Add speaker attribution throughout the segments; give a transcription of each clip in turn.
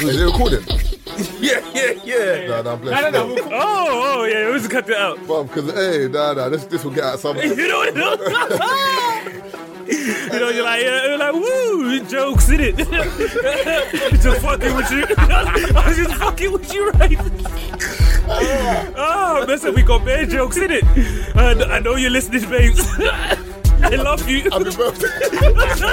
Speaker 1: Is it recording?
Speaker 2: Yeah, yeah, yeah.
Speaker 1: Nah, nah, I'm
Speaker 3: No, no,
Speaker 1: blessed.
Speaker 3: no. we'll call-
Speaker 2: Oh, oh, yeah. We just cut that out.
Speaker 1: Bro, because, hey, nah, nah, this, this will get out some.
Speaker 2: You know what? you know, you're like, yeah, you're like, woo, jokes in it. just fucking with you. I was just fucking with you, right? oh, listen, we got bad jokes in it. And I know you're listening, babes. I love you.
Speaker 1: Happy birthday.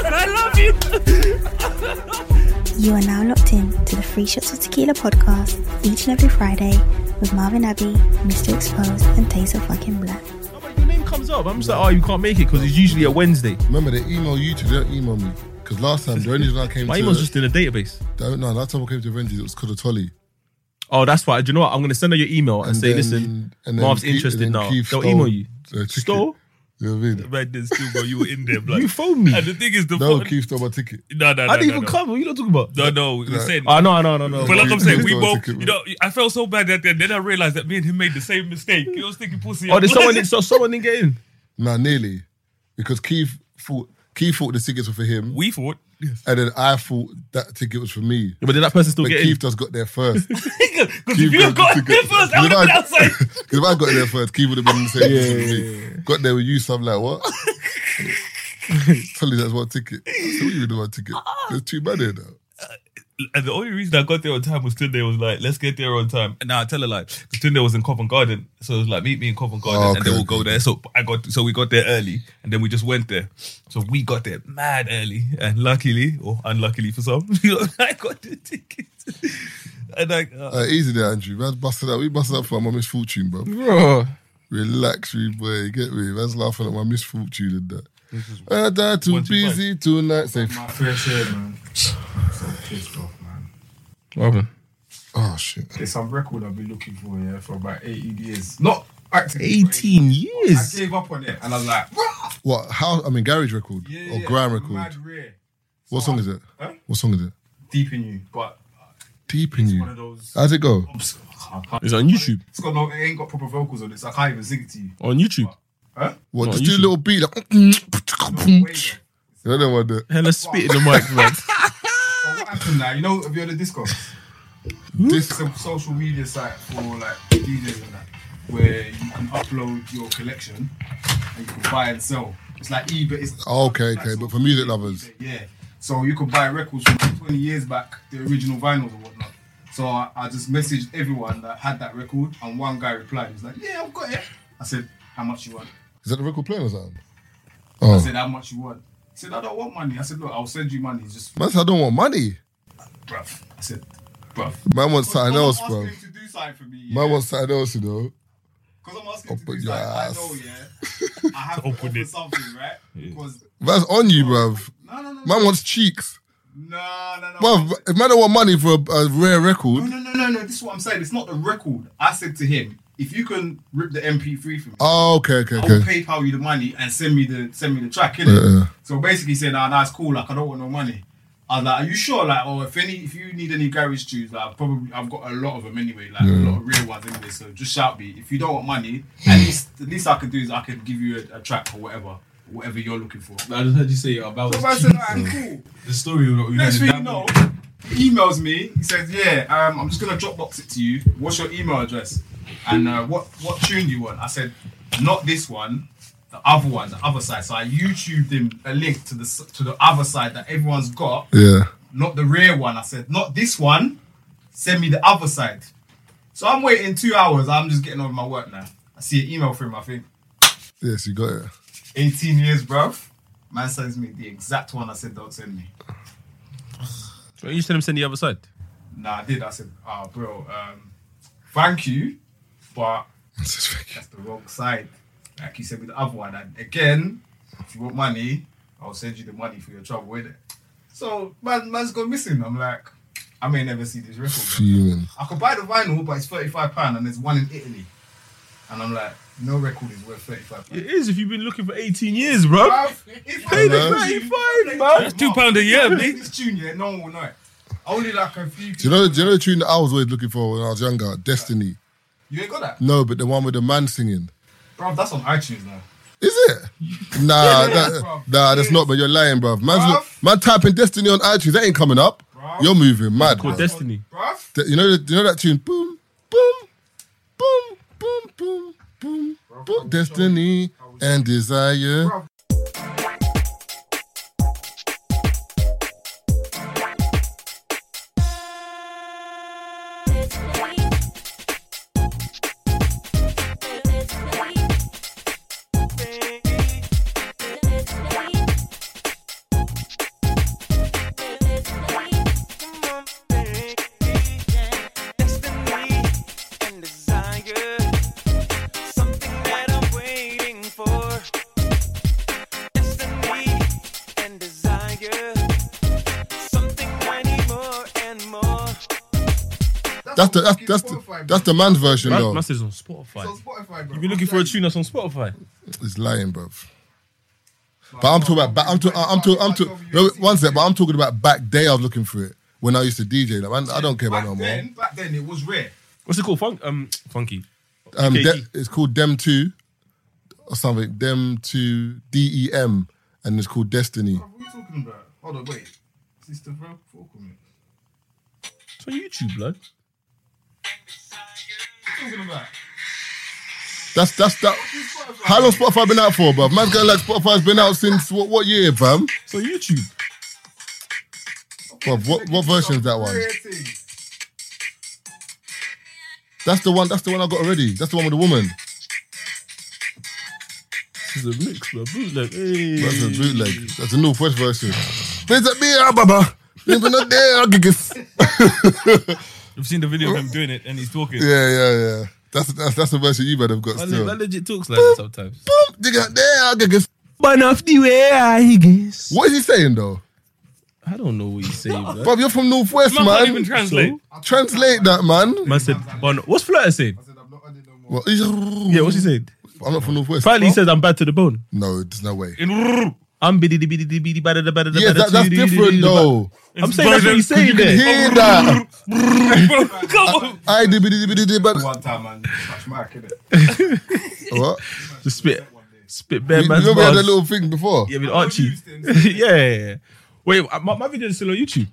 Speaker 2: I love you.
Speaker 4: You are now locked in to the Free Shots of Tequila podcast each and every Friday with Marvin Abbey, Mr. Exposed, and Taser Fucking Black.
Speaker 3: Oh, but Your name comes up. I'm just like, oh, you can't make it because it's usually a Wednesday.
Speaker 1: Remember, they email you to don't email me. Because last time, the only reason I came
Speaker 3: My
Speaker 1: to.
Speaker 3: email's just in a database.
Speaker 1: Don't, no, last time I came to Avengers, it was because of Tolly.
Speaker 3: Oh, that's why. Do you know what? I'm going to send her your email and,
Speaker 1: And
Speaker 3: say,
Speaker 1: then-
Speaker 3: listen,
Speaker 1: and then
Speaker 3: Marv's
Speaker 1: Keith-
Speaker 3: interested
Speaker 1: and then
Speaker 3: now.
Speaker 1: Keith
Speaker 3: They'll
Speaker 1: stole
Speaker 3: email you.
Speaker 1: the ticket.
Speaker 3: Stole?
Speaker 1: You know what I mean?
Speaker 5: Man, then still, bro, you were in there, blood.
Speaker 3: You phoned me.
Speaker 5: And the thing is, the
Speaker 1: No,
Speaker 5: fun-
Speaker 1: Keith stole my ticket.
Speaker 5: no, no, no,
Speaker 3: I didn't
Speaker 5: no,
Speaker 3: even
Speaker 5: no.
Speaker 3: come. What are you not talking about?
Speaker 5: No, no, we are saying.
Speaker 3: Oh, no, no, no, no.
Speaker 5: But like I'm
Speaker 1: Keith
Speaker 5: saying, we
Speaker 1: stole the
Speaker 5: both,
Speaker 1: ticket,
Speaker 5: you
Speaker 1: bro.
Speaker 5: know, I felt so bad that day. Then I realized that me and him made the same mistake. He was thinking pussy.
Speaker 3: Oh, there's someone, so someone didn't get in.
Speaker 1: Nah, nearly. Because Keith thought, Keith thought the tickets were for him.
Speaker 5: We thought. Yes.
Speaker 1: and then I thought that ticket was for me.
Speaker 3: Yeah, But did that person still
Speaker 1: But
Speaker 3: get
Speaker 1: Keith just got there first.
Speaker 5: Because if you had gotten there first, I would have been outside.
Speaker 1: Because if I got there first, Keith would have been saying, yeah, Got there with you, so I'm like, what? Tell you that's one ticket. I said, what you do one ticket? There's two men here now.
Speaker 5: And the only reason I got there on time was Tunde was like, let's get there on time. And now I tell her like, because Tunde was in Covent Garden. So it was like, meet me in Covent Garden
Speaker 1: Oh,
Speaker 5: and then
Speaker 1: okay,
Speaker 5: we'll go there. So I got, so we got there early and then we just went there. So we got there mad early. And luckily, or unluckily for some, I got the ticket. And I, uh,
Speaker 1: Uh, easy there, Andrew. Man's busted out. We busted up for my misfortune, bro.
Speaker 3: Bro.
Speaker 1: Relax, you boy. You Get me. Man's laughing at my misfortune and that. I died too
Speaker 5: One, two, five.
Speaker 1: busy tonight. Say,
Speaker 6: My first year, man. So pissed off, man.
Speaker 3: What happened?
Speaker 1: oh shit.
Speaker 6: There's some record I've been looking for, yeah, for about 18 years. Not active.
Speaker 3: 18
Speaker 6: I
Speaker 3: years.
Speaker 6: gave up on it and I was like, "Rah!"
Speaker 1: What? How? I mean, garage record
Speaker 6: yeah,
Speaker 1: or
Speaker 6: yeah,
Speaker 1: Oh, grand record?
Speaker 6: Mad rare.
Speaker 1: What song is it?
Speaker 6: Huh?
Speaker 1: What song is it?
Speaker 6: Deep in you, but
Speaker 1: Deep in
Speaker 6: one of
Speaker 1: you.
Speaker 6: those.
Speaker 1: How's it go?
Speaker 6: I can't-
Speaker 3: It's on YouTube.
Speaker 6: It's got no, it ain't got proper vocals on it, so I can't even sing it to you.
Speaker 3: On YouTube.
Speaker 6: Huh?
Speaker 1: What?
Speaker 3: No,
Speaker 1: just
Speaker 3: you
Speaker 1: do a
Speaker 3: should-
Speaker 1: little beat. Like,
Speaker 6: No way, though.
Speaker 1: I don't know what the
Speaker 3: Hella spit in the mic, man.
Speaker 6: But what happened now? You know, if you're on the disco, this is a social media site for like DJs and that, where you can upload your collection and you can buy and sell. It's like eBay. It's
Speaker 1: Oh, okay, okay, but for music lovers.
Speaker 6: Yeah. So you could buy records from 20 years back, the original vinyls or whatnot. So I, I just messaged everyone that had that record, and one guy replied. He was like, "Yeah, I've got it." I said, "How much you want?"
Speaker 1: Is that the record playing or something?
Speaker 6: I
Speaker 1: Oh,
Speaker 6: said, "How much you want?" He said, "I don't want money." I said, "Look, I'll send you money." He's just
Speaker 1: man, said I don't want money.
Speaker 6: bruv. I said, "Bruv."
Speaker 1: Man wants something else,
Speaker 6: I'm
Speaker 1: bro.
Speaker 6: asking him to do something for me.
Speaker 1: Man wants something else, you know.
Speaker 6: Because I'm asking him to
Speaker 1: Open
Speaker 6: do
Speaker 1: your
Speaker 6: something. I
Speaker 1: ass.
Speaker 6: know, yeah. I have to
Speaker 5: Open
Speaker 6: offer
Speaker 5: it.
Speaker 6: something, right? Because
Speaker 1: That's on you, bruv.
Speaker 6: no, no, no,
Speaker 1: Man
Speaker 6: no,
Speaker 1: wants cheeks,
Speaker 6: no, no, no.
Speaker 1: bruv. If man don't want money for a, a rare
Speaker 6: No,
Speaker 1: record,
Speaker 6: no, no, no, no. This is what I'm saying. It's not the record. I said to him, if you can rip the MP3 from me,
Speaker 1: oh, okay, okay,
Speaker 6: I will
Speaker 1: okay.
Speaker 6: PayPal you the money and send me the send me the track. Innit?
Speaker 1: Yeah, yeah.
Speaker 6: So basically, he said, "Nah, nah, it's cool. Like I don't want no money." I was like, "Are you sure? Like, or if any, if you need any garage tunes, like I've probably I've got a lot of them anyway. Like a lot of real ones anyway. So just shout me if you don't want money. At
Speaker 1: Mm.
Speaker 6: least, the least I can do is I can give you a, a track or whatever, whatever you're looking for."
Speaker 7: I just heard you say about
Speaker 6: So I said, "Alright, cool."
Speaker 7: the story. we- we
Speaker 6: Next
Speaker 7: had
Speaker 6: thing
Speaker 7: in
Speaker 6: you
Speaker 7: that
Speaker 6: know,
Speaker 7: movie.
Speaker 6: he emails me. He says, "Yeah, um, I'm just gonna Dropbox it to you. What's your email address? And uh, what what tune do you want?" I said, "Not this one, the other one, the other side." So I YouTubed him a link to the s- to the other side that everyone's got,
Speaker 1: Yeah.
Speaker 6: not the rare one. I said, "Not this one. Send me the other side." So I'm waiting two hours. I'm just getting on with my work now. I see an email from him. I think
Speaker 1: Yes, you got it.
Speaker 6: 18 years, bruv. Man sends me the exact one I said don't send me.
Speaker 3: Why You said him send the other side.
Speaker 6: Nah, I did. I said, ah, bro, um, thank you, but that's the wrong side. Like you said with the other one. And again, if you want money, I'll send you the money for your trouble with it. So, man, man's gone missing. I'm like, I may never see this record. bro.
Speaker 1: Fuming.
Speaker 6: I could buy the vinyl, but it's £35 and there's one in Italy. And I'm like, no record is worth £35.
Speaker 3: It is if you've been looking for 18 years, bro.
Speaker 6: Bruv, if I
Speaker 3: Pay the
Speaker 6: play this
Speaker 3: 35, man.
Speaker 6: tune-
Speaker 5: That's two pound a year,
Speaker 6: Play
Speaker 5: mate.
Speaker 6: This tune, yeah, no one will know it. Only like a few.
Speaker 1: Do you know? Do you know the tune that I was always looking for when I was younger? Destiny.
Speaker 6: You ain't got that,
Speaker 1: No, but the one with the man singing.
Speaker 6: bro. That's on iTunes now.
Speaker 1: Is it? Nah, that,
Speaker 6: bruv.
Speaker 1: nah, that's
Speaker 6: Yes.
Speaker 1: not. But you're lying, bruv. Man's
Speaker 6: Bruv.
Speaker 1: look, man typing Destiny on iTunes. That ain't coming up.
Speaker 6: Bruh.
Speaker 1: You're moving mad.
Speaker 3: called
Speaker 1: bro.
Speaker 3: Destiny.
Speaker 6: Bruv,
Speaker 1: Th- You know, the- you know that tune. Boom, boom, boom, boom, boom, boom, boom. Destiny and desire. That's the that's that's the, that's the man's version
Speaker 3: Man,
Speaker 1: though.
Speaker 3: message on
Speaker 6: on
Speaker 3: Spotify.
Speaker 6: Spotify, bro.
Speaker 3: You've been looking for a tune that's on Spotify.
Speaker 1: It's lying, bro. But I'm talking about. Back, I'm talking. I'm talking. I'm talking. no, One sec. But I'm talking about back day. I was looking for it when I used to DJ. Like, man, I don't care about
Speaker 6: Back
Speaker 1: no more.
Speaker 6: then, back then it was rare.
Speaker 3: What's it called? Funk, um, funky.
Speaker 1: Um,
Speaker 3: Okay,
Speaker 1: de-
Speaker 3: E.
Speaker 1: it's called Dem Two, or something. Dem Two D E M, and it's called Destiny.
Speaker 6: What are you talking about? Hold on, wait. Sister, bro, fuck with me.
Speaker 3: It's on YouTube, blood.
Speaker 6: What are you talking about?
Speaker 1: That's that's that. How long Spotify been out for, bruv? Man's going like Spotify's been out since what what year, fam?
Speaker 3: It's on YouTube.
Speaker 1: Bruv, what what version is that one?
Speaker 6: Rare thing.
Speaker 1: That's the one. That's the one I got already. That's the one with the woman.
Speaker 3: This is a mix, bro. Bootleg. Hey.
Speaker 1: That's a bootleg. That's a Northwest version. There's a beer, baba. There's a there, giggles.
Speaker 5: You've seen the video of
Speaker 3: Oh.
Speaker 5: him doing it and he's talking.
Speaker 1: Yeah, yeah, yeah. That's that's that's the version you better have got
Speaker 5: I
Speaker 1: still.
Speaker 5: legit talks like that sometimes.
Speaker 1: Boom, digga, there, giggles.
Speaker 3: One of the way I guess.
Speaker 1: What is he saying though?
Speaker 3: I don't know what he's saying, bro.
Speaker 1: Bruv, you're from Northwest,
Speaker 5: Man, can't even
Speaker 1: man.
Speaker 5: translate.
Speaker 1: Translate that, man.
Speaker 3: Man said, "Bon." What's Flutter saying?
Speaker 6: I said, I'm not adding no more.
Speaker 1: Well, he's-
Speaker 3: Yeah, what's he saying?
Speaker 1: I'm not from Northwest.
Speaker 3: Apparently, he
Speaker 1: Well,
Speaker 3: says I'm bad to the bone.
Speaker 1: no, there's no way.
Speaker 5: In
Speaker 3: I'm biddy biddy biddy biddy bada da bada da
Speaker 1: Yeah,
Speaker 3: bada
Speaker 1: that, that's
Speaker 3: doo doo doo doo
Speaker 1: different
Speaker 3: doo
Speaker 1: though.
Speaker 3: da. I'm saying that's what he's
Speaker 5: Because
Speaker 3: saying there.
Speaker 1: Hear that.
Speaker 5: Bro, come on.
Speaker 1: I did, did, did, did, did, but
Speaker 6: One time, man. Touch my kid.
Speaker 1: what?
Speaker 3: Just spit, spit
Speaker 1: You
Speaker 3: bare man's
Speaker 1: remember we had that
Speaker 3: bars.
Speaker 1: little thing before?
Speaker 3: Yeah, with Archie.
Speaker 6: used them.
Speaker 3: yeah, yeah, yeah. Wait, uh, my, my video's still on YouTube.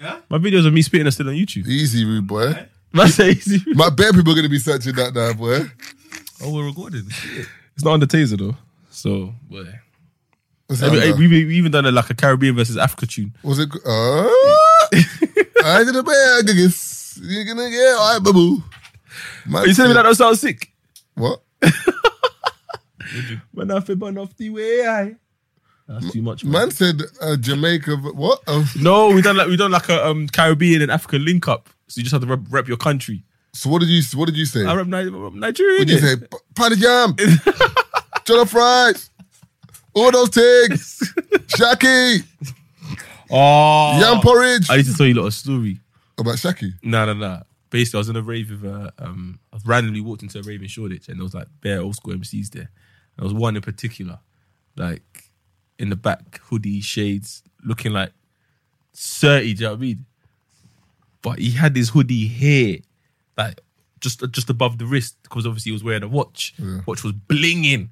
Speaker 6: Yeah?
Speaker 3: My videos of me spitting are still on YouTube.
Speaker 1: Easy, rude boy.
Speaker 3: That's easy.
Speaker 1: My bare people are gonna be searching that now, boy.
Speaker 5: Oh, we're recording.
Speaker 3: It's not on the taser though. So, but
Speaker 1: What's
Speaker 3: Hey,
Speaker 1: that
Speaker 3: we,
Speaker 1: now?
Speaker 3: we, we even done a, like a Caribbean versus Africa tune.
Speaker 1: Was it? Uh, I did a bear, giggles. You're gonna get all right, boo.
Speaker 3: Are you telling me that don't sound sick?
Speaker 1: What?
Speaker 3: When I fib on off the way, I. That's too much, man.
Speaker 1: Man said uh, Jamaica. but What? Uh,
Speaker 3: No, we done like we done like a um, Caribbean and African link up. So you just have to rep, rep your country.
Speaker 1: so what did you? What did you say?
Speaker 3: I rep, Ni- rep Nigeria.
Speaker 1: What did you say? P- Patty jam, jollof fries, all those things, Shaki,
Speaker 3: Oh,
Speaker 1: yam porridge.
Speaker 3: I need to tell you a lot of story.
Speaker 1: About Shaki.
Speaker 3: No, no, no. Basically, I was in a rave with uh, um, I randomly walked into a rave in Shoreditch, and there was like bare old school MCs there. And there was one in particular, like in the back, hoodie, shades, looking like thirty. Do you know what I mean? But he had his hoodie here, like just just above the wrist, because obviously he was wearing a watch. Watch was blinging.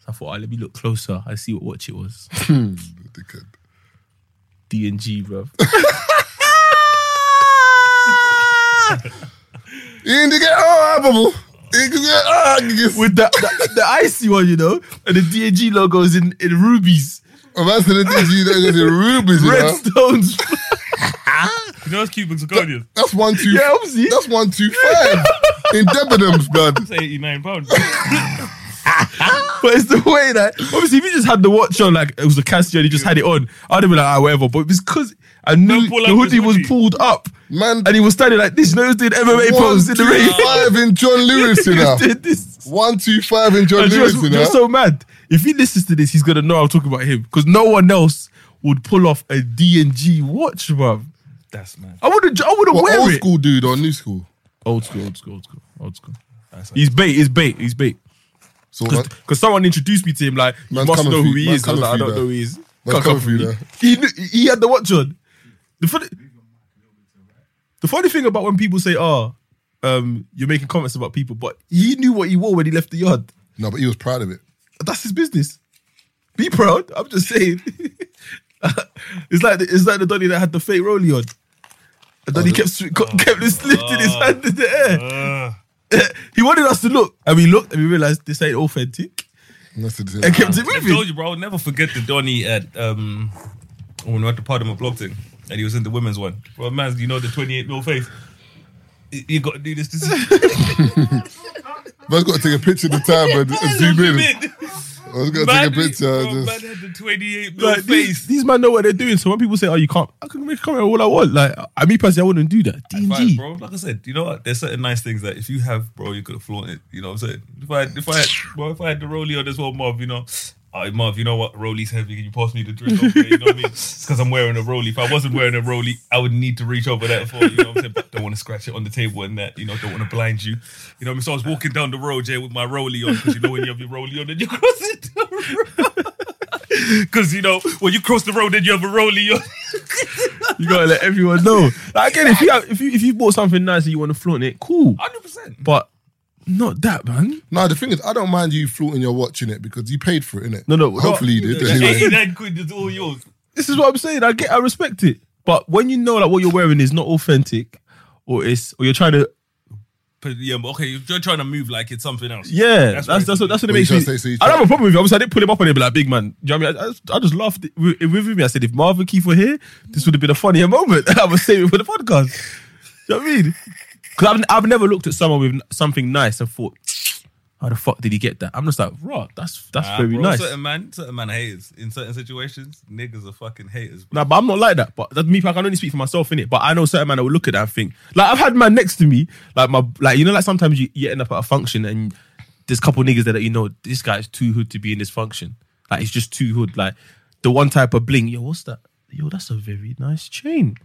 Speaker 3: So I thought, "Ah, let me look closer. I see what watch it was.
Speaker 1: Dickhead.
Speaker 3: D and G, bro.
Speaker 1: You didn't get oh, bubble. You didn't get oh, giggles.
Speaker 3: with the, the the icy one, you know, and the DNG logos in in rubies,
Speaker 1: A man said it is you know, it's a rubies, you
Speaker 3: red
Speaker 1: know.
Speaker 3: stones.
Speaker 5: You know, it's Cuban Zirconians.
Speaker 1: That's one two.
Speaker 3: yeah, obviously.
Speaker 1: That's one two five in Debenhams, blood.
Speaker 5: It's 89 pounds.
Speaker 3: But it's the way that obviously if he just had the watch on, like it was a Casio, and he just had it on, I'd have been like, ah, whatever. But because I knew
Speaker 5: Don't pull
Speaker 3: the
Speaker 5: up
Speaker 3: hoodie
Speaker 5: his
Speaker 3: was
Speaker 5: hoodie.
Speaker 3: pulled up,
Speaker 1: Man,
Speaker 3: and he was standing like this. You know, he was doing MMA pose in the ring.
Speaker 1: five in John Lewis, you
Speaker 3: He
Speaker 1: know.
Speaker 3: was doing this.
Speaker 1: One two five in John
Speaker 3: And
Speaker 1: Lewis,
Speaker 3: You're
Speaker 1: you
Speaker 3: you're
Speaker 1: know.
Speaker 3: so mad. If he listens to this, he's gonna know I'm talking about him because no one else would pull off a DNG watch, bruv.
Speaker 5: That's mad.
Speaker 3: I wouldn't. I wouldn't
Speaker 1: What,
Speaker 3: wear
Speaker 1: old
Speaker 3: it.
Speaker 1: school dude or new school?
Speaker 3: Old school, old school, old school, old school. He's bait, he's bait, he's bait.
Speaker 1: So uh, man,
Speaker 3: Because someone introduced me to him, like, you
Speaker 1: Man's
Speaker 3: must
Speaker 1: coming
Speaker 3: know
Speaker 1: for
Speaker 3: who
Speaker 1: you,
Speaker 3: he
Speaker 1: man's
Speaker 3: is. I was like, I
Speaker 1: coming
Speaker 3: don't
Speaker 1: for
Speaker 3: know who
Speaker 1: you
Speaker 3: he is.
Speaker 1: Man's
Speaker 3: Can't come
Speaker 1: coming
Speaker 3: for
Speaker 1: for you
Speaker 3: me.
Speaker 1: there.
Speaker 3: He, knew, he had the watch on. The funny, the funny thing about when people say, oh, um, you're making comments about people, but he knew what he wore when he left the yard.
Speaker 1: no, but he was proud of it.
Speaker 3: That's his business. Be proud. I'm just saying. it's like the, it's like the Donny that had the fake rolly on. And
Speaker 1: Oh,
Speaker 3: Donny kept sw- kept this lifting his hand in the air.
Speaker 5: Uh,
Speaker 3: he wanted us to look, and we looked, and we realized this ain't authentic,
Speaker 1: That's the
Speaker 3: and kept it
Speaker 1: thing.
Speaker 3: moving.
Speaker 5: I told you, bro. I'll never forget the Donny at um when we had the part of my blog thing, and he was in the women's one. Well, man, you know the twenty-eight mil face. You- You got to do this. this is
Speaker 1: Man's got to take a picture of the time and, and zoom in. Man's got to take a picture.
Speaker 5: bro,
Speaker 1: and
Speaker 5: Oh, man
Speaker 1: just,
Speaker 5: had the twenty-eight mil
Speaker 3: Like,
Speaker 5: face.
Speaker 3: these, these men know what they're doing. So when people say, "Oh, you can't," I can make a comment all I want. Like I, me personally, I wouldn't do that.
Speaker 5: Fine,
Speaker 3: DMG.
Speaker 5: bro. Like I said, you know what? There's certain nice things that if you have, bro, you could have flaunt it. You know what I'm saying? If I if I had, bro, if I had the Rolly on as well, Marv, you know. Oh, Marv, you know what? Rolly's heavy. Can you pass me the drink? over there?" you know what I mean? It's because I'm wearing a Rolly. If I wasn't wearing a Rolly, I would need to reach over that for you know what I'm saying? But don't want to scratch it on the table and that, you know, don't want to blind you. You know what I mean? So I was walking down the road, Jay, with my Rolly on because you know when you have your Rolly on, then you cross it. Because, you know, when you cross the road, then you have a Rolly on.
Speaker 3: You gotta let everyone know. Like again, if you have, if you if you bought something nice and you want to flaunt it, cool.
Speaker 5: 100%.
Speaker 3: But not that, man.
Speaker 1: no, the thing is, I don't mind you flaunting your watch in it because you paid for it, innit?
Speaker 3: No, no, no.
Speaker 1: Hopefully you did. Anyway.
Speaker 5: 89 quid is all yours.
Speaker 3: This is what I'm saying. I get, I respect it. But when you know like what you're wearing is not authentic, or it's or you're trying to,
Speaker 5: But yeah, but okay, you're trying to move like it's something else.
Speaker 3: yeah, that's
Speaker 5: That's what
Speaker 3: that's
Speaker 5: it
Speaker 3: that's, what, that's what it
Speaker 1: What you
Speaker 3: makes
Speaker 1: trying
Speaker 3: me.
Speaker 1: to say, so you
Speaker 3: I don't
Speaker 1: try-
Speaker 3: have a problem with it. Obviously, I didn't pull him up on it, but like, big man, do you know what I mean? I, I just, I just laughed it with, it with me. I said, if Marvin Keith were here, this would have been a funnier moment. I was saving it for the podcast. Do you know what I mean? Because I've, I've never looked at someone with something nice and thought, how the fuck did he get that? I'm just like, raw. That's that's
Speaker 5: Nah,
Speaker 3: very
Speaker 5: bro,
Speaker 3: nice.
Speaker 5: Certain man, certain man haters in certain situations. Niggas are fucking haters. Bro.
Speaker 3: Nah, but I'm not like that. But that's me. I can only speak for myself in it. But I know certain man that will look at that and think, like I've had man next to me, like my, like you know, like sometimes you, you end up at a function and there's a couple niggas there that you know this guy's too hood to be in this function. Like he's just too hood. Like the one type of bling. Yo, what's that? Yo, that's a very nice chain.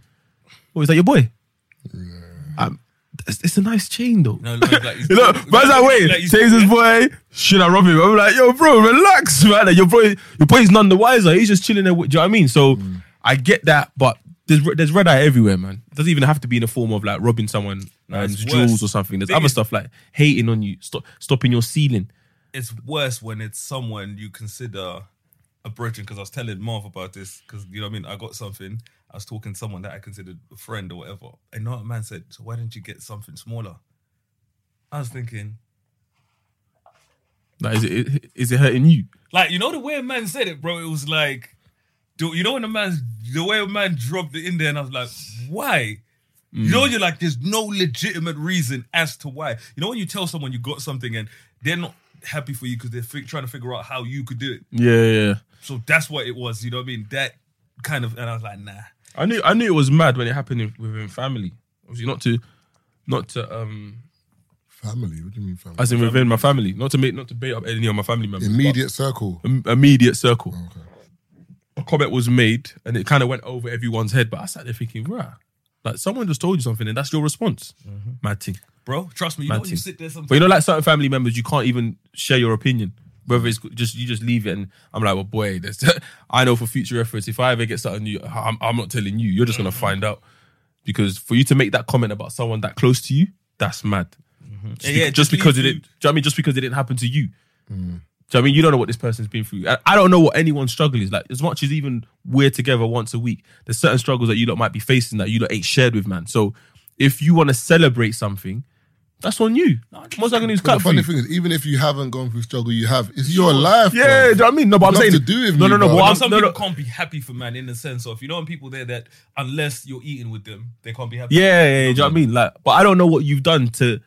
Speaker 3: Oh, is that your boy? Um, it's, it's a nice chain though.
Speaker 5: No, like, like,
Speaker 3: You know, man's like, wait,
Speaker 5: Like, he's-
Speaker 3: says his boy, should I rob him? I'm like, yo, bro, relax, man. Like, your boy, your boy's none the wiser. He's just chilling there. With, do you know what I mean? So I get that, but there's there's red eye everywhere, man. It doesn't even have to be in the form of like robbing someone um,
Speaker 5: it's
Speaker 3: jewels
Speaker 5: worse.
Speaker 3: or something. There's
Speaker 5: Thing
Speaker 3: other
Speaker 5: is-
Speaker 3: stuff like hating on you, stop, stopping your ceiling.
Speaker 5: it's worse when it's someone you consider approaching. Because I was telling Marv about this. Because you know what I mean. I got something. I was talking to someone that I considered a friend or whatever. And not a man said, "So why didn't you get something smaller?" I was thinking,
Speaker 3: Like, is it is it hurting you?
Speaker 5: Like you know the way a man said it, bro. It was like, do you know when a man, the way a man dropped it in there, and I was like, why? You
Speaker 3: Mm.
Speaker 5: know you're like, there's no legitimate reason as to why. You know when you tell someone you got something and they're not happy for you because they're fi- trying to figure out how you could do it.
Speaker 3: Yeah, yeah. yeah.
Speaker 5: So that's what it was. You know what I mean? That kind of, and I was like, nah.
Speaker 3: I knew I knew it was mad when it happened in- within family. Obviously, not to not to um
Speaker 1: Family? What do you mean family?
Speaker 3: as in within my family, not to make not to bait up any of my family members. but-
Speaker 1: Immediate circle.
Speaker 3: im- immediate circle. A comment was made and it kind of went over everyone's head, but I sat there thinking, right, like someone just told you something and that's your response.
Speaker 5: Mm-hmm.
Speaker 3: Mad thing.
Speaker 5: Bro, trust me. You
Speaker 3: Mad
Speaker 5: know when you
Speaker 3: thing.
Speaker 5: sit there sometimes.
Speaker 3: But you know, like certain family members, you can't even share your opinion. Whether it's just you just leave it, and I'm like, well, boy, there's, I know for future reference, if I ever get something new, I'm, I'm not telling you. You're just gonna find out because for you to make that comment about someone that close to you, that's mad. Just,
Speaker 5: Mm-hmm. Yeah,
Speaker 3: be-
Speaker 5: yeah,
Speaker 3: just
Speaker 5: just
Speaker 3: because it
Speaker 5: leave
Speaker 3: didn't, do you know what I mean? Just because it didn't happen to you. Do you know what I mean? You don't know what this person's been through. I, I don't know what anyone's struggle is. Like, as much as even we're together once a week, there's certain struggles that you lot might be facing that you lot ain't shared with, man. So if you want to celebrate something, that's on you. Most likely it's
Speaker 1: But
Speaker 3: cut
Speaker 1: the
Speaker 3: for
Speaker 1: funny
Speaker 3: you.
Speaker 1: thing is, even if you haven't gone through struggle, you have. It's your life.
Speaker 3: Yeah, do you know
Speaker 1: bro.
Speaker 3: what I mean? No, but I'm
Speaker 1: Nothing
Speaker 3: saying
Speaker 1: to do with
Speaker 3: no,
Speaker 1: me,
Speaker 3: no, no,
Speaker 1: bro.
Speaker 3: but
Speaker 1: Well,
Speaker 5: But
Speaker 3: I'm,
Speaker 5: some
Speaker 3: um, no,
Speaker 5: people
Speaker 3: no.
Speaker 5: can't be happy for man in the sense of you know when people there that unless you're eating with them, they can't be happy.
Speaker 3: Yeah, yeah, yeah, do you know what I mean? Like, but I don't know what you've done to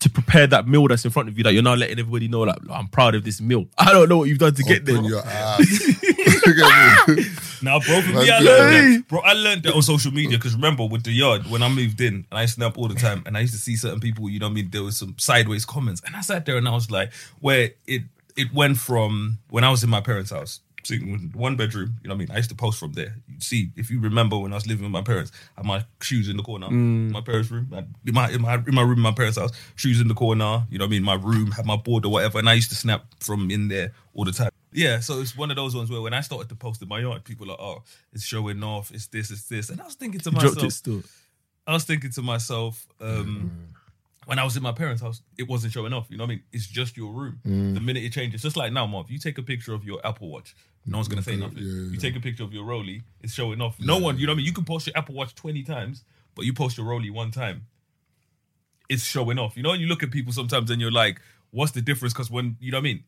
Speaker 3: to prepare that meal that's in front of you. That you're now letting everybody know, like, I'm proud of this meal. I don't know what you've done to get there.
Speaker 1: Open your ass. Look at me.
Speaker 5: Now, bro, for
Speaker 1: That's
Speaker 5: me, I
Speaker 1: good.
Speaker 5: learned that. Bro, I learned that on social media because remember with the yard when I moved in and I used to snap all the time and I used to see certain people, you know what I mean? There was some sideways comments. And I sat there and I was like, where it it went from when I was in my parents' house, sitting in one bedroom, you know what I mean? I used to post from there. You see, if you remember when I was living with my parents, I had my shoes in the corner, my parents' room, I- in my, in my in my room, in my parents' house, shoes in the corner, you know what I mean? My room had my board or whatever. And I used to snap from in there all the time. Yeah, so it's one of those ones where when I started to post in my yard, people are, oh, it's showing off, it's this, it's this. And I was thinking to
Speaker 3: Dropped
Speaker 5: myself,
Speaker 3: it still.
Speaker 5: I was thinking to myself, um,
Speaker 3: when I was in my parents' house, it wasn't showing off. You know what I mean? It's just your room. The minute it changes, just like now, Marv, you take a picture of your Apple Watch, no one's gonna say nothing.
Speaker 1: yeah, yeah.
Speaker 3: You take a picture of your Rolly, it's showing off. No one, you know what I mean? You can post your Apple Watch twenty times, but you post your Rolly one time, it's showing off. You know, you look at people sometimes and you're like, what's the difference? Because when you know what I mean,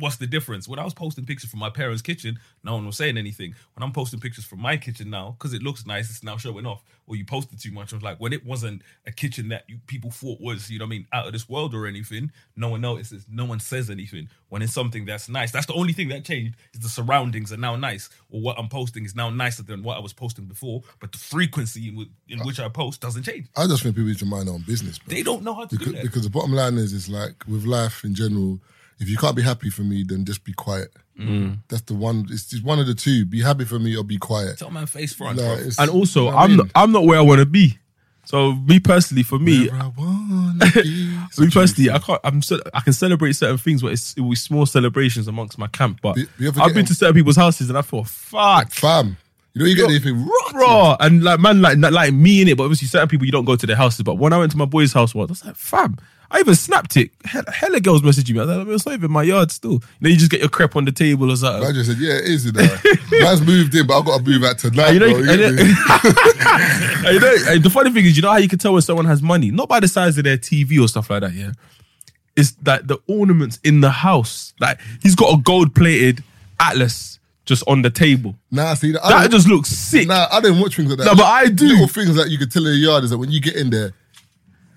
Speaker 3: what's the difference? When I was posting pictures from my parents' kitchen, no one was saying anything. When I'm posting pictures from my kitchen now, because it looks nice, it's now showing off. Or you posted too much. I was like, when it wasn't a kitchen that you, people thought was, you know what I mean, out of this world or anything, no one notices, no one says anything. When it's something that's nice, that's the only thing that changed is the surroundings are now nice. Or what I'm posting is now nicer than what I was posting before, but the frequency in, w- in which I post doesn't change.
Speaker 1: I just think people need to mind their own business. Bro.
Speaker 3: They don't know how to do
Speaker 1: because,
Speaker 3: that.
Speaker 1: because the bottom line is, it's like with life in general. If you can't be happy for me, then just be quiet.
Speaker 3: Mm.
Speaker 1: That's the one. It's, it's one of the two. Be happy for me or be quiet.
Speaker 3: Tell man face front.
Speaker 1: Nah,
Speaker 3: bro.
Speaker 1: it's-
Speaker 3: and also,
Speaker 1: you know what I
Speaker 3: I'm
Speaker 1: mean?
Speaker 3: not, I'm not where I want to be. So me personally, for me,
Speaker 1: Where I wanna be. It's
Speaker 3: me
Speaker 1: the truth.
Speaker 3: personally, I can't. I'm so, I can celebrate certain things, but it's it will be small celebrations amongst my camp. But
Speaker 1: Be- be
Speaker 3: I've been to certain people's houses and I feel fuck,
Speaker 1: fam. You know you get anything rotten.
Speaker 3: bro, and like man, like not like me in it. But obviously, certain people you don't go to their houses. But when I went to my boy's house once, I was like, fam. I even snapped it. Hella, hella girls messaging me. I was like, I mean, it's not even my yard still. You know, you just get your crep on the table or something.
Speaker 1: I just said, yeah, it is. You know, man's moved in, but I've got to move out tonight.
Speaker 3: And you know,
Speaker 1: bro, you
Speaker 3: and
Speaker 1: get
Speaker 3: it-
Speaker 1: me?
Speaker 3: And you know- and the funny thing is, you know how you can tell when someone has money, not by the size of their TV or stuff like that. Yeah, it's that the ornaments in the house. Like he's got a gold plated atlas just on the table.
Speaker 1: Nah, see, I
Speaker 3: That
Speaker 1: don't-
Speaker 3: just looks sick.
Speaker 1: Oh. Nah, I didn't watch things like that.
Speaker 3: No, but I do.
Speaker 1: Little things that you could tell in the yard is that when you get in there,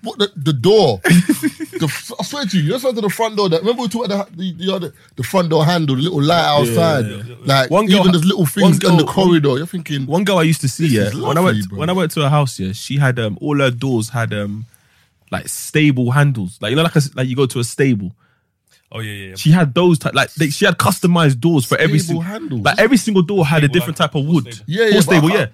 Speaker 1: what the, the door, the, I swear to you, that's under the front door. That remember we talked about the, the, the other, the front door handle, the little light outside, like
Speaker 3: One girl-
Speaker 1: even those little
Speaker 3: one
Speaker 1: things in the
Speaker 3: girl-
Speaker 1: corridor. You're thinking,
Speaker 3: One girl I used to see, yeah,
Speaker 1: is
Speaker 3: when I
Speaker 1: lovely,
Speaker 3: went
Speaker 1: bro.
Speaker 3: when I went to her house, yeah, she had um all her doors had um like stable handles, like you know, like a, like you go to a stable.
Speaker 5: Oh yeah, yeah.
Speaker 3: She had those type, like they, she had customized doors for every
Speaker 1: Stable
Speaker 3: single
Speaker 1: handles?
Speaker 3: Like every single door had a different type of wood.
Speaker 1: Yeah, yeah,
Speaker 3: Horse
Speaker 1: but
Speaker 3: stable,
Speaker 1: how-
Speaker 3: yeah.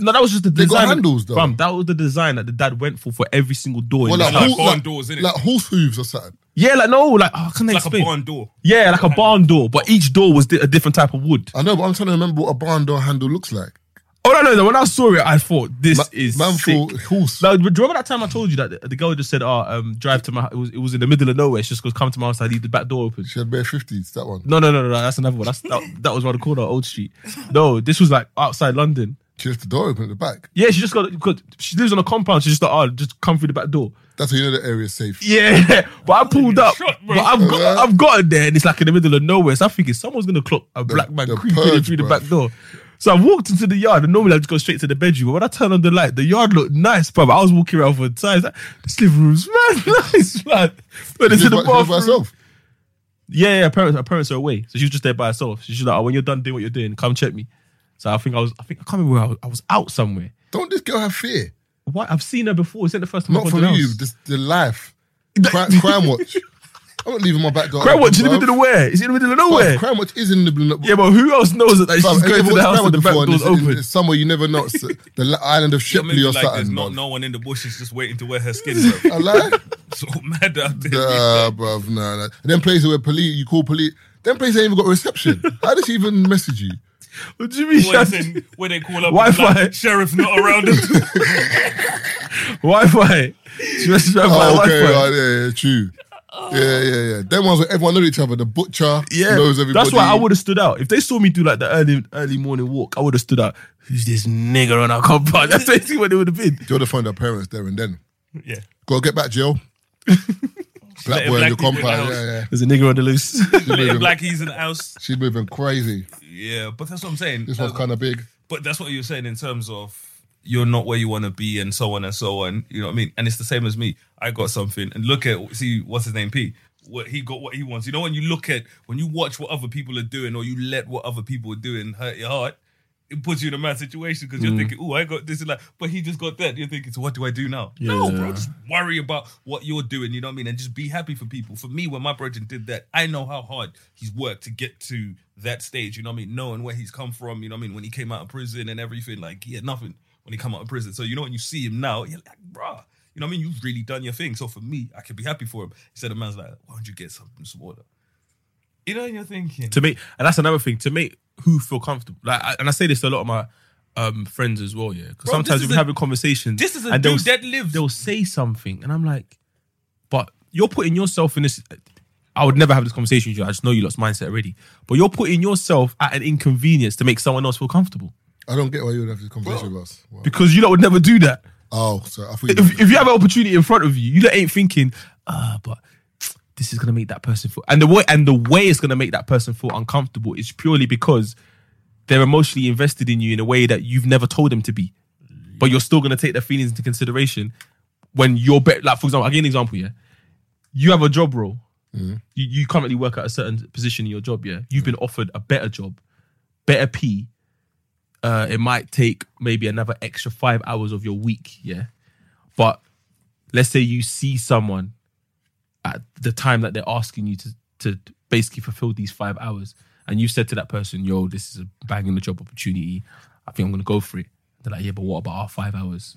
Speaker 3: No, that was just the
Speaker 1: They got
Speaker 3: design.
Speaker 1: handles, though.
Speaker 3: Fam, that was the design that the dad went for for every single door. in
Speaker 1: well,
Speaker 3: the
Speaker 1: like,
Speaker 3: house.
Speaker 1: horse-
Speaker 5: barn
Speaker 1: like-
Speaker 5: doors, innit?
Speaker 1: like horse hooves or something.
Speaker 3: yeah, like no, like oh, can I
Speaker 5: Like
Speaker 3: explain?
Speaker 5: a barn door.
Speaker 3: Yeah, like a barn door, but each door was di- a different type of wood.
Speaker 1: I know, but I'm trying to remember what a barn door handle looks like.
Speaker 3: Oh no, no, no! When I saw it, I thought this
Speaker 1: Ma-
Speaker 3: is
Speaker 1: man
Speaker 3: sick.
Speaker 1: thought horse.
Speaker 3: Now, do you remember that time I told you that the, the girl just said, "Oh, um, drive to my." hou-" It was, it was in the middle of nowhere. She just goes, "Come to my house. I leave the back door open."
Speaker 1: She had bare fifties. That one.
Speaker 3: No, no, no, no, no. That's another one. That's that, that was around the corner, Old Street. No, this was like outside London.
Speaker 1: She left the door open at the back.
Speaker 3: Yeah, she just got because she lives on a compound. She's just like, oh, just come through the back door.
Speaker 1: That's how you know the area's safe.
Speaker 3: Yeah, but I pulled up,
Speaker 5: shot, bro.
Speaker 3: but I've got, I've gotten there, and it's like in the middle of nowhere. So I'm thinking someone's gonna clock a black man
Speaker 1: the
Speaker 3: creeping in
Speaker 1: purge,
Speaker 3: through the
Speaker 1: bruv.
Speaker 3: back door. So I walked into the yard, and normally I just go straight to the bedroom. But when I turned on the light, the yard looked nice, bro. I was walking around for times. Like, this living room's mad nice, man. But it's
Speaker 1: She
Speaker 3: in the
Speaker 1: lived by- she lived by
Speaker 3: bathroom.
Speaker 1: herself.
Speaker 3: Yeah, yeah, her parents, her parents are away, so she was just there by herself. She's just like, oh, when you're done doing what you're doing, come check me. So I think I was, I think I can't remember where I was. I was out somewhere.
Speaker 1: Don't this girl have fear?
Speaker 3: What I've seen her before. Is it the first time?
Speaker 1: Not
Speaker 3: I've
Speaker 1: for
Speaker 3: gone to the
Speaker 1: you.
Speaker 3: house?
Speaker 1: This, the life. Crime, crime watch. I'm not leaving my back door.
Speaker 3: Crime
Speaker 1: open,
Speaker 3: watch in the
Speaker 1: bruv.
Speaker 3: middle of where? Is it in the middle of nowhere?
Speaker 1: Bruv, Crime watch is in the middle.
Speaker 3: Yeah, but who else knows that she's
Speaker 1: Bruv, have you
Speaker 3: going
Speaker 1: ever
Speaker 3: to the
Speaker 1: watched Crime
Speaker 3: house and
Speaker 1: Watch
Speaker 3: the back
Speaker 1: before and
Speaker 3: door's
Speaker 1: it's in-
Speaker 3: open?
Speaker 1: it's Somewhere you never know, it's the island of
Speaker 5: Yeah, maybe
Speaker 1: Shipley or
Speaker 5: like there's
Speaker 1: something.
Speaker 5: not
Speaker 1: bruv.
Speaker 5: no one in the bushes just waiting to wear her skin, bro.
Speaker 1: I lie.
Speaker 5: so mad out there.
Speaker 1: Nah, bruv, nah, nah. And then places where police, you call police. Them places ain't even got reception. How did she even message you?
Speaker 3: What do you mean?
Speaker 5: Boys in- when they call up,
Speaker 3: Wi-Fi.
Speaker 5: like, sheriff not around.
Speaker 3: Wi-Fi. She messaged me about
Speaker 1: Oh, okay,
Speaker 3: Wi-Fi.
Speaker 1: right, yeah, yeah, true. Yeah, yeah, yeah. Them ones where everyone knows each other. The butcher
Speaker 3: Yeah,
Speaker 1: knows everybody.
Speaker 3: that's why I would have stood out. If they saw me do like the early early morning walk, I would have stood out. Who's this nigger on our compound? That's basically what it would have been.
Speaker 1: You would have found her parents there and then.
Speaker 5: yeah.
Speaker 1: Go get back, Jill. black
Speaker 5: Let
Speaker 1: boy in your
Speaker 5: black people in the
Speaker 1: compound.
Speaker 5: house.
Speaker 1: Yeah, yeah.
Speaker 3: There's a nigger on the loose.
Speaker 5: Little black he's in the house.
Speaker 1: She's moving crazy.
Speaker 5: Yeah, but that's what I'm saying.
Speaker 1: This one's
Speaker 5: Uh,
Speaker 1: kind of big.
Speaker 5: But that's what you're saying in terms of you're not where you want to be and so on and so on. You know what I mean? And it's the same as me. I got something and look at see what's his name P. What he got, what he wants. You know when you look at when you watch what other people are doing or you let what other people are doing hurt your heart. It puts you in a mad situation because you're thinking, "Oh, I got this and that," but he just got that. You're thinking, "So what do I do now?" No, bro, just worry about what you're doing. You know what I mean, and just be happy for people. For me, when my brother did that, I know how hard he's worked to get to that stage, you know what I mean? Knowing where he's come from, you know what I mean? When he came out of prison and everything, like he had nothing when he come out of prison. So you know when you see him now, you're like, bruh, you know what I mean? You've really done your thing. So for me, I could be happy for him. Instead of man's like, why don't you get something smaller? You know, and you're thinking
Speaker 3: to make and that's another thing to make who feel comfortable like I- and i say this to a lot of my um, friends as well, yeah. Because
Speaker 5: Bro, this
Speaker 3: sometimes
Speaker 5: is
Speaker 3: we're
Speaker 5: a-
Speaker 3: having conversations.
Speaker 5: This is a
Speaker 3: and
Speaker 5: dude
Speaker 3: they'll,
Speaker 5: that lives.
Speaker 3: they'll say something, and I'm like, but you're putting yourself in this. I would never have this conversation with you. I just know you lot's mindset already. But you're putting yourself at an inconvenience to make someone else feel comfortable
Speaker 1: I don't get why you would have this conversation with us. Wow.
Speaker 3: because you lot would never do that.
Speaker 1: Oh, so I thought you
Speaker 3: if, if you have an opportunity in front of you, you lot ain't thinking, ah, but this is gonna make that person feel and the way and the way it's gonna make that person feel uncomfortable is purely because they're emotionally invested in you in a way that you've never told them to be. But you're still gonna take their feelings into consideration when you're better. Like for example, I'll give you an example. Yeah, you have a job role. You, you currently work at a certain position in your job. Yeah, you've been offered a better job, better P. Uh, it might take maybe another extra five hours of your week. Yeah, but let's say you see someone at the time that they're asking you to to basically fulfill these five hours, and you said to that person, "Yo, this is a bang in the job opportunity. I think I'm gonna go for it." They're like, "Yeah, but what about our five hours?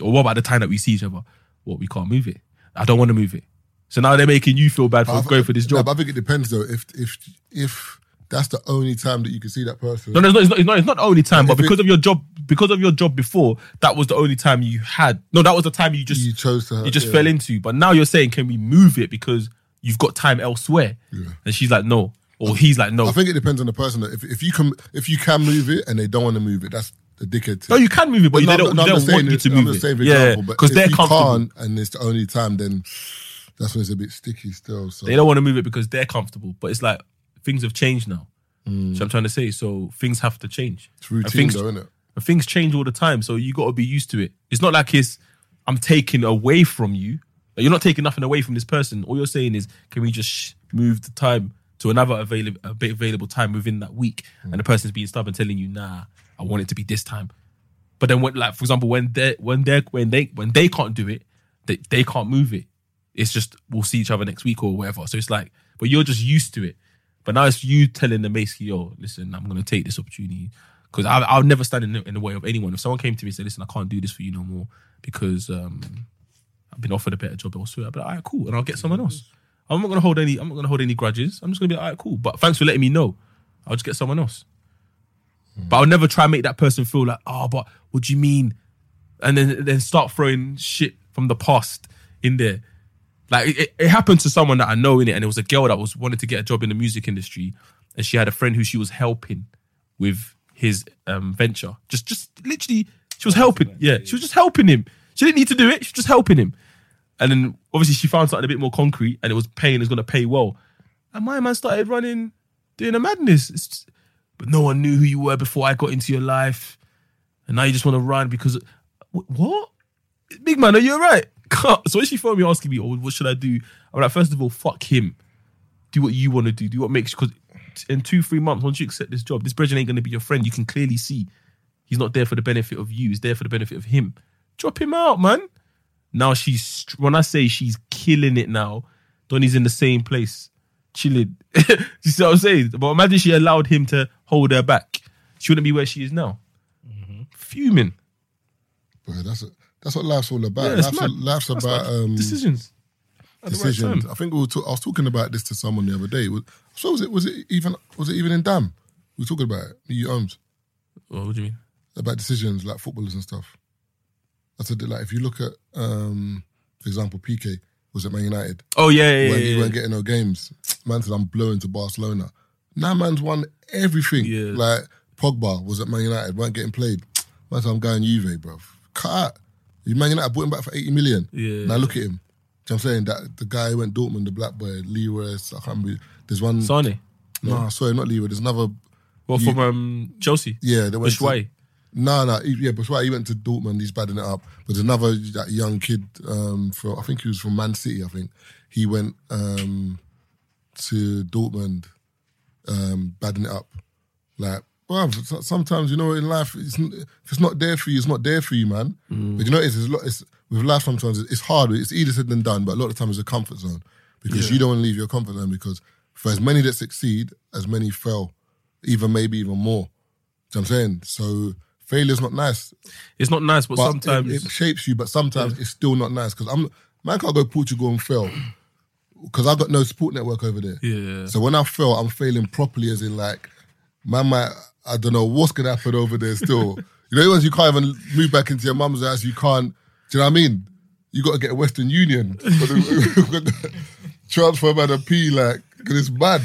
Speaker 3: Or what about the time that we see each other? What we can't move it. I don't want to move it." So now they're making you feel bad for
Speaker 1: I-
Speaker 3: going for this
Speaker 1: No,
Speaker 3: job.
Speaker 1: but I think it depends though. If if if that's the only time that you can see that person,
Speaker 3: No, no, it's not, it's not, it's not, it's not the only time, but
Speaker 1: If it-
Speaker 3: because of your job, because of your job before, that was the only time you had. No, that was the time you just
Speaker 1: you chose to.
Speaker 3: you just
Speaker 1: yeah.
Speaker 3: fell into. But now you're saying, can we move it because you've got time elsewhere? And she's like, no, or he's like, no.
Speaker 1: I think it depends on the person. though. If if you can if you can move it and they don't want to move it, that's a dickhead.
Speaker 3: no, you can move it, but they don't,
Speaker 1: I'm
Speaker 3: they
Speaker 1: just
Speaker 3: don't want
Speaker 1: saying
Speaker 3: you
Speaker 1: it-
Speaker 3: to
Speaker 1: I'm
Speaker 3: move
Speaker 1: just saying
Speaker 3: it.
Speaker 1: for
Speaker 3: Yeah,
Speaker 1: example, but
Speaker 3: because
Speaker 1: if
Speaker 3: they're
Speaker 1: you
Speaker 3: comfortable.
Speaker 1: can't and it's the only time, then that's when it's a bit sticky still. So
Speaker 3: They don't want to move it because they're comfortable. But it's like things have changed now. So I'm trying to say, so things have to change.
Speaker 1: Hmm. it's routine
Speaker 3: and things,
Speaker 1: though, isn't it?
Speaker 3: and things change all the time, so you got to be used to it. It's not like it's I'm taking away from you. Like, You're not taking nothing away from this person. All you're saying is, can we just sh- move the time to another available available time within that week?
Speaker 1: Hmm.
Speaker 3: And the person's being stubborn, telling you, nah, I want it to be this time. But then, when, like for example, when they when they when they when they can't do it, they they can't move it. It's just we'll see each other next week or whatever. So it's like, but you're just used to it. But now it's you telling them basically, yo, listen, I'm gonna take this opportunity because I'll, I'll never stand in the, in the way of anyone. If someone came to me and said, listen, I can't do this for you no more because um, I've been offered a better job elsewhere, I'd be like, all right, cool, and I'll get someone else. I'm not gonna hold any. I'm not gonna hold any grudges. I'm just gonna be like, all right, cool. But thanks for letting me know. I'll just get someone else. But I'll never try and make that person feel like, oh, but what do you mean? And then then start throwing shit from the past in there. Like it- it, it happened to someone that I know in it, and it was a girl that was wanted to get a job in the music industry, and she had a friend who she was helping with his um, venture. Just just literally, she was helping. Yeah, she was just helping him. She didn't need to do it. She was just helping him. And then obviously she found something a bit more concrete, and it was paying. It was going to pay well. And my man started running, doing a madness. It's just- but no one knew who you were before I got into your life, and now you just want to run because Wh- what? Big man, are you alright? So when she phoned me asking me, "Oh, what should I do?" I'm like, first of all, fuck him. Do what you want to do. Do what makes because in two, three months, once you accept this job, this brethren ain't gonna be your friend. You can clearly see he's not there for the benefit of you. He's there for the benefit of him. Drop him out, man. Now she's str- when I say she's killing it now. Donny's in the same place, chilling. you see what I'm saying? But imagine she allowed him to hold her back. She wouldn't be where she is now. Mm-hmm. Fuming.
Speaker 1: But that's that's what life's all about.
Speaker 3: Yeah, it's
Speaker 1: life's,
Speaker 3: mad.
Speaker 1: life's
Speaker 3: That's
Speaker 1: about
Speaker 3: like
Speaker 1: um,
Speaker 3: decisions. At the right
Speaker 1: decisions.
Speaker 3: time.
Speaker 1: I think we were talk- I was talking about this to someone the other day. Was, so was it was it even was it even in Dam? We were talking about it. You Ohms
Speaker 3: Well, what do you mean?
Speaker 1: about decisions like footballers and stuff. I said that, like if you look at um, for example PK was at Man United
Speaker 3: Oh yeah, yeah,
Speaker 1: when
Speaker 3: yeah,
Speaker 1: he
Speaker 3: yeah.
Speaker 1: weren't getting no games. Man said I'm blowing to Barcelona. Now man's won everything.
Speaker 3: Yeah.
Speaker 1: Like Pogba was at Man United, weren't getting played. Man said I'm going Juve, bro. Cut out. You Man United bought him back for 80 million.
Speaker 3: Yeah.
Speaker 1: Now look at him. Do you know what I'm saying that the guy who went Dortmund, the black boy, Leroy, I can't remember. There's one.
Speaker 3: Sane.
Speaker 1: no, sorry, not Leroy. There's another.
Speaker 3: Well,
Speaker 1: You-
Speaker 3: from um, Chelsea.
Speaker 1: Yeah, they went. to-
Speaker 3: Ushuaia.
Speaker 1: no, no, he, yeah, but right, he went to Dortmund. He's badding it up. But there's another that young kid um, from, I think he was from Man City. I think he went um, to Dortmund, um, badding it up. Like, well, sometimes you know in life, it's, n- if it's not there for you, it's not there for you, man. But you know, it's, it's, lo- it's with life sometimes it's hard. It's easier said than done. But a lot of times it's a comfort zone because you don't want to leave your comfort zone because for as many that succeed, as many fail, even maybe even more. Do you know what I'm saying? So failure's not nice.
Speaker 3: It's not nice, but,
Speaker 1: But
Speaker 3: sometimes
Speaker 1: it, it shapes you, but sometimes it's still not nice. Cause I'm man can't go Portugal and fail. Cause I got no support network over there.
Speaker 3: Yeah.
Speaker 1: So when I fail, I'm failing properly as in like man might, I don't know what's going to happen over there still. you know, the ones you can't even move back into your mum's house, you can't, do you know what I mean? You got to get a Western Union. Transfer man a P, like, 'cause it's bad.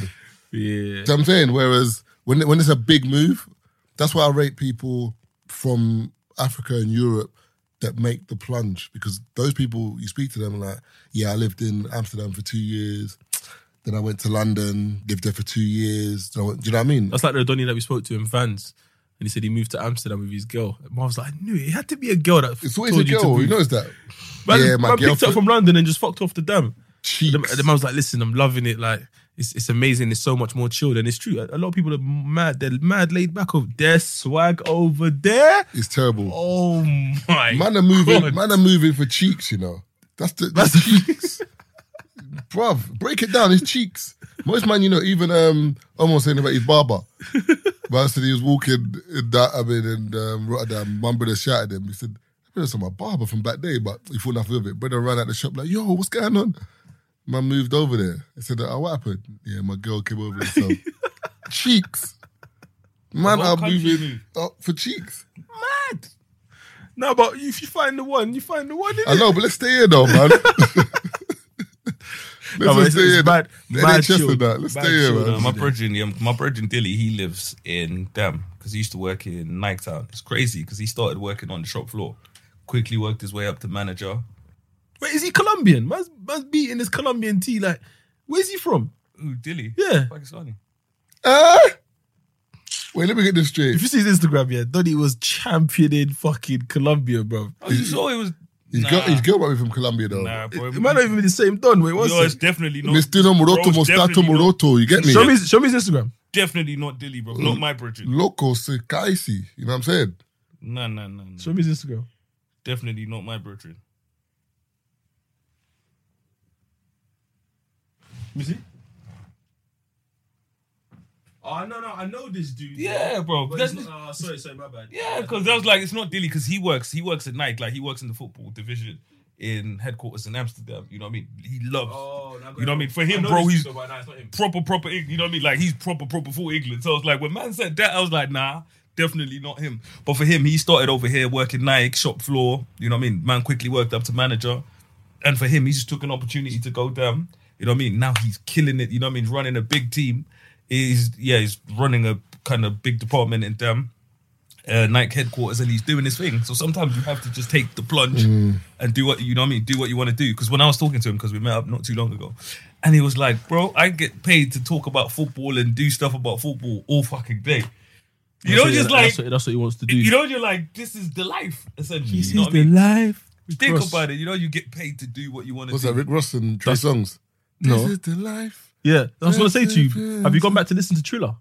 Speaker 3: Yeah.
Speaker 1: Do you know what I'm saying? Whereas when when it's a big move, that's why I rate people from Africa and Europe that make the plunge because those people you speak to them like, yeah, I lived in Amsterdam for two years, then I went to London, lived there for two years. Then I went, do you know what I mean?
Speaker 3: That's like the Donny that we spoke to in Vans. And he said he moved to Amsterdam with his girl. And Marv's like, I knew it. It had to be a girl that
Speaker 1: It's
Speaker 3: told
Speaker 1: always a
Speaker 3: you to
Speaker 1: girl. You,
Speaker 3: move.
Speaker 1: notice that?
Speaker 3: Man,
Speaker 1: yeah, my
Speaker 3: man picked up
Speaker 1: girlfriend.
Speaker 3: from London and just fucked off the dam.
Speaker 1: cheeks.
Speaker 3: And the, and the man was like, listen, I'm loving it. Like, it's, it's amazing. It's so much more chilled. And it's true. A, a lot of people are mad. They're mad laid back of their swag over there.
Speaker 1: It's terrible.
Speaker 3: Oh my.
Speaker 1: man are moving.
Speaker 3: God.
Speaker 1: Man are moving for cheeks. You know, that's the that's the cheeks. Bruv, break it down. His cheeks. Most man, you know, even um, almost saying about his barber. but I said he was walking in that. I mean, in um, Rotterdam, one brother shouted at him. He said, "I brother, saw my barber from back day, but he thought nothing of it." Brother ran out the shop like, "Yo, what's going on?" Man moved over there. He said, "Oh, what happened?" Yeah, my girl came over and so cheeks. Man,
Speaker 5: What
Speaker 1: are
Speaker 5: country you
Speaker 1: moving up for cheeks.
Speaker 3: No, but if you find the one, you find the one. innit?
Speaker 1: I know, but let's stay here though, man. let's
Speaker 3: No, but
Speaker 1: just
Speaker 3: it's-
Speaker 1: stay
Speaker 3: it's
Speaker 1: here.
Speaker 3: bad-
Speaker 1: The
Speaker 3: bad
Speaker 1: NHS and
Speaker 3: shield.
Speaker 1: that. Let's
Speaker 3: Bad
Speaker 1: stay here,
Speaker 3: shield,
Speaker 1: man.
Speaker 3: um,
Speaker 5: my brethren, yeah, my brethren Dilly, he lives in Dam because he used to work in Nighttown. It's crazy because he started working on the shop floor, quickly worked his way up to manager.
Speaker 3: Wait, is he Colombian? Man's, man's beating his Colombian tea. Like, where's he from?
Speaker 5: Ooh, Dilly,
Speaker 3: Yeah.
Speaker 5: Pakistani.
Speaker 1: Ah! Wait, let me get this
Speaker 3: If
Speaker 1: straight.
Speaker 3: you see his Instagram, yeah, Donny was championing fucking Colombia, bro.
Speaker 5: Oh, you saw it was.
Speaker 1: His,
Speaker 5: nah,
Speaker 1: girl, his girl might be from Colombia though.
Speaker 5: nah, bro.
Speaker 3: Oh. It might not even be the same Don. Wait, what's
Speaker 5: Yo, it's
Speaker 3: it?
Speaker 5: definitely not.
Speaker 1: Mestino Moroto,
Speaker 5: bro, it's
Speaker 1: Mostato
Speaker 5: definitely not-
Speaker 1: Moroto. You get me?
Speaker 3: Show me, his- show me his Instagram.
Speaker 5: Definitely not Dilly, bro. Not my brethren.
Speaker 1: Loco se caisi. You know what I'm saying?
Speaker 5: No, no, no, no.
Speaker 3: Show me his Instagram.
Speaker 5: Definitely not my brethren.
Speaker 3: You see? Oh no, no, I know this dude.
Speaker 5: Yeah, bro. That's,
Speaker 3: uh, sorry, sorry, my bad.
Speaker 5: yeah, because that was like it's not Dilly because he works. He works at night. Like he works in the football division in headquarters in Amsterdam. You know what I mean? He loves.
Speaker 3: Oh,
Speaker 5: You know what I mean? For him, bro, he's proper, proper. Eng- You know what I mean? Like he's proper, proper full England. So I was like, when man said that, I was like, nah, definitely not him. But for him, he started over here working Nike shop floor. You know what I mean? Man quickly worked up to manager, and for him, he just took an opportunity to go down. You know what I mean? Now he's killing it. You know what I mean? He's Running a big team. He's yeah, he's running a kind of big department in them. Uh, Nike headquarters and he's doing his thing. So sometimes you have to just take the plunge
Speaker 3: Mm.
Speaker 5: and do what you know what I mean, do what you want to do. Because when I was talking to him, because we met up not too long ago, and he was like, Bro, I get paid to talk about football and do stuff about football all fucking day. You know, just like
Speaker 3: that's what, that's what he wants to do.
Speaker 5: you know, you're like, this is the life, essentially.
Speaker 3: this
Speaker 5: you know
Speaker 3: is
Speaker 5: what I
Speaker 3: the
Speaker 5: mean?
Speaker 3: life.
Speaker 5: Think
Speaker 3: Cross.
Speaker 5: about it, you know, you get paid to do what you want to
Speaker 1: What's
Speaker 5: do.
Speaker 1: that? Rick Ross and Trey Songs.
Speaker 3: No.
Speaker 1: This is the life.
Speaker 3: Yeah, I was gonna say to you, have you gone back to listen to Triller?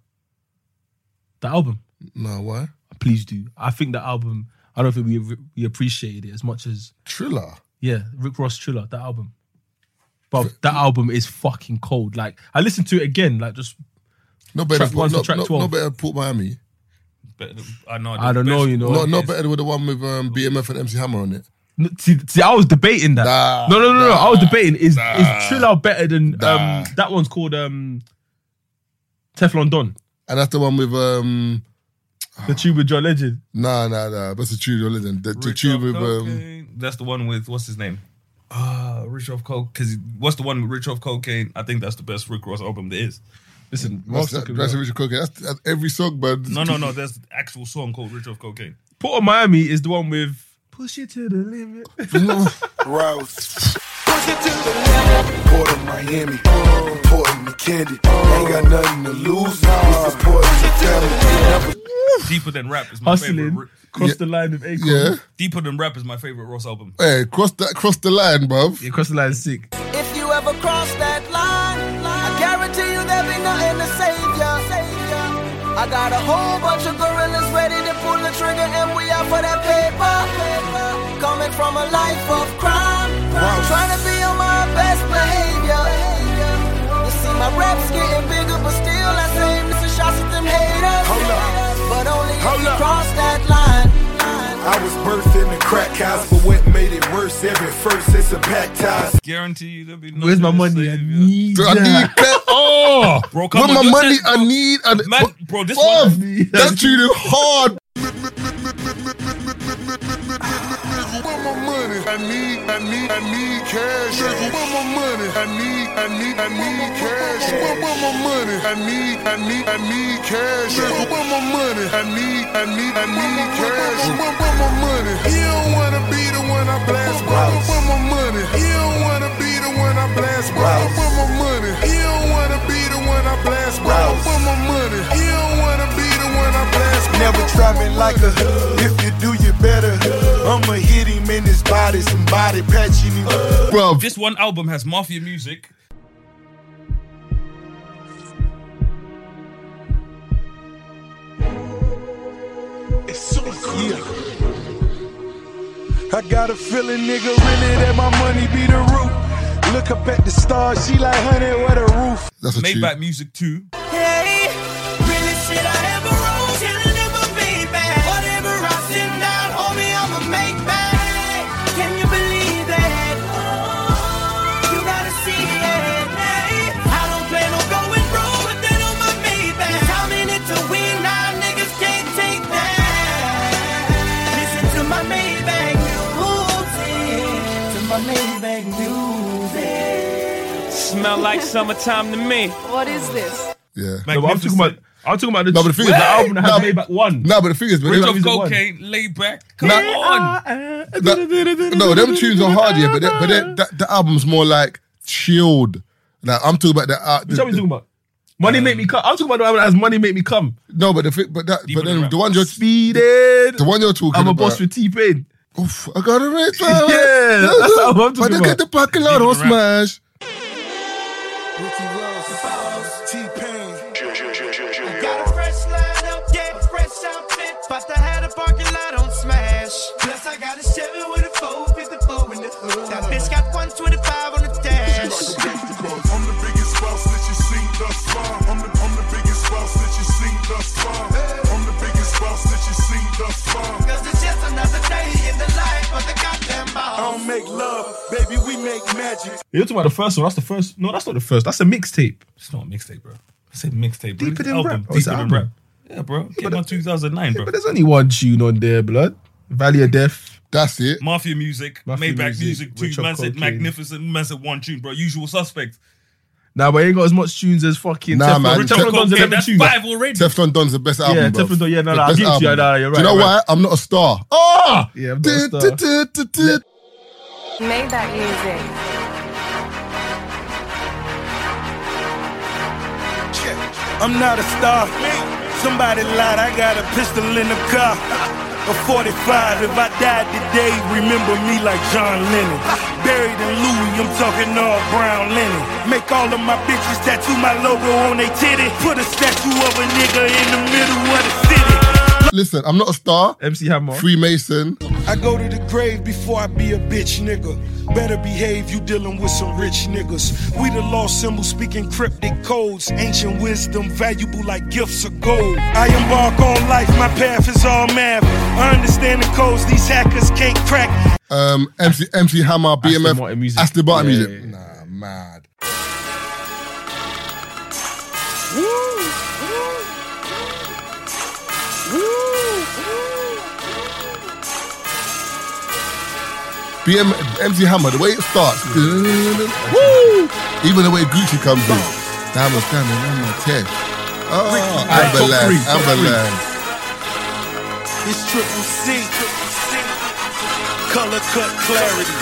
Speaker 3: The album.
Speaker 1: No, why?
Speaker 3: Please do. I think that album. I don't think we we appreciated it as much as
Speaker 1: Triller.
Speaker 3: yeah, Rick Ross Triller. That album. But that album is fucking cold. Like I listened to it again. Like just
Speaker 1: No better.
Speaker 3: Track one to
Speaker 1: no,
Speaker 3: track
Speaker 1: no, no
Speaker 3: 12.
Speaker 1: better. Port Miami.
Speaker 5: Better than- I know.
Speaker 3: I don't know, you know.
Speaker 1: No,
Speaker 3: No,
Speaker 1: no better with the one with um, BMF and MC Hammer on it.
Speaker 3: see, see, I was debating that.
Speaker 1: Nah,
Speaker 3: no, no, no, no. I was
Speaker 1: nah,
Speaker 3: debating is
Speaker 1: nah,
Speaker 3: is Triller better than
Speaker 1: nah.
Speaker 3: um that one's called um Teflon Don,
Speaker 1: And that's the one with um,
Speaker 3: the tune with John Legend.
Speaker 1: Nah, nah, nah. That's the true religion. The, the
Speaker 5: Rich
Speaker 1: true
Speaker 5: off
Speaker 1: with um,
Speaker 5: cocaine. that's the one with what's his name? Ah, Rich off coke. Because what's the one with Rich off cocaine? I think that's the best Rick Ross album there is.
Speaker 3: Listen,
Speaker 1: that's,
Speaker 3: Mark's
Speaker 1: that,
Speaker 3: talking
Speaker 1: that's
Speaker 3: about-
Speaker 1: Richard Cocaine. That's, that's every song, but
Speaker 5: No, no, no. There's the actual song called Rich off cocaine.
Speaker 3: Port of Miami is the one with push it to the limit.
Speaker 8: Rouse. Port of Miami, I'm pouring the candy. Ain't got nothing to lose. This is Port of the family.
Speaker 5: Deeper than rap is my favorite.
Speaker 3: Hustling,
Speaker 5: Ri-
Speaker 3: cross the line of Akon.
Speaker 1: yeah.
Speaker 5: Deeper than rap is my favorite Ross album.
Speaker 1: Hey, cross that, cross the line, bruv.
Speaker 3: Yeah, cross the line is sick.
Speaker 9: If you ever cross that line, I guarantee you there'll be nothing to save ya. Save ya. I got a whole bunch of gorillas ready to pull the trigger, and we out for that paper. paper. Coming from a life of crime, trying to be on my best behavior. You see my raps getting bigger, but still I say Mr. Shots at them haters.
Speaker 8: Hold up.
Speaker 9: But only if
Speaker 8: Hold
Speaker 9: you
Speaker 8: up.
Speaker 9: cross that line.
Speaker 8: I was birthed in the crack house, but what made it worse? Every first it's a packed ties.
Speaker 5: Guarantee you there'll be no
Speaker 10: Where's my money? I
Speaker 5: savior.
Speaker 10: need
Speaker 1: I need that. Oh,
Speaker 5: Bro, come
Speaker 1: want
Speaker 5: on,
Speaker 1: my
Speaker 5: you
Speaker 1: money?
Speaker 5: said-
Speaker 1: I need. I,
Speaker 5: Man, bro, this
Speaker 1: Bruv,
Speaker 5: one.
Speaker 1: that treat him hard. I need, I need, I need cash. Nigga, where my money? I need, I need, I need cash. Where, where my money? I need, I need, I need cash. Nigga, where my money? I need, I need, I need cash. Where, where my money? You don't wanna be the one I blast. Where, where my money? You don't wanna be the one I blast. Where, where my money? You don't wanna be the one I blast. Where, where my money? You don't wanna be the one I blast.
Speaker 8: Never trapping like a hood. If you do, you better. I'ma hit him in his body, somebody patching him.
Speaker 1: Bro,
Speaker 5: This one album has mafia music.
Speaker 8: I got a feeling, nigga, really that my money be the root. Look up at the stars, she like, honey, what a roof.
Speaker 1: that's a
Speaker 5: Maybach music too.
Speaker 11: Hey, really shit I ever wrote, should've never been back. Whatever I sit down, homie, I'ma make back. Can you believe that? You gotta see it. Hey, I don't plan on going broke, but then on my Maybach. Time in it to win, now niggas can't take that. Listen to my Maybach music, to my Maybach music. Smell like summertime to me.
Speaker 9: What is this?
Speaker 1: Yeah.
Speaker 3: No, but I'm talking about. I'm talking about the,
Speaker 1: No, but the thing is-
Speaker 3: the album that
Speaker 1: No,
Speaker 3: had
Speaker 1: but-
Speaker 3: Maybach one.
Speaker 1: No, but the thing is, man,
Speaker 5: Bridge
Speaker 1: them-
Speaker 5: of
Speaker 3: the one.
Speaker 5: cocaine, lay back. Come
Speaker 1: Nah.
Speaker 5: on.
Speaker 1: that- no, them tunes are hard, yeah, but that, but that, that, the album's more like chilled. Like I'm talking about the, uh, the,
Speaker 3: Which album you
Speaker 1: the-
Speaker 3: talking about? Money make me come. I'm talking about the album that has money make me come.
Speaker 1: no, but the thing- but that, but
Speaker 5: in the
Speaker 1: then
Speaker 5: rap.
Speaker 1: the one you're
Speaker 3: Speeded.
Speaker 1: the one you're talking
Speaker 3: I'm a
Speaker 1: about.
Speaker 3: boss with T Pain.
Speaker 1: Oof, I got it right.
Speaker 3: Yeah, that's the album I'm talking
Speaker 1: But
Speaker 3: about.
Speaker 1: the parking lot on smash.
Speaker 8: Ricky Ross, T-Pain.
Speaker 11: Got a fresh lineup, yeah, fresh outfit. Bust I had a parking lot on smash. Plus I got a Chevy with a 454 in the hood. That bitch got 125 on the dash.
Speaker 8: I'm the biggest boss that you seen thus far. I'm the, I'm the biggest boss that you seen thus far. I'm the biggest boss that you seen thus far.
Speaker 11: Cause it's just another day in the life of the goddamn boss.
Speaker 8: I don't make love, baby, we make magic.
Speaker 3: You're talking about the first one. That's the first. No, that's not the first. That's a mixtape.
Speaker 5: It's not a mixtape, bro. It's a mixtape, bro.
Speaker 3: Deeper
Speaker 5: It's
Speaker 3: than
Speaker 5: an album.
Speaker 3: rap. Oh, it's
Speaker 5: Deeper
Speaker 3: an
Speaker 5: than rap.
Speaker 3: album.
Speaker 5: Yeah, bro. Came out 2009, bro.
Speaker 3: But there's only one tune on there, blood. Valley of Death.
Speaker 1: That's it.
Speaker 5: Mafia music,
Speaker 3: Mafia
Speaker 5: Maybach music,
Speaker 3: music, Rich
Speaker 5: too.
Speaker 3: of
Speaker 5: Man said
Speaker 3: Cocaine.
Speaker 5: magnificent. Man said one tune, bro. Usual suspect.
Speaker 3: Now, but it ain't got as much tunes as fucking.
Speaker 1: Nah,
Speaker 3: Teflon-
Speaker 1: man.
Speaker 3: Teflon
Speaker 1: Teflon
Speaker 3: Don's
Speaker 5: Cocaine,
Speaker 3: eleven
Speaker 5: that's
Speaker 3: tunes.
Speaker 5: five already.
Speaker 1: Teflon Don's the best album. bro.
Speaker 3: Teflon Don, yeah, no,
Speaker 1: The
Speaker 3: no, I'll
Speaker 1: best
Speaker 3: give it to you,
Speaker 1: album.
Speaker 3: no, no, you're
Speaker 1: Do you
Speaker 3: right,
Speaker 1: know
Speaker 3: you're
Speaker 1: why? I'm not a star. Oh!
Speaker 3: Yeah, I'm not a star.
Speaker 9: Made that music.
Speaker 8: I'm not a star. Somebody lied, I got a pistol in the car. A 45, if I died today, remember me like John Lennon. Buried in Louis, I'm talking all brown linen. Make all of my bitches tattoo my logo on they titty. Put a statue of a nigga in the middle of the city.
Speaker 1: Listen, I'm not a star.
Speaker 3: MC Hammer.
Speaker 1: Freemason.
Speaker 8: I go to the grave before I be a bitch nigga. Better behave, you dealing with some rich niggas. We the lost symbol speaking cryptic codes. Ancient wisdom valuable like gifts of gold. I embark on life, my path is all math. I understand the codes these hackers can't crack.
Speaker 1: Um, MC, MC Hammer, BMF, Aston
Speaker 3: Martin
Speaker 1: Martin
Speaker 3: music. Yeah,
Speaker 1: music.
Speaker 3: yeah,
Speaker 1: Nah, mad. BM, MC Hammer, the way it starts, woo! Even the way Gucci comes in, diamonds standing on my chest. Oh, Amberland, Amberland.
Speaker 8: It's triple C. Color cut clarity.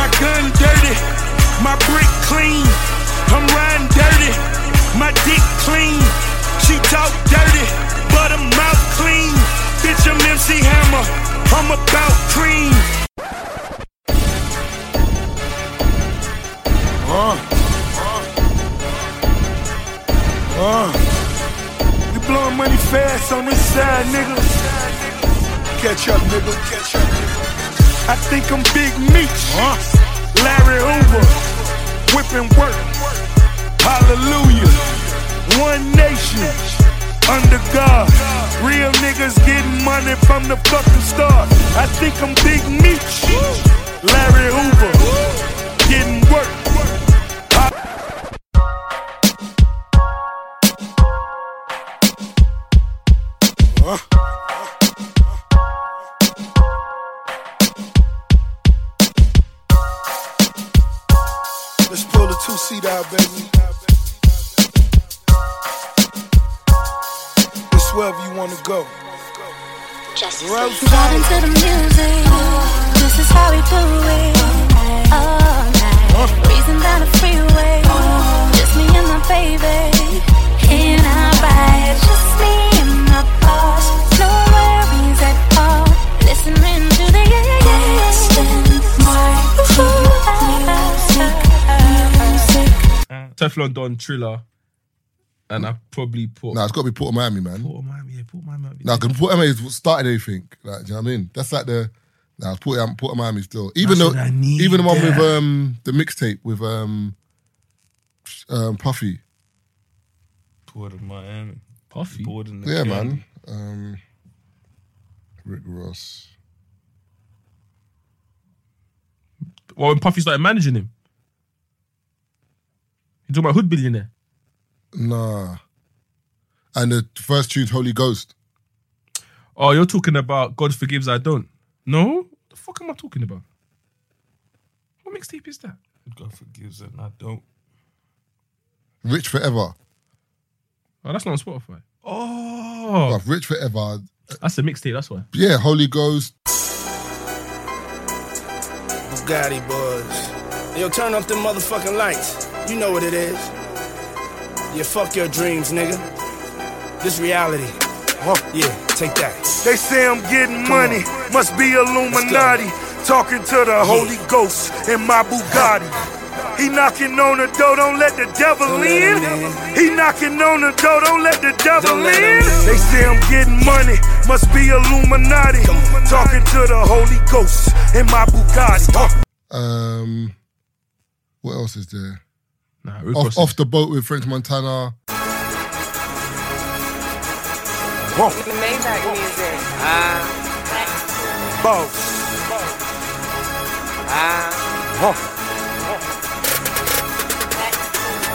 Speaker 8: My gun dirty, my brick clean. I'm riding dirty, my dick clean. She talk dirty, but her mouth clean. Bitch, I'm MC Hammer. I'm about cream. Uh. Uh. You blowing money fast on this side, nigga. Catch up, nigga. Catch up. I think I'm Big Meech. Larry Hoover. Whipping work. Hallelujah. One nation. under God. Real niggas getting money from the fucking start. I think I'm Big Meech, Larry Hoover, getting work.
Speaker 12: Let's pull the two seat out, baby. It's wherever you wanna go. Rose
Speaker 13: Vibe into the music. This is how we do it. All night. Breezing down the freeway. Just me and my baby. In our ride. Just me and my boss. No worries at all. Listening to the instant music.
Speaker 1: Uh,
Speaker 3: Teflon Don Triller, and I probably put.
Speaker 1: Nah, it's got to be Port of Miami, man.
Speaker 3: Port of Miami, yeah, Port of Miami.
Speaker 1: Nah, because Port of Miami is what started everything. Like, do you know what I mean? That's like the. Nah, it's Port, of- Port of Miami still. Even
Speaker 3: That's
Speaker 1: though,
Speaker 3: what I need,
Speaker 1: even the one with
Speaker 3: yeah.
Speaker 1: um the mixtape with um, um Puffy.
Speaker 5: Port of Miami.
Speaker 3: Puffy.
Speaker 5: Bored in the
Speaker 1: Yeah,
Speaker 5: gun.
Speaker 1: man. Um, Rick Ross.
Speaker 3: Well, when Puffy started managing him. You talking about Hood Billionaire?
Speaker 1: Nah. And the first tune's Holy Ghost.
Speaker 3: Oh, you're talking about God forgives, I don't. No? The fuck am I talking about? What mixtape is that?
Speaker 5: God forgives it, and I don't.
Speaker 1: Rich Forever.
Speaker 3: Oh, that's not on Spotify.
Speaker 1: Oh.
Speaker 3: Oh,
Speaker 1: Rich Forever.
Speaker 3: that's a mixtape. That's why.
Speaker 1: Yeah, Holy Ghost.
Speaker 12: Bugatti boys. Yo, turn up the motherfucking lights. You know what it is. Yeah, fuck your dreams, nigga. This reality.
Speaker 9: Oh.
Speaker 12: Yeah, take that.
Speaker 8: They say I'm getting money, must be Illuminati. Talking to the Holy Ghost in my Bugatti. He knocking on the door, don't let the devil in. He knocking on the door, don't let the devil in. They say I'm getting money, must be Illuminati. Talking to the Holy Ghost in my Bugatti.
Speaker 1: Um, what else is there?
Speaker 3: Nah, Rick
Speaker 1: Off,
Speaker 3: Ross-
Speaker 1: off the boat with French Montana.
Speaker 14: Maybach music.
Speaker 8: Boss.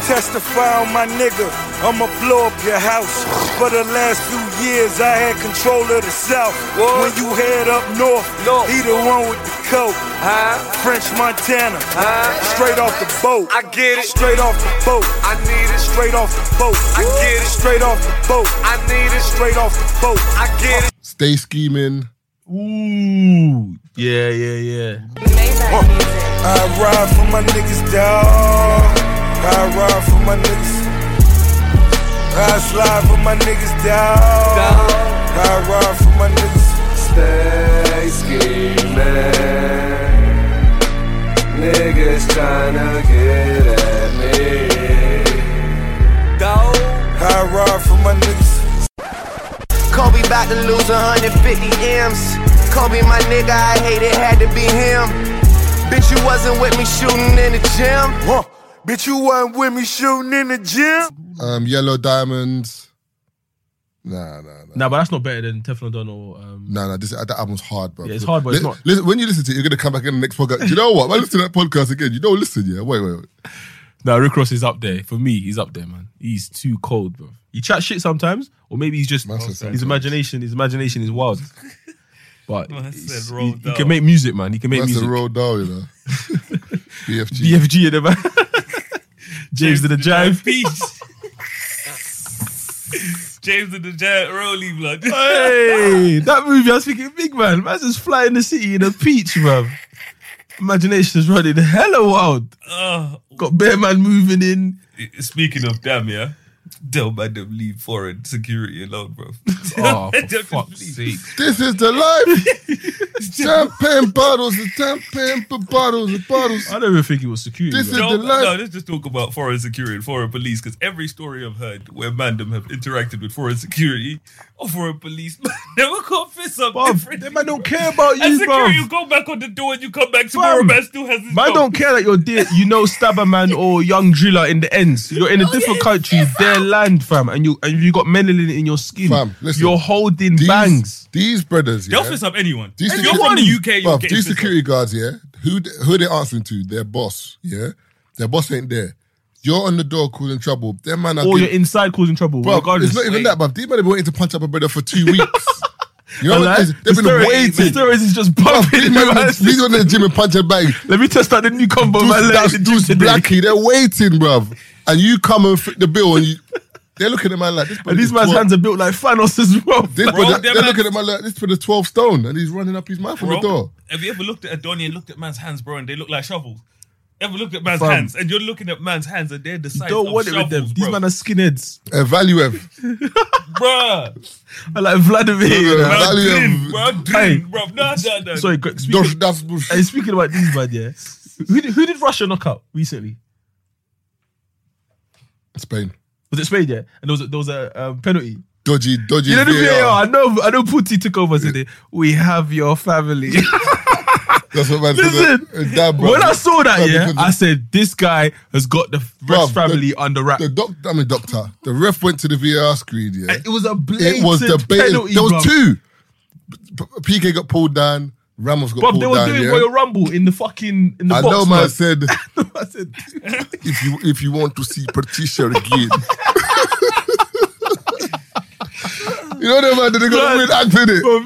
Speaker 8: Testify on my nigga, I'ma blow up your house. For the last few years, I had control of the South. When you head up north, he the one with the coat. French Montana, straight off the boat. I get it. Straight off the boat. I need it. Straight off the boat. I get it. Straight off the boat. I need it. Straight off the boat. I get it.
Speaker 1: Stay scheming.
Speaker 3: Ooh, yeah, yeah, yeah.
Speaker 8: I ride for my niggas, dawg. I ride for my niggas. I slide for my niggas, dawg. I ride for my niggas. Stay scheming. Niggas tryna get at me. Dawg. I ride for my niggas.
Speaker 9: Kobe bout to lose 150 M's. Kobe, my nigga, I hate it, had to be him. Bitch, you wasn't with me shooting in the gym.
Speaker 8: Huh. Bitch, you wasn't with me shooting in the gym.
Speaker 1: Um, Yellow Diamonds. Nah, nah, nah.
Speaker 3: Nah, but that's not better than Teflon Don or um,
Speaker 1: Nah, nah, this, that album's hard, bro.
Speaker 3: Yeah, it's hard, but it's not-
Speaker 1: Listen, when you listen to it, you're going to come back in the next podcast. You know what? When I listen to that podcast again, you don't listen, yeah? Wait, wait, wait.
Speaker 3: No, Rick Ross is up there. For me, he's up there, man. He's too cold, bro. He chat shit sometimes, or maybe he's just
Speaker 1: Man said
Speaker 3: his
Speaker 1: sometimes.
Speaker 3: imagination. His imagination is wild, but
Speaker 5: Man said
Speaker 3: he's- he,
Speaker 5: rolled
Speaker 3: he
Speaker 5: out.
Speaker 3: can make music, man. He can make
Speaker 1: That's
Speaker 3: music.
Speaker 1: a roll down, you know? BFG.
Speaker 3: BFG in the man. James did a jive.
Speaker 5: Peace. James and the Giant Rolly blood.
Speaker 3: Hey, that movie, I was thinking, big man, man's just flying the city in a peach, man. Imagination is running hella wild.
Speaker 5: Uh,
Speaker 3: Got bear man moving in.
Speaker 5: speaking of damn, yeah. Don't man them leave foreign security alone, bro.
Speaker 3: Oh, for
Speaker 5: Them just
Speaker 3: fuck's
Speaker 5: leave.
Speaker 3: sake.
Speaker 1: This is the life. Champagne bottles and champagne b- bottles and bottles.
Speaker 3: I don't even think it was security.
Speaker 1: This is
Speaker 5: no,
Speaker 1: the last.
Speaker 5: no, let's just talk about foreign security and foreign police because every story I've heard where Mandem have interacted with foreign security or foreign police never confess up different. They
Speaker 3: man don't care about
Speaker 5: And
Speaker 3: you,
Speaker 5: security,
Speaker 3: bruv.
Speaker 5: you go back on the door and you come back tomorrow, man still has his
Speaker 3: Man,
Speaker 5: job.
Speaker 3: don't care that you're dead. You know, stabber man or young driller in the ends. You're
Speaker 1: Oh,
Speaker 3: in a different country, their land, fam, and you and you got melanin in your skin.
Speaker 1: Fam, listen.
Speaker 3: you're holding
Speaker 1: These-
Speaker 3: bangs.
Speaker 1: These brothers,
Speaker 5: They'll
Speaker 1: yeah.
Speaker 5: fist up anyone.
Speaker 1: These
Speaker 5: if
Speaker 1: secu-
Speaker 5: you're from the UK, you'll
Speaker 1: Bruv,
Speaker 5: get
Speaker 1: these
Speaker 5: fist up.
Speaker 1: security guards, yeah. Who th- who they answering to? Their boss, yeah. Their boss ain't there. You're on the door causing trouble. Their man are
Speaker 3: Or
Speaker 1: giving-
Speaker 3: you're inside causing trouble.
Speaker 1: Bro,
Speaker 3: regardless.
Speaker 1: it's not even
Speaker 3: Like,
Speaker 1: that, bruv. These men have been waiting to punch up a brother for two weeks. you know
Speaker 3: I
Speaker 1: what
Speaker 3: like-
Speaker 1: I'm saying? They've
Speaker 3: the
Speaker 1: been
Speaker 3: story- The
Speaker 1: waiting.
Speaker 3: stories is just
Speaker 1: Bruv,
Speaker 3: bumping.
Speaker 1: these
Speaker 3: in
Speaker 1: men
Speaker 3: my
Speaker 1: have been- these
Speaker 3: head.
Speaker 1: on the gym and punch a bag.
Speaker 3: Let me test out the new combo.
Speaker 1: Deuce,
Speaker 3: Oh, man.
Speaker 1: that's
Speaker 3: Like,
Speaker 1: Deuce
Speaker 3: today.
Speaker 1: Blackie. They're waiting, bruv. And you come and fit the bill and you, they're looking at my like this.
Speaker 3: And these man's hands are built like Thanos as well.
Speaker 1: This
Speaker 5: Bro,
Speaker 1: brother-
Speaker 5: them
Speaker 1: they're
Speaker 5: man-
Speaker 1: looking at my like this for the 12 stone and he's running up his mouth on the
Speaker 5: Bro,
Speaker 1: door.
Speaker 5: Have you ever looked at Adonia and looked at man's hands, bro, and they look like shovels? Ever looked at man's
Speaker 3: Fam.
Speaker 5: hands and you're looking at man's hands and they're the size
Speaker 3: Don't
Speaker 5: of
Speaker 3: want it
Speaker 5: shovels,
Speaker 3: with them. These
Speaker 5: bro.
Speaker 3: man are skinheads.
Speaker 1: Uh, value Ev.
Speaker 5: Bruh,
Speaker 3: I like Vladimir. you know.
Speaker 5: bruh,
Speaker 1: Value
Speaker 5: din,
Speaker 1: Ev.
Speaker 5: bruh, din, bruh. Nah, nah, nah.
Speaker 3: Sorry, Greg. Speaking,
Speaker 1: Dorf- Dorf- Dorf-
Speaker 3: hey, speaking about these man, yeah. Who did, who did Russia knock out recently?
Speaker 1: Spain.
Speaker 3: Was it Spain? Yeah, and there was a, there was a um, penalty.
Speaker 1: Dodgy, dodgy.
Speaker 3: You know the
Speaker 1: VAR.
Speaker 3: VAR. I know. I know. Putti took over today. We have your family.
Speaker 1: That's what man
Speaker 3: Listen,
Speaker 1: said. Uh, That, bruv.
Speaker 3: when I saw that,
Speaker 1: Bruv,
Speaker 3: yeah,
Speaker 1: because
Speaker 3: I said this guy has got the
Speaker 1: Bruv,
Speaker 3: ref's family
Speaker 1: the-
Speaker 3: under wraps.
Speaker 1: The doctor, I mean, doctor, the ref went to the VAR screen, yeah.
Speaker 3: It was a blatant
Speaker 1: It was the bait.
Speaker 3: penalty.
Speaker 1: There was
Speaker 3: bruv.
Speaker 1: two. P- PK got pulled down. Ramos got
Speaker 3: Bruv,
Speaker 1: pulled
Speaker 3: they were
Speaker 1: down.
Speaker 3: doing
Speaker 1: yeah?
Speaker 3: Royal Rumble in the fucking in the
Speaker 1: I
Speaker 3: box.
Speaker 1: know, man.
Speaker 3: man.
Speaker 1: Said
Speaker 3: I said,
Speaker 1: if you if you want to see Patricia again, you know that man. They got a weird act in it.
Speaker 3: Bruv,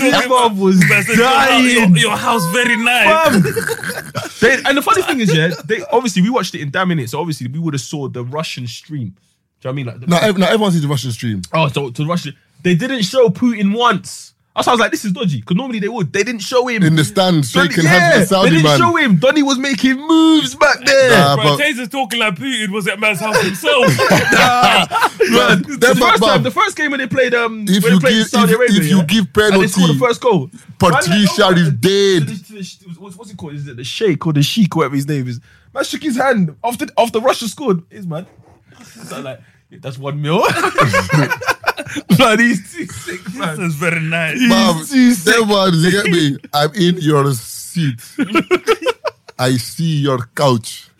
Speaker 3: this man was
Speaker 5: Man said, Your,
Speaker 3: dying.
Speaker 5: your, your house very nice.
Speaker 3: Fam. They- and the funny thing is, yeah, they obviously we watched it in damn minutes, so obviously we would have saw the Russian stream. Do you know what I mean? Like, the-
Speaker 1: No, ev- no, everyone sees the Russian stream.
Speaker 3: oh, so to the Russian, they didn't show Putin once. That's why I was like, this is dodgy because normally they would. They didn't show him
Speaker 1: In the stands,
Speaker 3: Donny-
Speaker 1: shaking hands with the
Speaker 3: they
Speaker 1: Saudi
Speaker 3: didn't
Speaker 1: man.
Speaker 3: show him. Donny was making moves back there.
Speaker 1: Nah,
Speaker 5: Bro,
Speaker 1: but-
Speaker 5: Taser's talking like Putin was at man's house himself.
Speaker 3: Man,
Speaker 1: Bruv,
Speaker 3: the,
Speaker 1: that-
Speaker 3: first
Speaker 1: bruv,
Speaker 3: time, the first game when they played, um,
Speaker 1: If
Speaker 3: when
Speaker 1: you
Speaker 3: they played
Speaker 1: give-
Speaker 3: Saudi
Speaker 1: if-
Speaker 3: Arabia,
Speaker 1: if you
Speaker 3: yeah,
Speaker 1: give
Speaker 3: and they scored the
Speaker 1: penalty,
Speaker 3: first goal.
Speaker 1: Patricia is dead.
Speaker 3: What's, what's it called? Is it the Sheikh or the Sheikh, whatever his name is? Man shook his hand after after Russia scored. Is man? So like, yeah, that's one mil. man, he's too sick,
Speaker 5: this
Speaker 3: man.
Speaker 5: is very nice.
Speaker 1: Mom,
Speaker 3: too sick.
Speaker 1: them ones, you get me? I'm in your seat. I see your couch.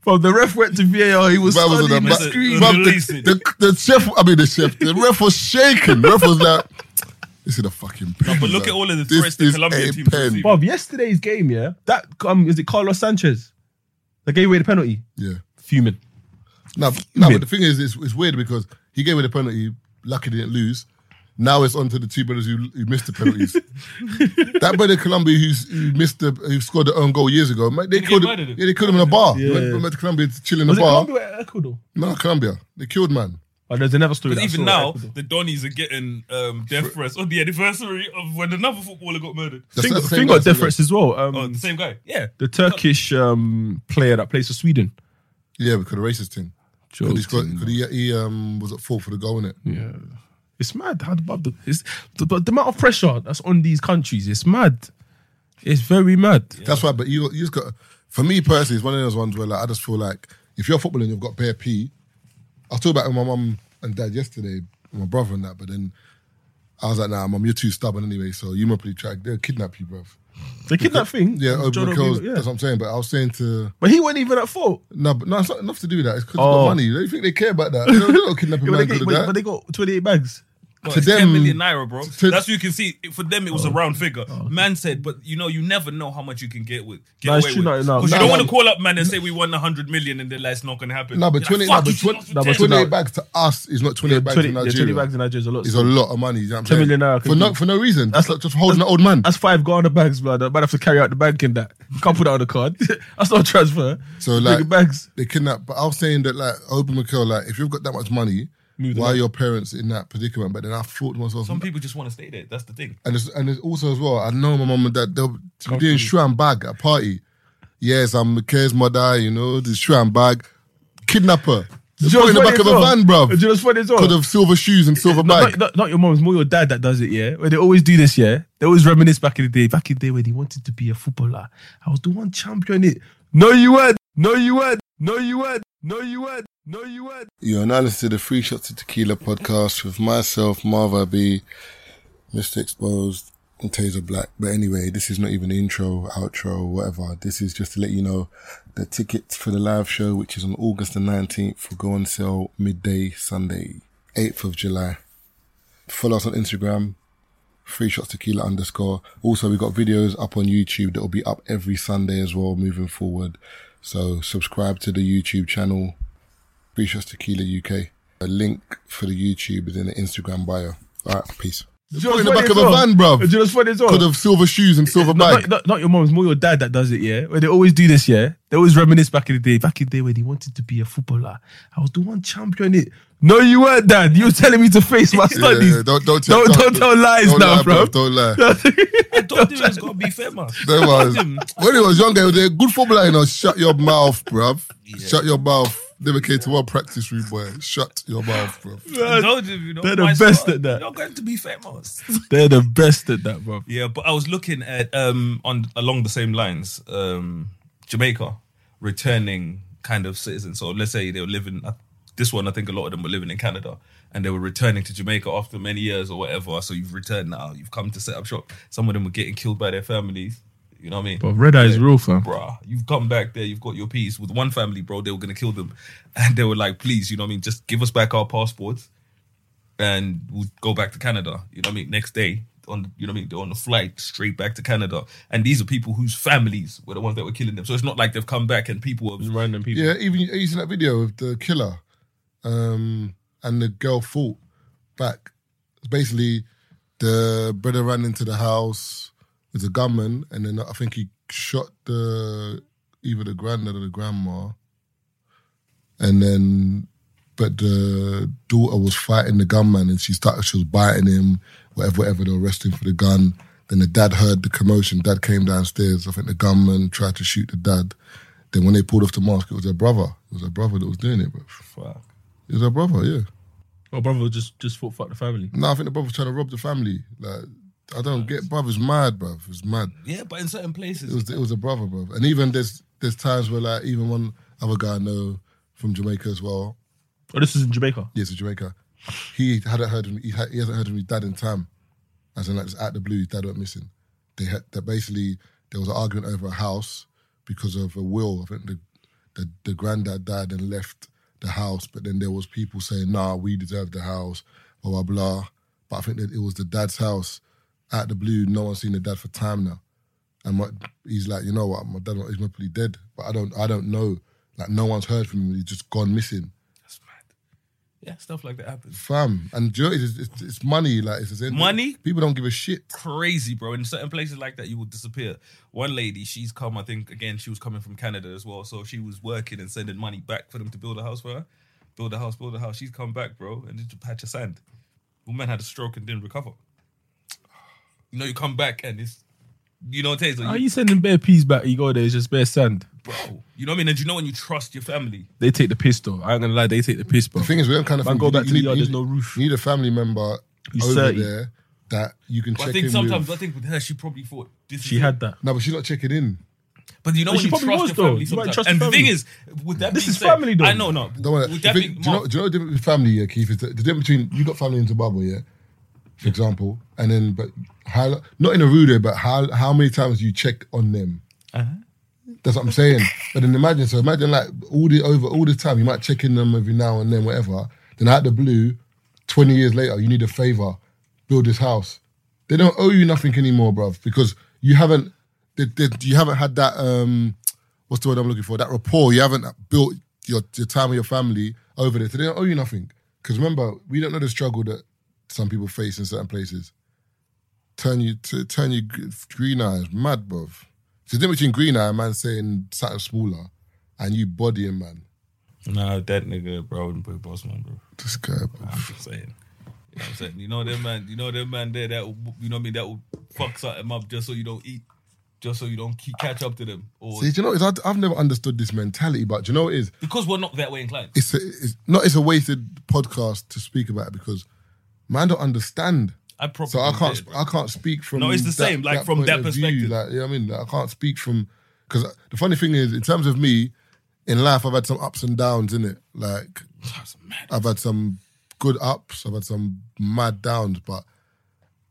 Speaker 3: From the ref went to VAR, he was
Speaker 1: Bruv was on
Speaker 3: studying
Speaker 1: the
Speaker 3: the
Speaker 1: back-
Speaker 3: screen.
Speaker 1: Bruv,
Speaker 5: Release
Speaker 1: the,
Speaker 5: it.
Speaker 1: the- the chef, I mean the chef, the ref was shaking. ref was like, this is a fucking pen.
Speaker 5: but look
Speaker 1: bruv.
Speaker 5: at all of the
Speaker 1: This
Speaker 5: threats the
Speaker 1: is
Speaker 5: Colombian
Speaker 1: a
Speaker 5: team's
Speaker 1: pen.
Speaker 5: receiving.
Speaker 3: Bob, yesterday's game, yeah, that um, is it Carlos Sanchez that gave away the penalty?
Speaker 1: Yeah.
Speaker 3: Fuming.
Speaker 1: No, no,
Speaker 3: Fuming.
Speaker 1: but the thing is, it's, it's weird because he gave away the penalty. Lucky didn't lose. Now it's on to the two brothers who, who missed the penalties. that brother Colombia who's, who missed the, who scored the own goal years ago, mate, they
Speaker 5: Did he
Speaker 1: killed
Speaker 5: get
Speaker 1: him.
Speaker 5: murdered?
Speaker 1: Yeah, they killed him in a bar. He
Speaker 3: Yeah.
Speaker 1: went, went to Colombia to chill in a
Speaker 3: Was it
Speaker 1: bar.
Speaker 3: Colombia or Ecuador?
Speaker 1: No, Colombia. They killed man.
Speaker 3: Oh, there's another story.
Speaker 5: But
Speaker 3: that I
Speaker 5: even
Speaker 3: saw,
Speaker 5: now,
Speaker 3: Ecuador.
Speaker 5: the Donnies are getting um, death threats on the anniversary of when another footballer got murdered.
Speaker 1: That's-
Speaker 3: thing,
Speaker 1: that's the
Speaker 3: thing
Speaker 1: guy, that's
Speaker 3: got
Speaker 1: the same
Speaker 3: difference as well. Um,
Speaker 5: Oh, the same guy. Yeah.
Speaker 3: The Turkish um, player that plays for Sweden.
Speaker 1: guy. Yeah, because the racist thing. Because he, scored- 'cause he, he um, was at fault for the goal, innit?
Speaker 3: Yeah, it's mad how the, the, it's, the, but the amount of pressure that's on these countries. It's mad. It's very mad.
Speaker 1: That's why, but you you just got. For me personally, it's one of those ones where like I just feel like if you're footballing, you've got bare P. I was talking about it with my mum and dad yesterday, my brother and that, but then I was like, "Nah, mum, you're too stubborn anyway, so you might be tried. They'll kidnap you, bruv."
Speaker 3: They kid that thing.
Speaker 1: Yeah, over
Speaker 3: Jordan
Speaker 1: McCall's,
Speaker 3: Obigo,
Speaker 1: that's what I'm saying. But I was saying to
Speaker 3: But he wasn't even at fault.
Speaker 1: no, but no, it's not enough to do with that. It's because
Speaker 3: Oh.
Speaker 1: got money. They think they care about that. They're not kidnapping
Speaker 3: Yeah,
Speaker 1: man
Speaker 3: but, they
Speaker 1: because
Speaker 3: get,
Speaker 1: of
Speaker 3: but, but
Speaker 1: that.
Speaker 3: they got 28 bags.
Speaker 5: Bro,
Speaker 1: To
Speaker 5: it's
Speaker 1: them-
Speaker 5: 10 million naira, bro.
Speaker 1: to-
Speaker 5: That's what you can see. For them, it was a round figure. Man said, but you know, you never know how much you can get with. Get
Speaker 3: No, it's
Speaker 5: away
Speaker 3: true,
Speaker 5: with.
Speaker 3: no, no.
Speaker 5: Because
Speaker 1: No,
Speaker 5: you
Speaker 1: no.
Speaker 5: don't want to call up man and say we won 100 million and they're like, it's not going to happen.
Speaker 1: No, but twenty,
Speaker 5: You're
Speaker 1: no,
Speaker 5: like, fuck,
Speaker 1: but
Speaker 5: you should
Speaker 1: twen-
Speaker 5: lost
Speaker 1: no,
Speaker 5: with
Speaker 1: but
Speaker 5: 10.
Speaker 1: twenty-eight bags to us is not twenty-eight bags
Speaker 3: 20,
Speaker 1: in
Speaker 3: yeah,
Speaker 1: Nigeria.
Speaker 3: 20 bags in Nigeria is a lot.
Speaker 1: It's a lot of money. You know what I'm
Speaker 3: 10
Speaker 1: saying?
Speaker 3: million naira,
Speaker 1: for no for no reason. That's, like just for holding an old man.
Speaker 3: That's five Ghana bags, blood. I might have to carry out the bank in that. You can't put that on the card. That's not a transfer.
Speaker 1: So
Speaker 3: Big
Speaker 1: like
Speaker 3: bags.
Speaker 1: they kidnap. But I was saying that like Obi McKell, like if you've got that much money,
Speaker 3: Move them
Speaker 1: why
Speaker 3: up.
Speaker 1: are your parents in that predicament? But then I thought to myself,
Speaker 5: Some people just want to stay there. That's the thing.
Speaker 1: and it's, and it's also as well. I know my mum and dad they'll be doing shram bag at a party. Yes, I'm Mckay's mother. You know the shram bag kidnapper. You're in the
Speaker 3: what's
Speaker 1: back
Speaker 3: funny
Speaker 1: of the
Speaker 3: as well?
Speaker 1: van, bruv.
Speaker 3: Do you know what's funny as well?
Speaker 1: Could have silver shoes and silver
Speaker 3: not,
Speaker 1: bike.
Speaker 3: not, not- not your mom, it's more your dad that does it, yeah? Where they always do this, yeah? They always reminisce back in the day, back in the day when he wanted to be a footballer. I was the one champion it. No, you weren't. No, you weren't. No, you weren't. No, you weren't. No, you weren't.
Speaker 1: You're now listening to the Free Shots of Tequila podcast with myself, Marva B, Mr. Exposed, and Taser Black. But anyway, this is not even the intro, outro, whatever. This is just to let you know the tickets for the live show, which is on August the 19th, will go on sale midday Sunday, 8th of July. Follow us on Instagram, Free Shots Tequila underscore. Also, we've got videos up on YouTube that will be up every Sunday as well moving forward. So subscribe to the YouTube channel. Free Shots Tequila UK. A link for the YouTube is in the Instagram bio. All right, peace. You're in the back of a van, bruv.
Speaker 3: Do you know what's funny as well?
Speaker 1: Could have silver shoes and silver
Speaker 3: not,
Speaker 1: bike.
Speaker 3: not, not, not your mom, it's more your dad that does it, yeah? Where they always do this, yeah? They always reminisce back in the day, back in the day when he wanted to be a footballer. I was the one champion it. No, you weren't, dad. You were telling me to face my
Speaker 1: Yeah, yeah,
Speaker 3: studies.
Speaker 1: yeah, don't, don't,
Speaker 3: Don't- don't tell lies
Speaker 1: don't
Speaker 3: now,
Speaker 1: lie,
Speaker 3: bruv.
Speaker 1: Don't lie.
Speaker 5: I told him it's got to be fair, man.
Speaker 1: There was when he was younger, he was a good footballer. You know, shut your mouth, bruv. Shut your mouth. Never came to one practice room, boy. Shut your mouth, bruv.
Speaker 5: I told him, you know,
Speaker 3: They're the
Speaker 5: my
Speaker 3: best
Speaker 5: son,
Speaker 3: at that.
Speaker 5: You're going to be famous.
Speaker 3: They're the best at that, bro.
Speaker 5: Yeah, but I was looking at um on along the same lines, um Jamaica returning kind of citizens. So let's say they were living uh, this one. I think a lot of them were living in Canada, and they were returning to Jamaica after many years or whatever. So you've returned now. You've come to set up shop. Some of them were getting killed by their families. You know what I mean?
Speaker 3: But red eye is real, fam.
Speaker 5: Bruh, you've come back there, you've got your piece with one family, bro. They were gonna kill them. And they were like, please, you know what I mean? Just give us back our passports and we'll go back to Canada. You know what I mean? Next day, on you know what I mean, they're on the flight straight back to Canada. And these are people whose families were the ones that were killing them. So it's not like they've come back and people were
Speaker 3: random people.
Speaker 1: Yeah, even you seen that video of the killer, um, and the girl fought back. Basically, the brother ran into the house with a gunman, and then I think he shot the either the granddad or the grandma, and then. But the daughter was fighting the gunman, and she started. She was biting him, whatever, whatever. They were arresting for the gun. Then the dad heard the commotion. Dad came downstairs. I think the gunman tried to shoot the dad. Then when they pulled off the mask, it was their brother. It was their brother that was doing it, bro.
Speaker 5: Fuck.
Speaker 1: It was their brother, yeah.
Speaker 3: Or brother just just thought fuck the family.
Speaker 1: No, I think the brother was trying to rob the family. Like, I don't get, brother's mad, bro. It's mad.
Speaker 5: Yeah, but in certain places.
Speaker 1: It was it was a brother, bro. And even there's there's times where like even one other guy I know from Jamaica as well.
Speaker 3: Oh, this is in Jamaica.
Speaker 1: Yes, from Jamaica. He hadn't heard him. He, ha- he hasn't heard from his dad in time. As in, like, just out the blue, his dad went missing. They had that basically there was an argument over a house because of a will. I think the the, the granddad died and left the house, but then there was people saying, "Nah, we deserve the house," blah blah blah. But I think that it was the dad's house. Out the blue, no one's seen the dad for time now, and my, he's like, "You know what? My dad is probably dead, but I don't, I don't know. Like, no one's heard from him. He's just gone missing."
Speaker 5: Yeah, stuff like that happens.
Speaker 1: Fam, and do you know, it's, it's, it's money. Like it's, it's
Speaker 5: Money?
Speaker 1: People don't give a shit.
Speaker 5: crazy, bro. In certain places like that, you will disappear. One lady, she's come, I think, again, she was coming from Canada as well. So she was working and sending money back for them to build a house for her. Build a house, build a house. She's come back, bro, and it's a patch of sand. Woman had a stroke and didn't recover. You know, you come back and it's, you know, Taser,
Speaker 3: Are
Speaker 5: you,
Speaker 3: you sending bare peas back? You go there, it's just bare sand.
Speaker 5: bro. You know what I mean? And you know when you trust your family.
Speaker 3: They take the piss though. I ain't gonna lie, they take the piss, bro.
Speaker 1: The thing is, we don't kind of
Speaker 3: Man,
Speaker 1: think
Speaker 3: go
Speaker 1: you
Speaker 3: back
Speaker 1: need-
Speaker 3: to the
Speaker 1: you
Speaker 3: yard.
Speaker 1: need-
Speaker 3: There's no roof.
Speaker 1: You need a family member
Speaker 3: He's
Speaker 1: over
Speaker 3: 30.
Speaker 1: there that you can
Speaker 5: But
Speaker 1: check
Speaker 5: I think
Speaker 1: in
Speaker 5: sometimes,
Speaker 1: with.
Speaker 5: I think with her, she probably thought this
Speaker 3: She
Speaker 5: is it.
Speaker 3: had that.
Speaker 1: No, but she's not checking in.
Speaker 5: But you know
Speaker 3: But
Speaker 5: when
Speaker 3: she
Speaker 5: you trust
Speaker 3: probably
Speaker 5: your
Speaker 3: was, though.
Speaker 5: family
Speaker 3: You might
Speaker 5: sometimes.
Speaker 3: trust
Speaker 5: and
Speaker 3: your
Speaker 5: the thing
Speaker 3: family.
Speaker 5: is, with that
Speaker 3: This
Speaker 5: being
Speaker 3: is
Speaker 5: said,
Speaker 3: family, though.
Speaker 5: I know, no.
Speaker 1: Don't worry.
Speaker 5: With
Speaker 1: The
Speaker 5: that
Speaker 1: thing-
Speaker 5: being,
Speaker 1: do, you know,
Speaker 5: Mark,
Speaker 1: do you know the difference with family, yeah, Keith? Is the, the difference between you got family in Zimbabwe, yeah, for example, and then but how not in a rude way, but how how many times you check on them? That's what I'm saying. But then imagine, so imagine like all the over all the time, you might check in them every now and then, whatever. Then out the blue, 20 years later, you need a favor, build this house. They don't owe you nothing anymore, bruv, because you haven't they, they, you haven't had that um what's the word I'm looking for? That rapport. You haven't built your your time with your family over there. So they don't owe you nothing. Because remember, we don't know the struggle that some people face in certain places. Turn you to turn you gr- green eyes, mad, bruv. It's the difference between green eye, a man saying something smaller, and you bodying man.
Speaker 5: Nah, that nigga, bro, I wouldn't put boss man, bro.
Speaker 1: This guy, bruv.
Speaker 5: I'm just saying. You know what I'm saying? You know that man, you know that man there that will, you know what I mean, that will fuck something up just so you don't eat. just so you don't keep, catch up to them. Or
Speaker 1: See, do you know, what it is? I- I've never understood this mentality, but do you know what it is?
Speaker 5: because we're not that way inclined.
Speaker 1: It's, a, it's not. It's a wasted podcast to speak about it because man don't understand.
Speaker 5: I probably
Speaker 1: so I can't.
Speaker 5: did,
Speaker 1: sp- I can't speak from.
Speaker 5: No, it's the
Speaker 1: that-
Speaker 5: same, like, from
Speaker 1: point
Speaker 5: that
Speaker 1: of View,
Speaker 5: perspective.
Speaker 1: like, you know what I mean, Like, I can't speak from because the funny thing is, in terms of me, in life, I've had some ups and downs in it. Like, I've had some good ups. I've had some mad downs, but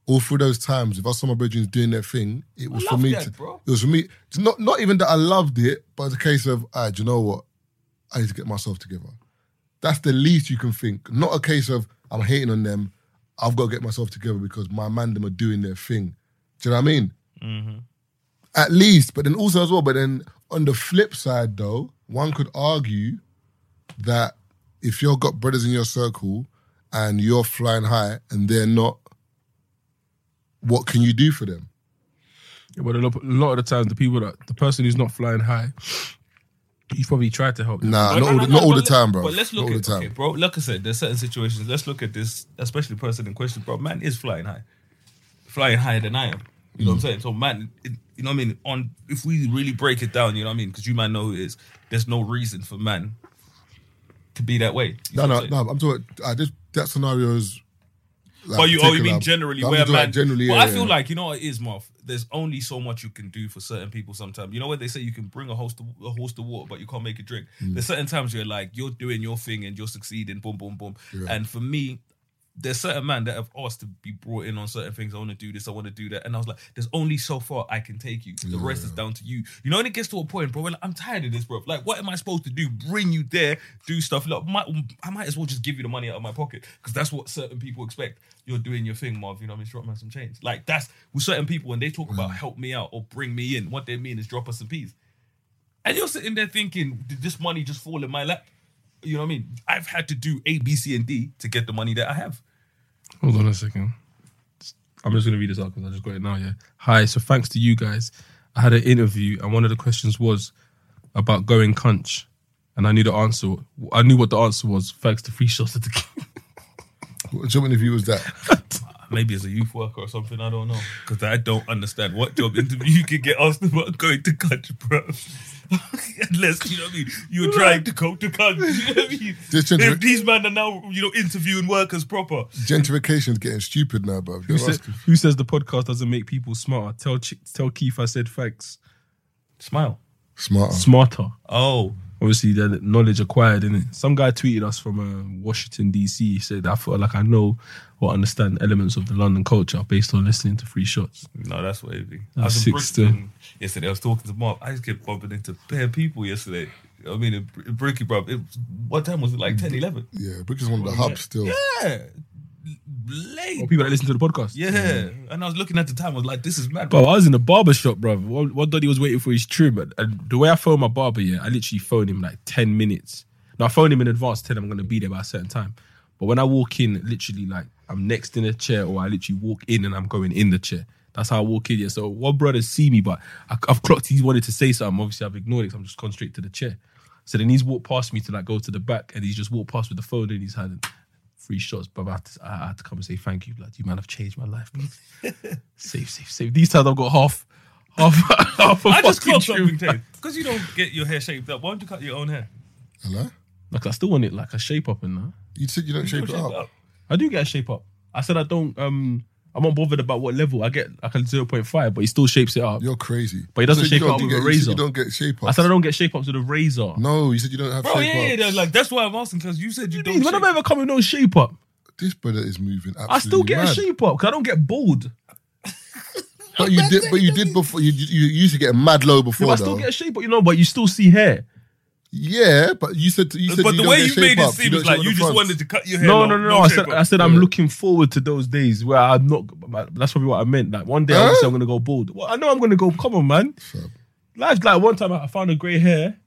Speaker 1: all through those times, if I saw my brethren doing their thing, it was for
Speaker 5: love
Speaker 1: me.
Speaker 5: that,
Speaker 1: to,
Speaker 5: bro.
Speaker 1: It was for me. it's Not not even that I loved it, but it's a case of, ah, do you know what? I need to get myself together. That's the least you can think. Not a case of I'm hating on them. I've got to get myself together because my man them are doing their thing. Do you know what I mean? At least, but then also as well. But then on the flip side, though, one could argue that if you've got brothers in your circle and you're flying high and they're not, what can you do for them?
Speaker 3: Yeah, but a lot, a lot of the times, the people that the person who's not flying high, you've probably tried to help. them.
Speaker 1: Nah,
Speaker 5: But-
Speaker 1: not, all,
Speaker 5: no,
Speaker 1: the
Speaker 5: no,
Speaker 1: not all the
Speaker 5: but let-
Speaker 1: time, bro.
Speaker 5: But let's look
Speaker 1: not all
Speaker 5: at
Speaker 1: the time.
Speaker 5: okay, bro. Like I said, there's certain situations. Let's look at this, especially the person in question, bro. Man is flying high, flying higher than I am. You
Speaker 1: Mm.
Speaker 5: know what I'm saying? So, man, it, you know what I mean. On if we really break it down, you know what I mean, because you might know who it is. There's no reason for man to be that way. You
Speaker 1: No,
Speaker 5: know what
Speaker 1: no,
Speaker 5: I'm saying?
Speaker 1: no. I'm talking. I just that scenario is. like,
Speaker 5: But you, oh, you
Speaker 1: particular.
Speaker 5: mean generally
Speaker 1: I'm
Speaker 5: where
Speaker 1: talking about
Speaker 5: man?
Speaker 1: generally,
Speaker 5: but
Speaker 1: yeah,
Speaker 5: I feel
Speaker 1: yeah.
Speaker 5: like you know what it is, Marv. There's only so much you can do for certain people. Sometimes you know when they say you can bring a horse to a horse to water, but you can't make it drink.
Speaker 1: Mm.
Speaker 5: There's certain times you're like you're doing your thing and you're succeeding. Boom, boom, boom.
Speaker 1: Yeah.
Speaker 5: And for me. There's certain man that have asked to be brought in on certain things. I want to do this. I want to do that. And I was like, "There's only so far I can take you. The rest is down to you." You know, and it gets to a point, bro. Where like, I'm tired of this, bro. Like, what am I supposed to do? Bring you there, do stuff. Look, my, I might as well just give you the money out of my pocket because that's what certain people expect you're doing your thing, Marv. You know what I mean? Drop man some change. Like that's with certain people when they talk about help me out or bring me in, what they mean is drop us some peas. And you're sitting there thinking, did this money just fall in my lap? You know what I mean? I've had to do A, B, C, and D to get the money that I have.
Speaker 3: Hold on a second. I'm just gonna read this out because I just got it now. Yeah. Hi. So thanks to you guys, I had an interview and one of the questions was about going conch, and I knew the answer. I knew what the answer was. Thanks to free shots at the game.
Speaker 1: What job interview was that?
Speaker 5: Maybe as a youth worker or something, I don't know. Because I don't understand what job interview you can get asked about going to country, bro. Unless, you know what I mean, you're trying to go to country. You know what I mean?
Speaker 1: Just gentr-
Speaker 5: If these men are now, you know, interviewing workers proper.
Speaker 1: Gentrification's getting stupid now, bro.
Speaker 3: Who, said- who says the podcast doesn't make people smarter? Tell Ch- tell Keith I said thanks.
Speaker 5: Smile.
Speaker 1: Smart.
Speaker 3: Smarter.
Speaker 5: Oh.
Speaker 3: Obviously, the knowledge acquired in it. Some guy tweeted us from uh, Washington DC. He said, "I feel like I know or understand elements of the London culture based on listening to Free Shots."
Speaker 5: No, that's what it be.
Speaker 3: I'm
Speaker 5: I was in
Speaker 3: sick still.
Speaker 5: Brixton yesterday. I was talking to Mark. I just kept bumping into bare people yesterday. I mean, in, Br- in Bricky, bro. It was, what time was it? Like 10, 11?
Speaker 1: Yeah, Brick is one of the hubs still.
Speaker 5: Yeah. Late.
Speaker 3: Or people that listen to the podcast.
Speaker 5: yeah. And I was looking at the time. I was like, this is mad.
Speaker 3: Mm. Bro, I was in the barber shop, bro. One, one daddy was waiting for his trim, and, and the way I phoned my barber, yeah, I literally phoned him like ten minutes. Now I phoned him in advance, tell him I'm gonna be there by a certain time. But when I walk in, literally like I'm next in a chair, or I literally walk in and I'm going in the chair. That's how I walk in. Yeah. So one brother see me, but I, I've clocked he wanted to say something. Obviously, I've ignored it. 'cause I'm just gone straight to the chair. So then he's walked past me to like go to the back, and he's just walked past with the phone in his hand. And, Three shots, but I had, to, I had to come and say thank you, blood. You man have changed my life, blood. Save, save, save. These times I've got half, half, half a
Speaker 5: I just
Speaker 3: fucking
Speaker 5: clocked
Speaker 3: trim.
Speaker 5: something, Because you don't get your hair shaped up. Why don't you cut your own hair?
Speaker 1: Hello?
Speaker 3: Like I still want it like a shape up in that.
Speaker 1: You said you don't shape it
Speaker 5: Shape
Speaker 1: up.
Speaker 5: up.
Speaker 3: I do get a shape up. I said I don't. Um, I'm not bothered about what level. I get like a zero point five, but he still shapes it up.
Speaker 1: You're crazy.
Speaker 3: But he doesn't
Speaker 1: You
Speaker 3: shape it
Speaker 1: don't
Speaker 3: up with
Speaker 1: get-
Speaker 3: a
Speaker 1: you said
Speaker 3: razor.
Speaker 1: You don't get shape
Speaker 3: I
Speaker 1: ups.
Speaker 3: said I don't get shape ups with a razor.
Speaker 1: No, you said you don't have
Speaker 5: Bro,
Speaker 1: shape
Speaker 5: yeah, yeah,
Speaker 1: ups.
Speaker 5: yeah. Like, that's why I'm asking. Because you said you don't.
Speaker 3: when
Speaker 5: shape-
Speaker 3: am I ever coming with no shape up?
Speaker 1: This brother is moving. Absolutely
Speaker 3: I still get
Speaker 1: mad.
Speaker 3: a shape up because I don't get bald.
Speaker 1: But you did. But you did before. You, you you used to get a mad low
Speaker 3: Yeah,
Speaker 1: before
Speaker 3: but I
Speaker 1: though.
Speaker 3: still get a shape up, you know. But you still see hair.
Speaker 1: yeah, but you said you said
Speaker 5: but
Speaker 1: you
Speaker 5: the
Speaker 1: don't
Speaker 5: way
Speaker 1: get
Speaker 5: you
Speaker 1: shape
Speaker 5: made it
Speaker 1: up.
Speaker 5: seem
Speaker 1: don't
Speaker 5: is like
Speaker 1: shape up
Speaker 5: you
Speaker 1: the
Speaker 5: just
Speaker 1: front.
Speaker 5: wanted to cut your hair.
Speaker 3: No, no, no, no. I
Speaker 5: shape
Speaker 3: said,
Speaker 5: up.
Speaker 3: I said, I'm looking forward to those days where I'm not. That's probably what I meant. Like one day,
Speaker 1: Huh?
Speaker 3: obviously, I'm gonna go bald. Well, I know I'm gonna go. Come on, man.
Speaker 1: Fab.
Speaker 3: Life's like one time I found a grey hair.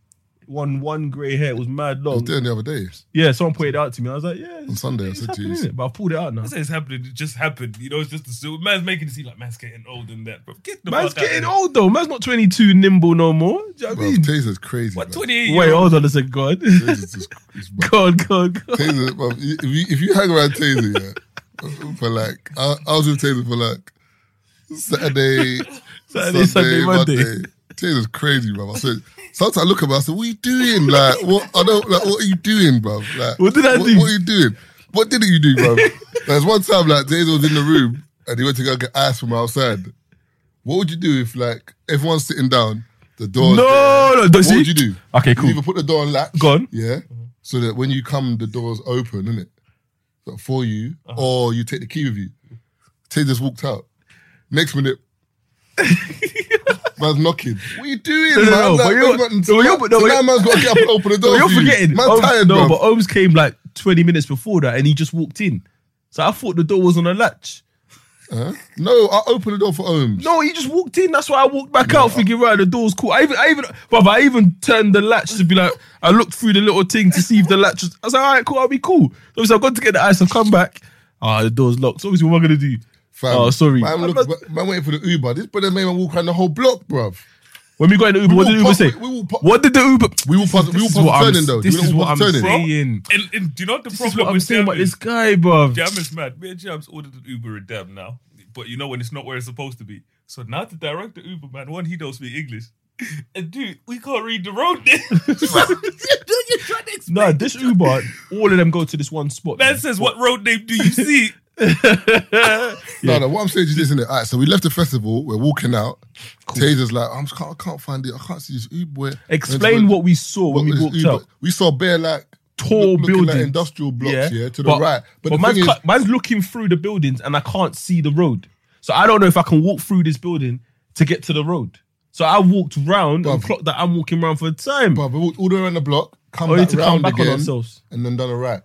Speaker 3: One one grey hair. It was mad
Speaker 1: I was
Speaker 3: long.
Speaker 1: doing the other day
Speaker 3: Yeah, someone pointed it out to me. I was like, yeah.
Speaker 1: on
Speaker 3: it's-
Speaker 1: Sunday. I
Speaker 3: it's
Speaker 1: said to
Speaker 3: happening,
Speaker 1: you,
Speaker 3: innit? But I pulled it out now.
Speaker 5: I said it's happened. It just happened. You know, it's just a suit. Man's making it seem like man's getting old and that, bro. Get the
Speaker 3: Man's
Speaker 5: fuck out of
Speaker 3: getting
Speaker 5: here.
Speaker 3: old though. Man's not 22 nimble no more. Do you know what I
Speaker 1: bro,
Speaker 3: mean?
Speaker 1: Taser's crazy.
Speaker 5: What,
Speaker 1: bro.
Speaker 5: 28
Speaker 3: Wait,
Speaker 5: year old?
Speaker 3: hold on a second. God.
Speaker 1: Taser's just- it's mad.
Speaker 3: God, God, God.
Speaker 1: Taser, bro, if you, if you hang around Taser, yeah, for like, I, I was with Taser for like Saturday, Saturday, Sunday, Monday. Tears is crazy, bro. I said, sometimes I look at him, I said, "What are you doing? Like, what? I don't. Like, what are you doing, bro? Like,
Speaker 3: What did I
Speaker 1: what,
Speaker 3: do?
Speaker 1: What are you doing? What didn't you do, bro? There's one time, like, Taylor was in the room and he went to go get ice from outside. What would you do if, like, everyone's sitting down, the door?
Speaker 3: No, no, don't
Speaker 1: What
Speaker 3: see?
Speaker 1: would you do?
Speaker 3: Okay,
Speaker 1: You'd
Speaker 3: cool.
Speaker 1: either put the door on latch.
Speaker 3: Gone.
Speaker 1: Yeah. So that when you come, the door's open, isn't it? So for you, or you take the key with you. Tay just walked out. Next minute, man's knocking. What are you doing,
Speaker 3: No, no,
Speaker 1: man?
Speaker 3: no,
Speaker 1: Like,
Speaker 3: but you're-
Speaker 1: man-
Speaker 3: no, you're-
Speaker 1: so
Speaker 3: no,
Speaker 1: now
Speaker 3: you're-
Speaker 1: man's got to get up and open the door.
Speaker 3: No, you're
Speaker 1: for you.
Speaker 3: forgetting.
Speaker 1: Man's
Speaker 3: Ohms-
Speaker 1: tired,
Speaker 3: no,
Speaker 1: bro.
Speaker 3: but Ohms came like 20 minutes before that and he just walked in. So I thought the door was on a latch.
Speaker 1: Huh? No, I opened the door for Ohms.
Speaker 3: No, he just walked in. That's why I walked back out thinking, right, the door's cool. I even, I even, brother, I even turned the latch to be like, I looked through the little thing to see if the latch was. I was like, all right, cool, I'll be cool. So I've gone to get the ice, I've come back. Ah, the door's locked. So obviously, what am I going to do?
Speaker 1: Fam,
Speaker 3: oh, sorry.
Speaker 1: Man, look, man waiting for the Uber. This brother made man walk around the whole block, bruv.
Speaker 3: When we got in the Uber, what did the
Speaker 1: walked
Speaker 3: Uber
Speaker 1: past-
Speaker 3: say?
Speaker 1: we- we walked past-
Speaker 3: What did the Uber?
Speaker 1: We will pass. We will
Speaker 3: This is
Speaker 1: pass
Speaker 3: what
Speaker 1: the
Speaker 3: I'm-
Speaker 1: turning though.
Speaker 3: This
Speaker 1: we will
Speaker 3: is what I'm
Speaker 1: pass the turning.
Speaker 3: saying.
Speaker 5: And, and do you know what the
Speaker 3: This is
Speaker 5: problem
Speaker 3: what I'm
Speaker 5: with
Speaker 3: saying
Speaker 5: Jam
Speaker 3: about
Speaker 5: is?
Speaker 3: this guy, bruv.
Speaker 5: Jam is mad. Me and Jam's ordered an Uber in Dam now, but you know when it's not where it's supposed to be. So now the director Uber man, one he don't speak English, and dude, we can't read the road. There.
Speaker 3: No, this Uber, all of them go to this one spot.
Speaker 5: man says, "What road name do you see?"
Speaker 1: No, no. What I'm saying is this, innit? All right, so we left the festival. We're walking out. Taser's like, I'm just can't, I can't find it. I can't see this Uber.
Speaker 3: Explain what we saw when we
Speaker 1: this
Speaker 3: walked
Speaker 1: Uber-
Speaker 3: out.
Speaker 1: We saw bare like
Speaker 3: Tall
Speaker 1: look- looking like
Speaker 3: buildings.
Speaker 1: industrial blocks, yeah, to the
Speaker 3: but,
Speaker 1: right. But,
Speaker 3: But,
Speaker 1: the
Speaker 3: man's,
Speaker 1: thing is,
Speaker 3: cut- man's looking through the buildings and I can't see the road. So I don't know if I can walk through this building to get to the road. So I walked round and
Speaker 1: Bruv.
Speaker 3: clocked that I'm walking round for a time.
Speaker 1: bruv, we walked all the way around the block, come
Speaker 3: Only
Speaker 1: back
Speaker 3: Oh, to come
Speaker 1: round
Speaker 3: back on
Speaker 1: again,
Speaker 3: ourselves.
Speaker 1: and then done a right.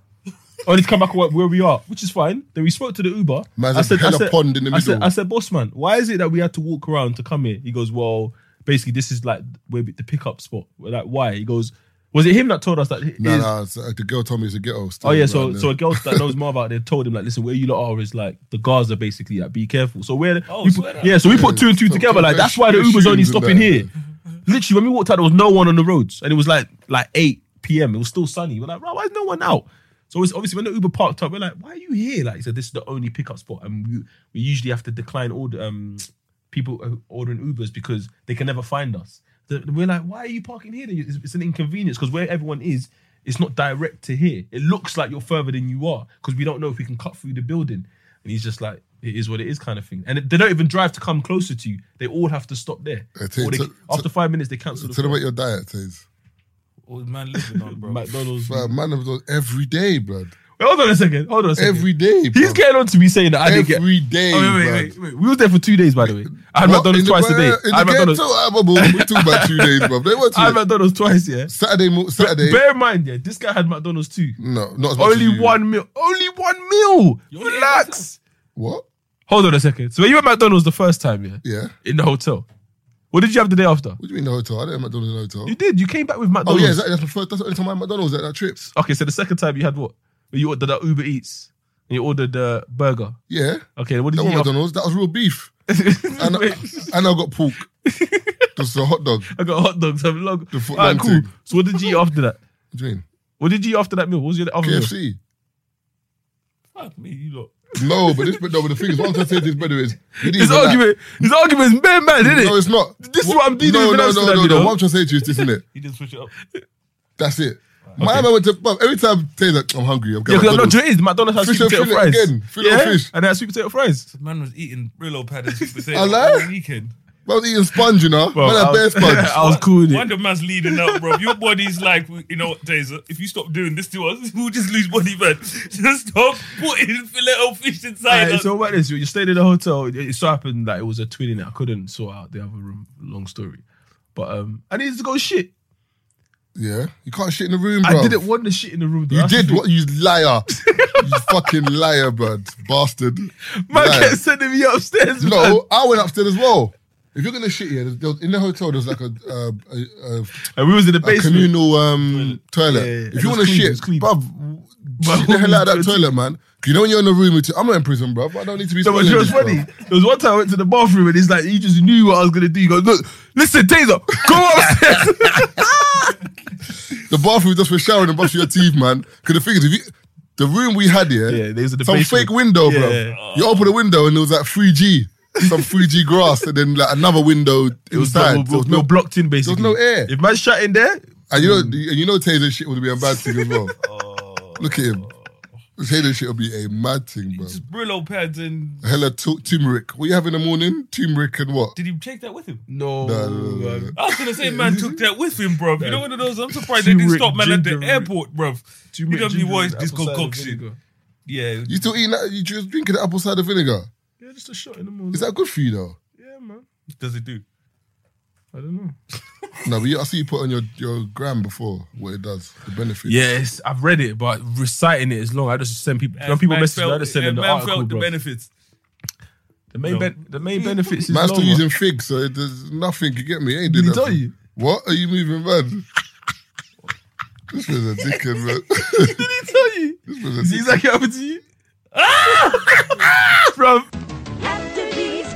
Speaker 3: Only to come back where where we are, which is fine. Then we spoke to the Uber.
Speaker 1: Man's
Speaker 3: I
Speaker 1: just
Speaker 3: said, I
Speaker 1: hella
Speaker 3: said,
Speaker 1: pond in the
Speaker 3: I said,
Speaker 1: middle.
Speaker 3: I said, boss man, why is it that we had to walk around to come here? He goes, well, basically this is like where the pickup spot. We're like, why? He goes, was it him that told us that? it
Speaker 1: No,
Speaker 3: is-
Speaker 1: no, it's, uh, the girl told me it's a ghetto. Still
Speaker 3: Oh yeah,
Speaker 1: right
Speaker 3: so
Speaker 1: there.
Speaker 3: so a girl that knows more about there told him like, listen, where you lot are is like the Gaza basically. Like, be careful. So where?
Speaker 5: Oh,
Speaker 3: we
Speaker 5: swear
Speaker 3: put,
Speaker 5: that.
Speaker 3: yeah, so we put two and two
Speaker 1: so-
Speaker 3: together.
Speaker 1: so
Speaker 3: Like that's why the
Speaker 1: shoes
Speaker 3: Uber's only
Speaker 1: and
Speaker 3: stopping
Speaker 1: that,
Speaker 3: here. Literally, when we walked out, there was no one on the roads, and it was like like eight p.m. It was still sunny. We're like, right, why is no one out? So it's obviously when the Uber parked up, we're like, why are you here? Like, he said, this is the only pickup spot, and we, we usually have to decline order um people uh, ordering Ubers because they can never find us. The- We're like, why are you parking here? then? It's, it's an inconvenience because where everyone is, it's not direct to here. It looks like you're further than you are because we don't know if we can cut through the building. And he's just like, it is what it is kind of thing. And they don't even drive to come closer to you. They all have to stop there.
Speaker 1: I tell you,
Speaker 3: Or they-
Speaker 1: to-
Speaker 3: after five minutes, they cancel the
Speaker 1: Tell them
Speaker 3: flight.
Speaker 1: about your diet, Taze.
Speaker 5: Old man living on, bro.
Speaker 3: McDonald's.
Speaker 1: Bruh, Man, I've done every day, blood.
Speaker 3: Wait, hold on a second. Hold on a second.
Speaker 1: Every day,
Speaker 3: He's
Speaker 1: bruv.
Speaker 3: getting on to me saying that I didn't get.
Speaker 1: Every day,
Speaker 3: Oh, wait, wait,
Speaker 1: bruv.
Speaker 3: wait, wait. We were there for two days, by the way. I had
Speaker 1: Well,
Speaker 3: McDonald's
Speaker 1: in
Speaker 3: twice a day.
Speaker 1: In
Speaker 3: I
Speaker 1: the
Speaker 3: had McDonald's.
Speaker 1: ghetto, I'm a bull. We took about two days, bro. They were two
Speaker 3: I had
Speaker 1: days.
Speaker 3: McDonald's twice, yeah.
Speaker 1: Saturday, mo-
Speaker 3: But
Speaker 1: Saturday.
Speaker 3: bear in mind, yeah, this guy had McDonald's too.
Speaker 1: no, not as much as
Speaker 3: Only
Speaker 1: you.
Speaker 3: one meal. Only one meal.
Speaker 5: only ate
Speaker 3: Relax.
Speaker 1: What?
Speaker 3: Hold on a second. So when you were at McDonald's the first time, yeah,
Speaker 1: Yeah.
Speaker 3: in the hotel, what did you have the day after?
Speaker 1: What do you mean the hotel? I didn't have McDonald's in the hotel.
Speaker 3: You did. You came back with
Speaker 1: oh
Speaker 3: McDonald's.
Speaker 1: yeah, exactly. That's the first. That's the only time I had McDonald's at that trip.
Speaker 3: Okay, so the second time you had what? You ordered that Uber Eats and you ordered the burger.
Speaker 1: Yeah,
Speaker 3: Okay, what did
Speaker 1: that
Speaker 3: you
Speaker 1: was
Speaker 3: eat? after-
Speaker 1: McDonald's. That was real beef, and I, and I got pork. Just a hot dog.
Speaker 3: I got hot dogs. I'm long.
Speaker 1: The foot
Speaker 3: All right,
Speaker 1: long
Speaker 3: cool.
Speaker 1: thing.
Speaker 3: So what did you eat after that?
Speaker 1: What do you mean?
Speaker 3: What did you eat after that meal? What was your other meal?
Speaker 1: KFC.
Speaker 5: Fuck me, you lot.
Speaker 1: No, but this, but no, but the thing is, what I'm trying to say to this brother is, he didn't
Speaker 3: His
Speaker 1: even like-
Speaker 3: argument, his argument is bare mad, isn't it?
Speaker 1: No, it's not.
Speaker 3: This is what I'm dealing
Speaker 1: no, No,
Speaker 3: with now,
Speaker 1: no,
Speaker 3: Sudan,
Speaker 1: no,
Speaker 3: you
Speaker 1: no.
Speaker 3: know?
Speaker 1: What I'm trying to say to you is this, isn't it?
Speaker 5: He didn't switch it up.
Speaker 1: That's it. My man went to bruv, every time Taylor, like, I'm hungry. I'm
Speaker 3: yeah,
Speaker 1: getting
Speaker 3: because I know
Speaker 1: McDonald's.
Speaker 3: what it is. McDonald's has
Speaker 1: Fish
Speaker 3: sweet
Speaker 1: and
Speaker 3: potato
Speaker 1: fillet
Speaker 3: fries.
Speaker 1: again. Fillet
Speaker 3: yeah,
Speaker 1: and fish.
Speaker 3: and they have sweet potato fries.
Speaker 5: The man was eating Brillo pad and sweet potato
Speaker 1: I lie?
Speaker 5: all weekend.
Speaker 1: I was eating sponge, you know. Man, I
Speaker 3: I
Speaker 1: bare
Speaker 3: was,
Speaker 1: sponge.
Speaker 3: I was cool with it.
Speaker 5: Wonder man's leading up, bro. Your body's like, you know what, Taser? If you stop doing this to us, we'll just lose body fat. Just stop putting fillet of fish inside
Speaker 3: Alright,
Speaker 5: us.
Speaker 3: so what is you? You stayed in the hotel. It it so happened that it was a twin and I couldn't sort out the other room. Long story, but um, I needed to go shit.
Speaker 1: Yeah, you can't shit in the room, bro.
Speaker 3: I didn't want the shit in the room. Though.
Speaker 1: You
Speaker 3: That's the
Speaker 1: did
Speaker 3: thing.
Speaker 1: what? You liar! you fucking liar, bro, bastard.
Speaker 3: Man
Speaker 1: Liar.
Speaker 3: kept sending me upstairs. man.
Speaker 1: No, I went upstairs as well. If you're gonna shit here, there- there was- in the hotel there's like a uh, a,
Speaker 3: and we was in the
Speaker 1: a, a
Speaker 3: basement.
Speaker 1: communal um, toilet.
Speaker 3: Yeah, yeah,
Speaker 1: If
Speaker 3: yeah. It
Speaker 1: you
Speaker 3: was
Speaker 1: want to
Speaker 3: clean, it
Speaker 1: shit,
Speaker 3: was clean.
Speaker 1: bruv, shit the hell out of that toilet, man. 'Cause You know when you're in a room with two, I'm not in prison, bruv. I don't need to be.
Speaker 3: No, but
Speaker 1: smelling
Speaker 3: it was
Speaker 1: this, bruv.
Speaker 3: funny. There was one time I went to the bathroom and he's like, he just knew what I was gonna do. He goes, look, listen, Taser, go upstairs.
Speaker 1: The bathroom was just for showering and brushing your teeth, man. Because the thing is, if you, the room we had here,
Speaker 3: Yeah, they was in the
Speaker 1: some
Speaker 3: basement.
Speaker 1: fake window,
Speaker 3: Yeah,
Speaker 1: bro.
Speaker 3: yeah.
Speaker 1: You open the window and it was like 3G. some Fuji grass and then like another window
Speaker 3: It was
Speaker 1: inside.
Speaker 3: double-
Speaker 1: There was
Speaker 3: no blocked in basically.
Speaker 1: There was no air.
Speaker 3: If man shut in there,
Speaker 1: And you know, and you know, Taylor shit would be a mad thing as well.
Speaker 3: Oh.
Speaker 1: Look at him. Taylor shit would be a mad thing, bro.
Speaker 5: Brillo pads and
Speaker 1: Hella tu- turmeric. What you have in the morning? Turmeric and what?
Speaker 5: did he take that with him?
Speaker 3: No.
Speaker 1: No, no, no, no.
Speaker 5: I was gonna say, man, took that with him, bruv. You know one of those. I'm surprised they didn't
Speaker 1: Turmeric,
Speaker 5: stop man at the
Speaker 1: ginger,
Speaker 5: airport, bruv. You know
Speaker 1: ginger,
Speaker 5: me watch
Speaker 1: and
Speaker 5: this
Speaker 1: apple cider
Speaker 5: concoction. Yeah,
Speaker 1: You still eating that? You just drinking apple cider vinegar?
Speaker 3: yeah, just a shot in the morning.
Speaker 1: Is that good for you though?
Speaker 3: Yeah, man.
Speaker 5: does it do?
Speaker 3: I don't know.
Speaker 1: No, but you, I see you put on your, your gram before what it does, the benefits.
Speaker 3: Yes, I've read it, but reciting it is long. I just send people. When
Speaker 5: And
Speaker 3: people
Speaker 5: man
Speaker 3: message, me, I
Speaker 5: felt-
Speaker 3: just send them
Speaker 5: and
Speaker 3: the
Speaker 5: man
Speaker 3: article,
Speaker 5: felt the
Speaker 3: bro.
Speaker 5: benefits.
Speaker 3: the main,
Speaker 5: No.
Speaker 3: ben- the main benefits is
Speaker 1: Man's
Speaker 3: long.
Speaker 1: still using figs, so it, there's nothing. You get me? Ain't
Speaker 3: Did
Speaker 1: did
Speaker 3: he
Speaker 1: nothing.
Speaker 3: tell you?
Speaker 1: What are you moving, man? this was a dickhead, man.
Speaker 3: Did he tell you?
Speaker 1: this was a dickhead.
Speaker 3: Is Ah! it exactly what happened to you? Bro,
Speaker 13: After these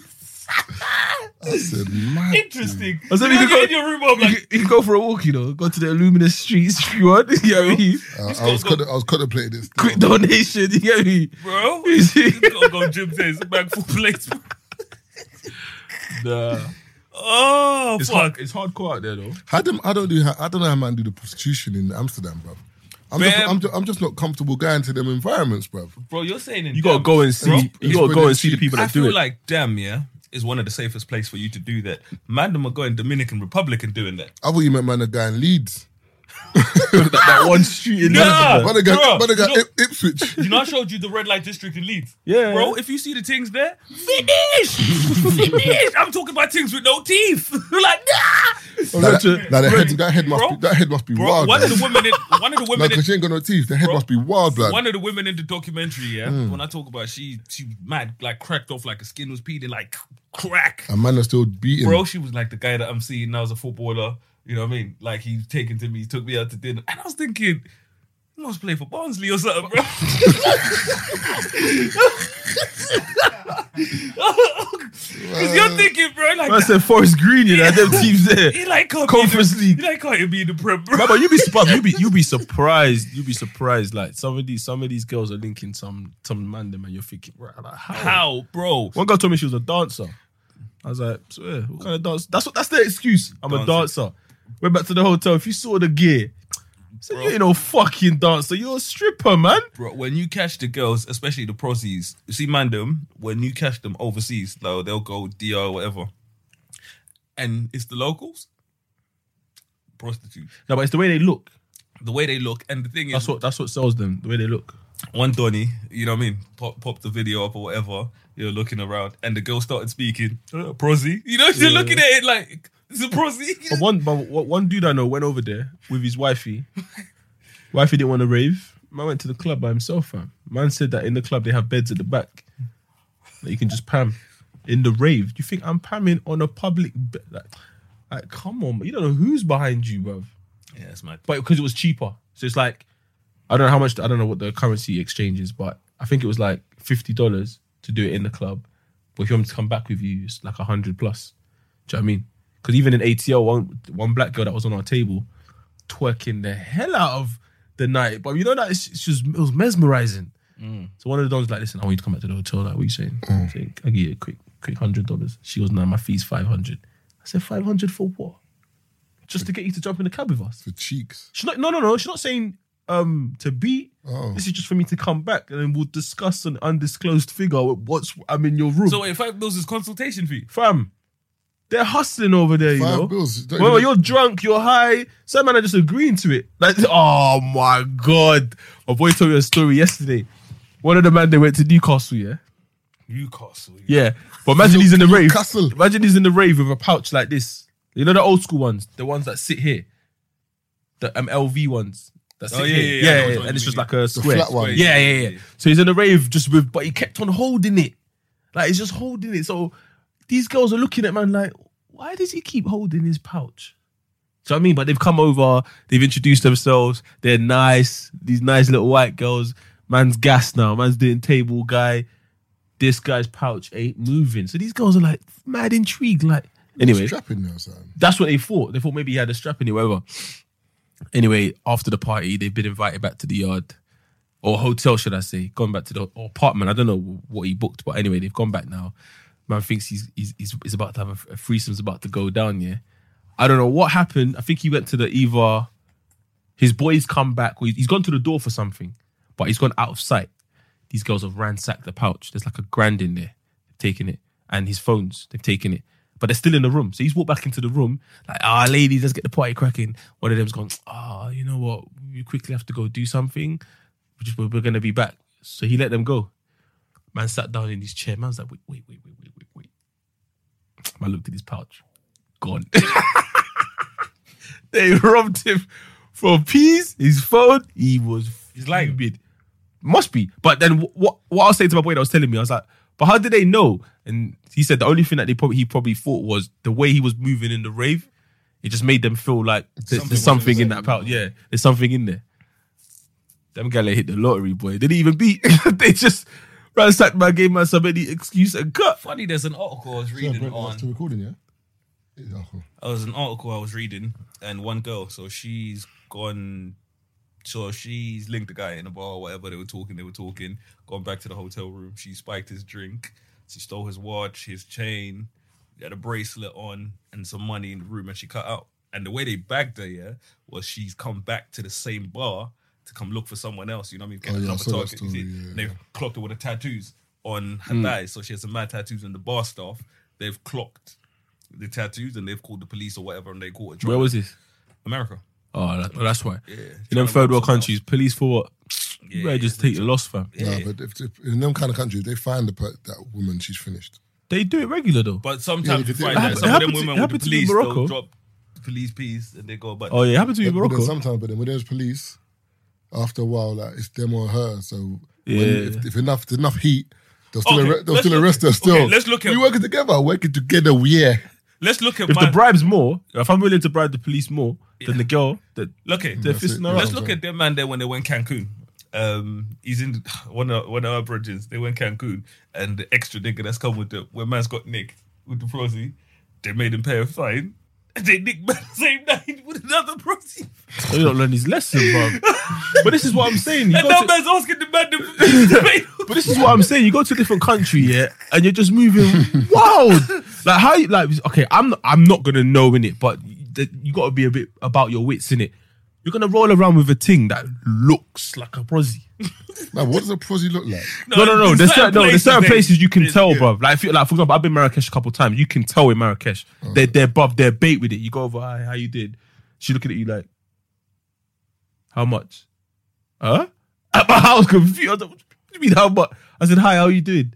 Speaker 1: I said, mad.
Speaker 5: Interesting.
Speaker 3: I said
Speaker 5: you
Speaker 3: you
Speaker 5: know,
Speaker 3: could
Speaker 5: you're in your room, I'm
Speaker 3: you,
Speaker 5: like,
Speaker 3: can- you can go for a walk, you know. Go to the Illuminous streets if you want. You know what I mean?
Speaker 1: Uh, I, was cont- I was contemplating this.
Speaker 3: Quick donation. You get me?
Speaker 5: bro,
Speaker 3: You see?
Speaker 5: gotta go gym days, back full plates.
Speaker 3: Nah.
Speaker 5: Oh
Speaker 3: It's,
Speaker 5: fuck.
Speaker 3: hard, it's hardcore out there, though.
Speaker 1: How them- I don't do. how- I don't know how man do the prostitution in Amsterdam, bro. I'm just,
Speaker 5: Fam.
Speaker 1: I'm, just, I'm just not comfortable going to them environments, bro.
Speaker 5: Bro, you're saying in
Speaker 3: You gotta
Speaker 5: damn.
Speaker 3: go and
Speaker 5: Bro,
Speaker 3: see. You gotta go and see the people
Speaker 5: I
Speaker 3: that do
Speaker 5: feel
Speaker 3: it.
Speaker 5: like damn, yeah, is one of the safest place for you to do that. Mandem are going Dominican Republic and doing that.
Speaker 1: I thought you meant man a guy in Leeds,
Speaker 3: that, that one street in London,
Speaker 1: man a guy,
Speaker 5: bro,
Speaker 1: man a guy
Speaker 5: you know-
Speaker 1: Ip- Ipswich.
Speaker 5: You know, I showed you the red light district in Leeds.
Speaker 3: Yeah.
Speaker 5: Bro, if you see the things there, finish! finish! I'm talking about things with no teeth. like, nah!
Speaker 1: Nah, that,
Speaker 3: Imagine-
Speaker 1: nah, that, head, that head must
Speaker 5: Bro.
Speaker 1: be that head must be
Speaker 5: Bro,
Speaker 1: wild.
Speaker 5: one of
Speaker 1: man.
Speaker 5: the women in one of the
Speaker 1: No,
Speaker 5: women in,
Speaker 1: because she ain't got no teeth. The head
Speaker 5: Bro,
Speaker 1: must be wild, blood.
Speaker 5: one of the women in the documentary, yeah, when I talk about she she mad, like cracked off like her skin was peeling, like crack.
Speaker 1: A man is still beating.
Speaker 5: Bro, she was like the guy that I'm seeing now as a footballer. You know what I mean? Like he's taken to me, he took me out to dinner. And I was thinking, you must play for Barnsley or something, bro. Because you're thinking, bro,
Speaker 3: I
Speaker 5: like,
Speaker 3: said Forest Green, you know, them teams there.
Speaker 5: he like can't
Speaker 3: Conference
Speaker 5: be in
Speaker 3: League.
Speaker 5: the, He like can't even be in the prep, bro.
Speaker 3: Man, but you be surprised. You be you be surprised. You be surprised. Like some of these some of these girls are linking some some man them, and you're thinking, right, like, how?
Speaker 5: How, bro?
Speaker 3: One girl told me she was a dancer. I was like, so yeah, what kind of dance? That's what that's their excuse. I'm a
Speaker 5: Dancer.
Speaker 3: dancer. Went back to the hotel. If you saw the gear, I said, you ain't no fucking dancer. You're a stripper, man.
Speaker 5: Bro, when you catch the girls, especially the prosies, you see, man, them, when you catch them overseas, though, they'll go DR or whatever. And it's the locals, prostitutes.
Speaker 3: No, but it's the way they look.
Speaker 5: The way they look, and the thing is,
Speaker 3: That's what that's what sells them. The way they look.
Speaker 5: one Donny, you know what I mean, pop, pop the video up or whatever, you're looking around, and the girl started speaking, "Uh, prosy. You know, you're looking at it like, it's a prosy.
Speaker 3: But one, but one one dude I know went over there with his wifey. wifey didn't want to rave. Man went to the club by himself, fam. Man said that in the club they have beds at the back that you can just pam in the rave. You think I'm pamming on a public bed? Like, like, come on, man. you don't know who's behind you, bruv.
Speaker 5: yeah, it's mad.
Speaker 3: But because it was cheaper, so it's like I don't know how much. I don't know what the currency exchange is, but I think it was like fifty dollars to do it in the club. But if you want me to come back with you, it's like a hundred plus. Do you know what I mean? Because even in ATL, one one black girl that was on our table twerking the hell out of the night. But you know that it's, it's just it was mesmerizing. So one of the dons was like, listen, I want you to come back to the hotel. Like, what are you saying? I said, I'll give you a quick, quick hundred dollars. She goes, no, my fee's five hundred. I said, five hundred for what? Just to get you to jump in the cab with us.
Speaker 1: for cheeks.
Speaker 3: She's not. No, no, no. She's not saying um to beat.
Speaker 1: Oh.
Speaker 3: This is just for me to come back and then we'll discuss an undisclosed figure. with What's I'm in your room,
Speaker 5: So, wait, five bills is consultation fee.
Speaker 3: fam? They're hustling over there, you
Speaker 1: Five
Speaker 3: know.
Speaker 1: bills. Don't
Speaker 3: Well,
Speaker 1: even-
Speaker 3: you're drunk, you're high. Some man are just agreeing to it. Like, oh my god, my boy told me a story yesterday. One of the man they went to Newcastle, yeah,
Speaker 5: Newcastle. you-
Speaker 3: yeah. But imagine he's in the rave.
Speaker 1: Newcastle.
Speaker 3: Imagine he's in the rave with a pouch like this. You know the old school ones, the ones that sit here, the um, LV ones. That sit
Speaker 5: Oh, yeah,
Speaker 3: here.
Speaker 5: yeah, yeah, I know which one
Speaker 3: and
Speaker 5: you
Speaker 3: it's just
Speaker 5: mean.
Speaker 3: like a square.
Speaker 1: flat one.
Speaker 3: Yeah, yeah, yeah, So he's in the rave just with, but he kept on holding it. Like he's just holding it. So these girls are looking at man like, why does he keep holding his pouch? So I mean, but they've come over, they've introduced themselves, they're nice, these nice little white girls. Man's gas now, man's doing table guy. This guy's pouch ain't moving. So these girls are like mad intrigued. Like anyway,
Speaker 1: strapping now, son.
Speaker 3: that's what they thought. They thought maybe he had a strap in it, whatever. Anyway, after the party, they've been invited back to the yard or hotel, should I say? Gone back to the or apartment. I don't know what he booked, but anyway, they've gone back now. Man thinks he's he's he's, he's about to have a, a threesome's about to go down. Yeah, I don't know what happened. I think he went to the either his boys come back. Or he's he's gone to the door for something, but he's gone out of sight. These girls have ransacked the pouch. There's like a grand in there. They've taken it. And his phones, they've taken it. But they're still in the room. So he's walked back into the room, like, ah, ladies, let's get the party cracking. One of them's gone, ah, you know what? We quickly have to go do something. We're, just, we're going to be back. So he let them go. Man sat down in his chair. Man's like, wait, wait, wait, wait, wait, wait, wait. Man looked at his pouch. Gone. they robbed him for peas, his phone. He was he's lying. Must be. But then wh- what what I was saying to my boy that was telling me, I was like, but how did they know? And he said the only thing that they probably he probably thought was the way he was moving in the rave, it just made them feel like there's, there's something in that pouch. Yeah, there's something in there. Them gala hit the lottery, boy. They didn't even beat. they just ransacked my game man some any excuse and cut.
Speaker 5: Funny, there's an article I was
Speaker 1: Yeah,
Speaker 5: reading
Speaker 1: break off
Speaker 5: on.
Speaker 1: to recording, yeah? Yeah, oh, cool.
Speaker 5: It was an article I was reading, and one girl, so she's gone. So she's linked the guy in the bar, whatever they were talking, they were talking. Gone back to the hotel room. She spiked his drink. She stole his watch, his chain, he had a bracelet on, and some money in the room, and she cut out. And the way they bagged her, yeah, was she's come back to the same bar to come look for someone else. You know what I mean? Get
Speaker 1: Oh, yeah, I
Speaker 5: another
Speaker 1: saw that
Speaker 5: target, you
Speaker 1: story,
Speaker 5: see?
Speaker 1: yeah, Hmm.
Speaker 5: And they've clocked her with the tattoos on her thighs, so she has some mad tattoos. And the bar staff, they've clocked the tattoos and they've called the police or whatever and they caught a drunk.
Speaker 3: Where was this?
Speaker 5: America?
Speaker 3: Oh, that, well, that's why.
Speaker 5: Yeah,
Speaker 3: In them
Speaker 5: trying to
Speaker 3: third
Speaker 5: rob
Speaker 3: world
Speaker 5: someone
Speaker 3: countries, police for what? you better just take your loss, fam.
Speaker 1: Nah,
Speaker 5: Yeah.
Speaker 1: but if, if in them kind of countries, they find the, per- that woman, she's finished.
Speaker 3: They do it regular though.
Speaker 5: But
Speaker 1: Yeah,
Speaker 5: sometimes
Speaker 1: if
Speaker 5: you
Speaker 1: it-
Speaker 5: find
Speaker 1: it
Speaker 5: that
Speaker 1: happened-
Speaker 5: some
Speaker 3: it
Speaker 5: of
Speaker 3: happened to-
Speaker 5: them women
Speaker 3: it
Speaker 5: with the
Speaker 3: happened to me in
Speaker 5: police they'll
Speaker 3: Morocco.
Speaker 5: drop the police piece and they go back.
Speaker 3: Oh yeah, it happened to me in
Speaker 1: But- but then
Speaker 3: Morocco.
Speaker 1: sometimes, but then when there's police, after a while, like it's them or her. So
Speaker 3: Yeah.
Speaker 1: when, if, if enough, there's enough heat, they'll still,
Speaker 5: Okay,
Speaker 1: arre- they'll
Speaker 5: let's
Speaker 1: still
Speaker 5: look-
Speaker 1: arrest her.
Speaker 5: okay,
Speaker 1: Still,
Speaker 5: let's look at-
Speaker 1: we working together, working together. We yeah,
Speaker 5: Let's look at
Speaker 3: if
Speaker 5: my
Speaker 3: the bribe's more, if I'm willing to bribe the police more than the girl, that
Speaker 5: look at
Speaker 3: they're
Speaker 1: That's it.
Speaker 3: fisting her
Speaker 5: Let's
Speaker 3: out.
Speaker 5: look at them man there when they went Cancun. Um, he's in one of one of our bridges. They went Cancun, and the extra nigga that's come with the where man's got nicked with the prosy, they made him pay a fine. And they nicked man the same night with another prosy.
Speaker 3: You don't learn his lesson, bro. but this is what I'm saying. You
Speaker 5: And
Speaker 3: go
Speaker 5: now
Speaker 3: to-
Speaker 5: man's asking the man the police to pay.
Speaker 3: but this is what I'm saying. You go to a different country, yeah, and you're just moving wild. Like how? You, like okay, I'm I'm not gonna know in it, but th- you got to be a bit about your wits in it. You're gonna roll around with a thing that looks like a prosy.
Speaker 1: Man, what does a prosy look like?
Speaker 3: No, no, no.
Speaker 5: in
Speaker 3: There's certain, no, there's certain
Speaker 5: they-
Speaker 3: places you can
Speaker 5: they-
Speaker 3: tell,
Speaker 5: yeah.
Speaker 3: bruv. Like, if you, like for example, I've been Marrakesh a couple times. You can tell in Marrakesh, they're they're bruv, they're bait with it. You go over, hi, how you did? She looking at you like, how much? Huh? I was confused. I was like, what do you mean how much? I said, hi, how you doing?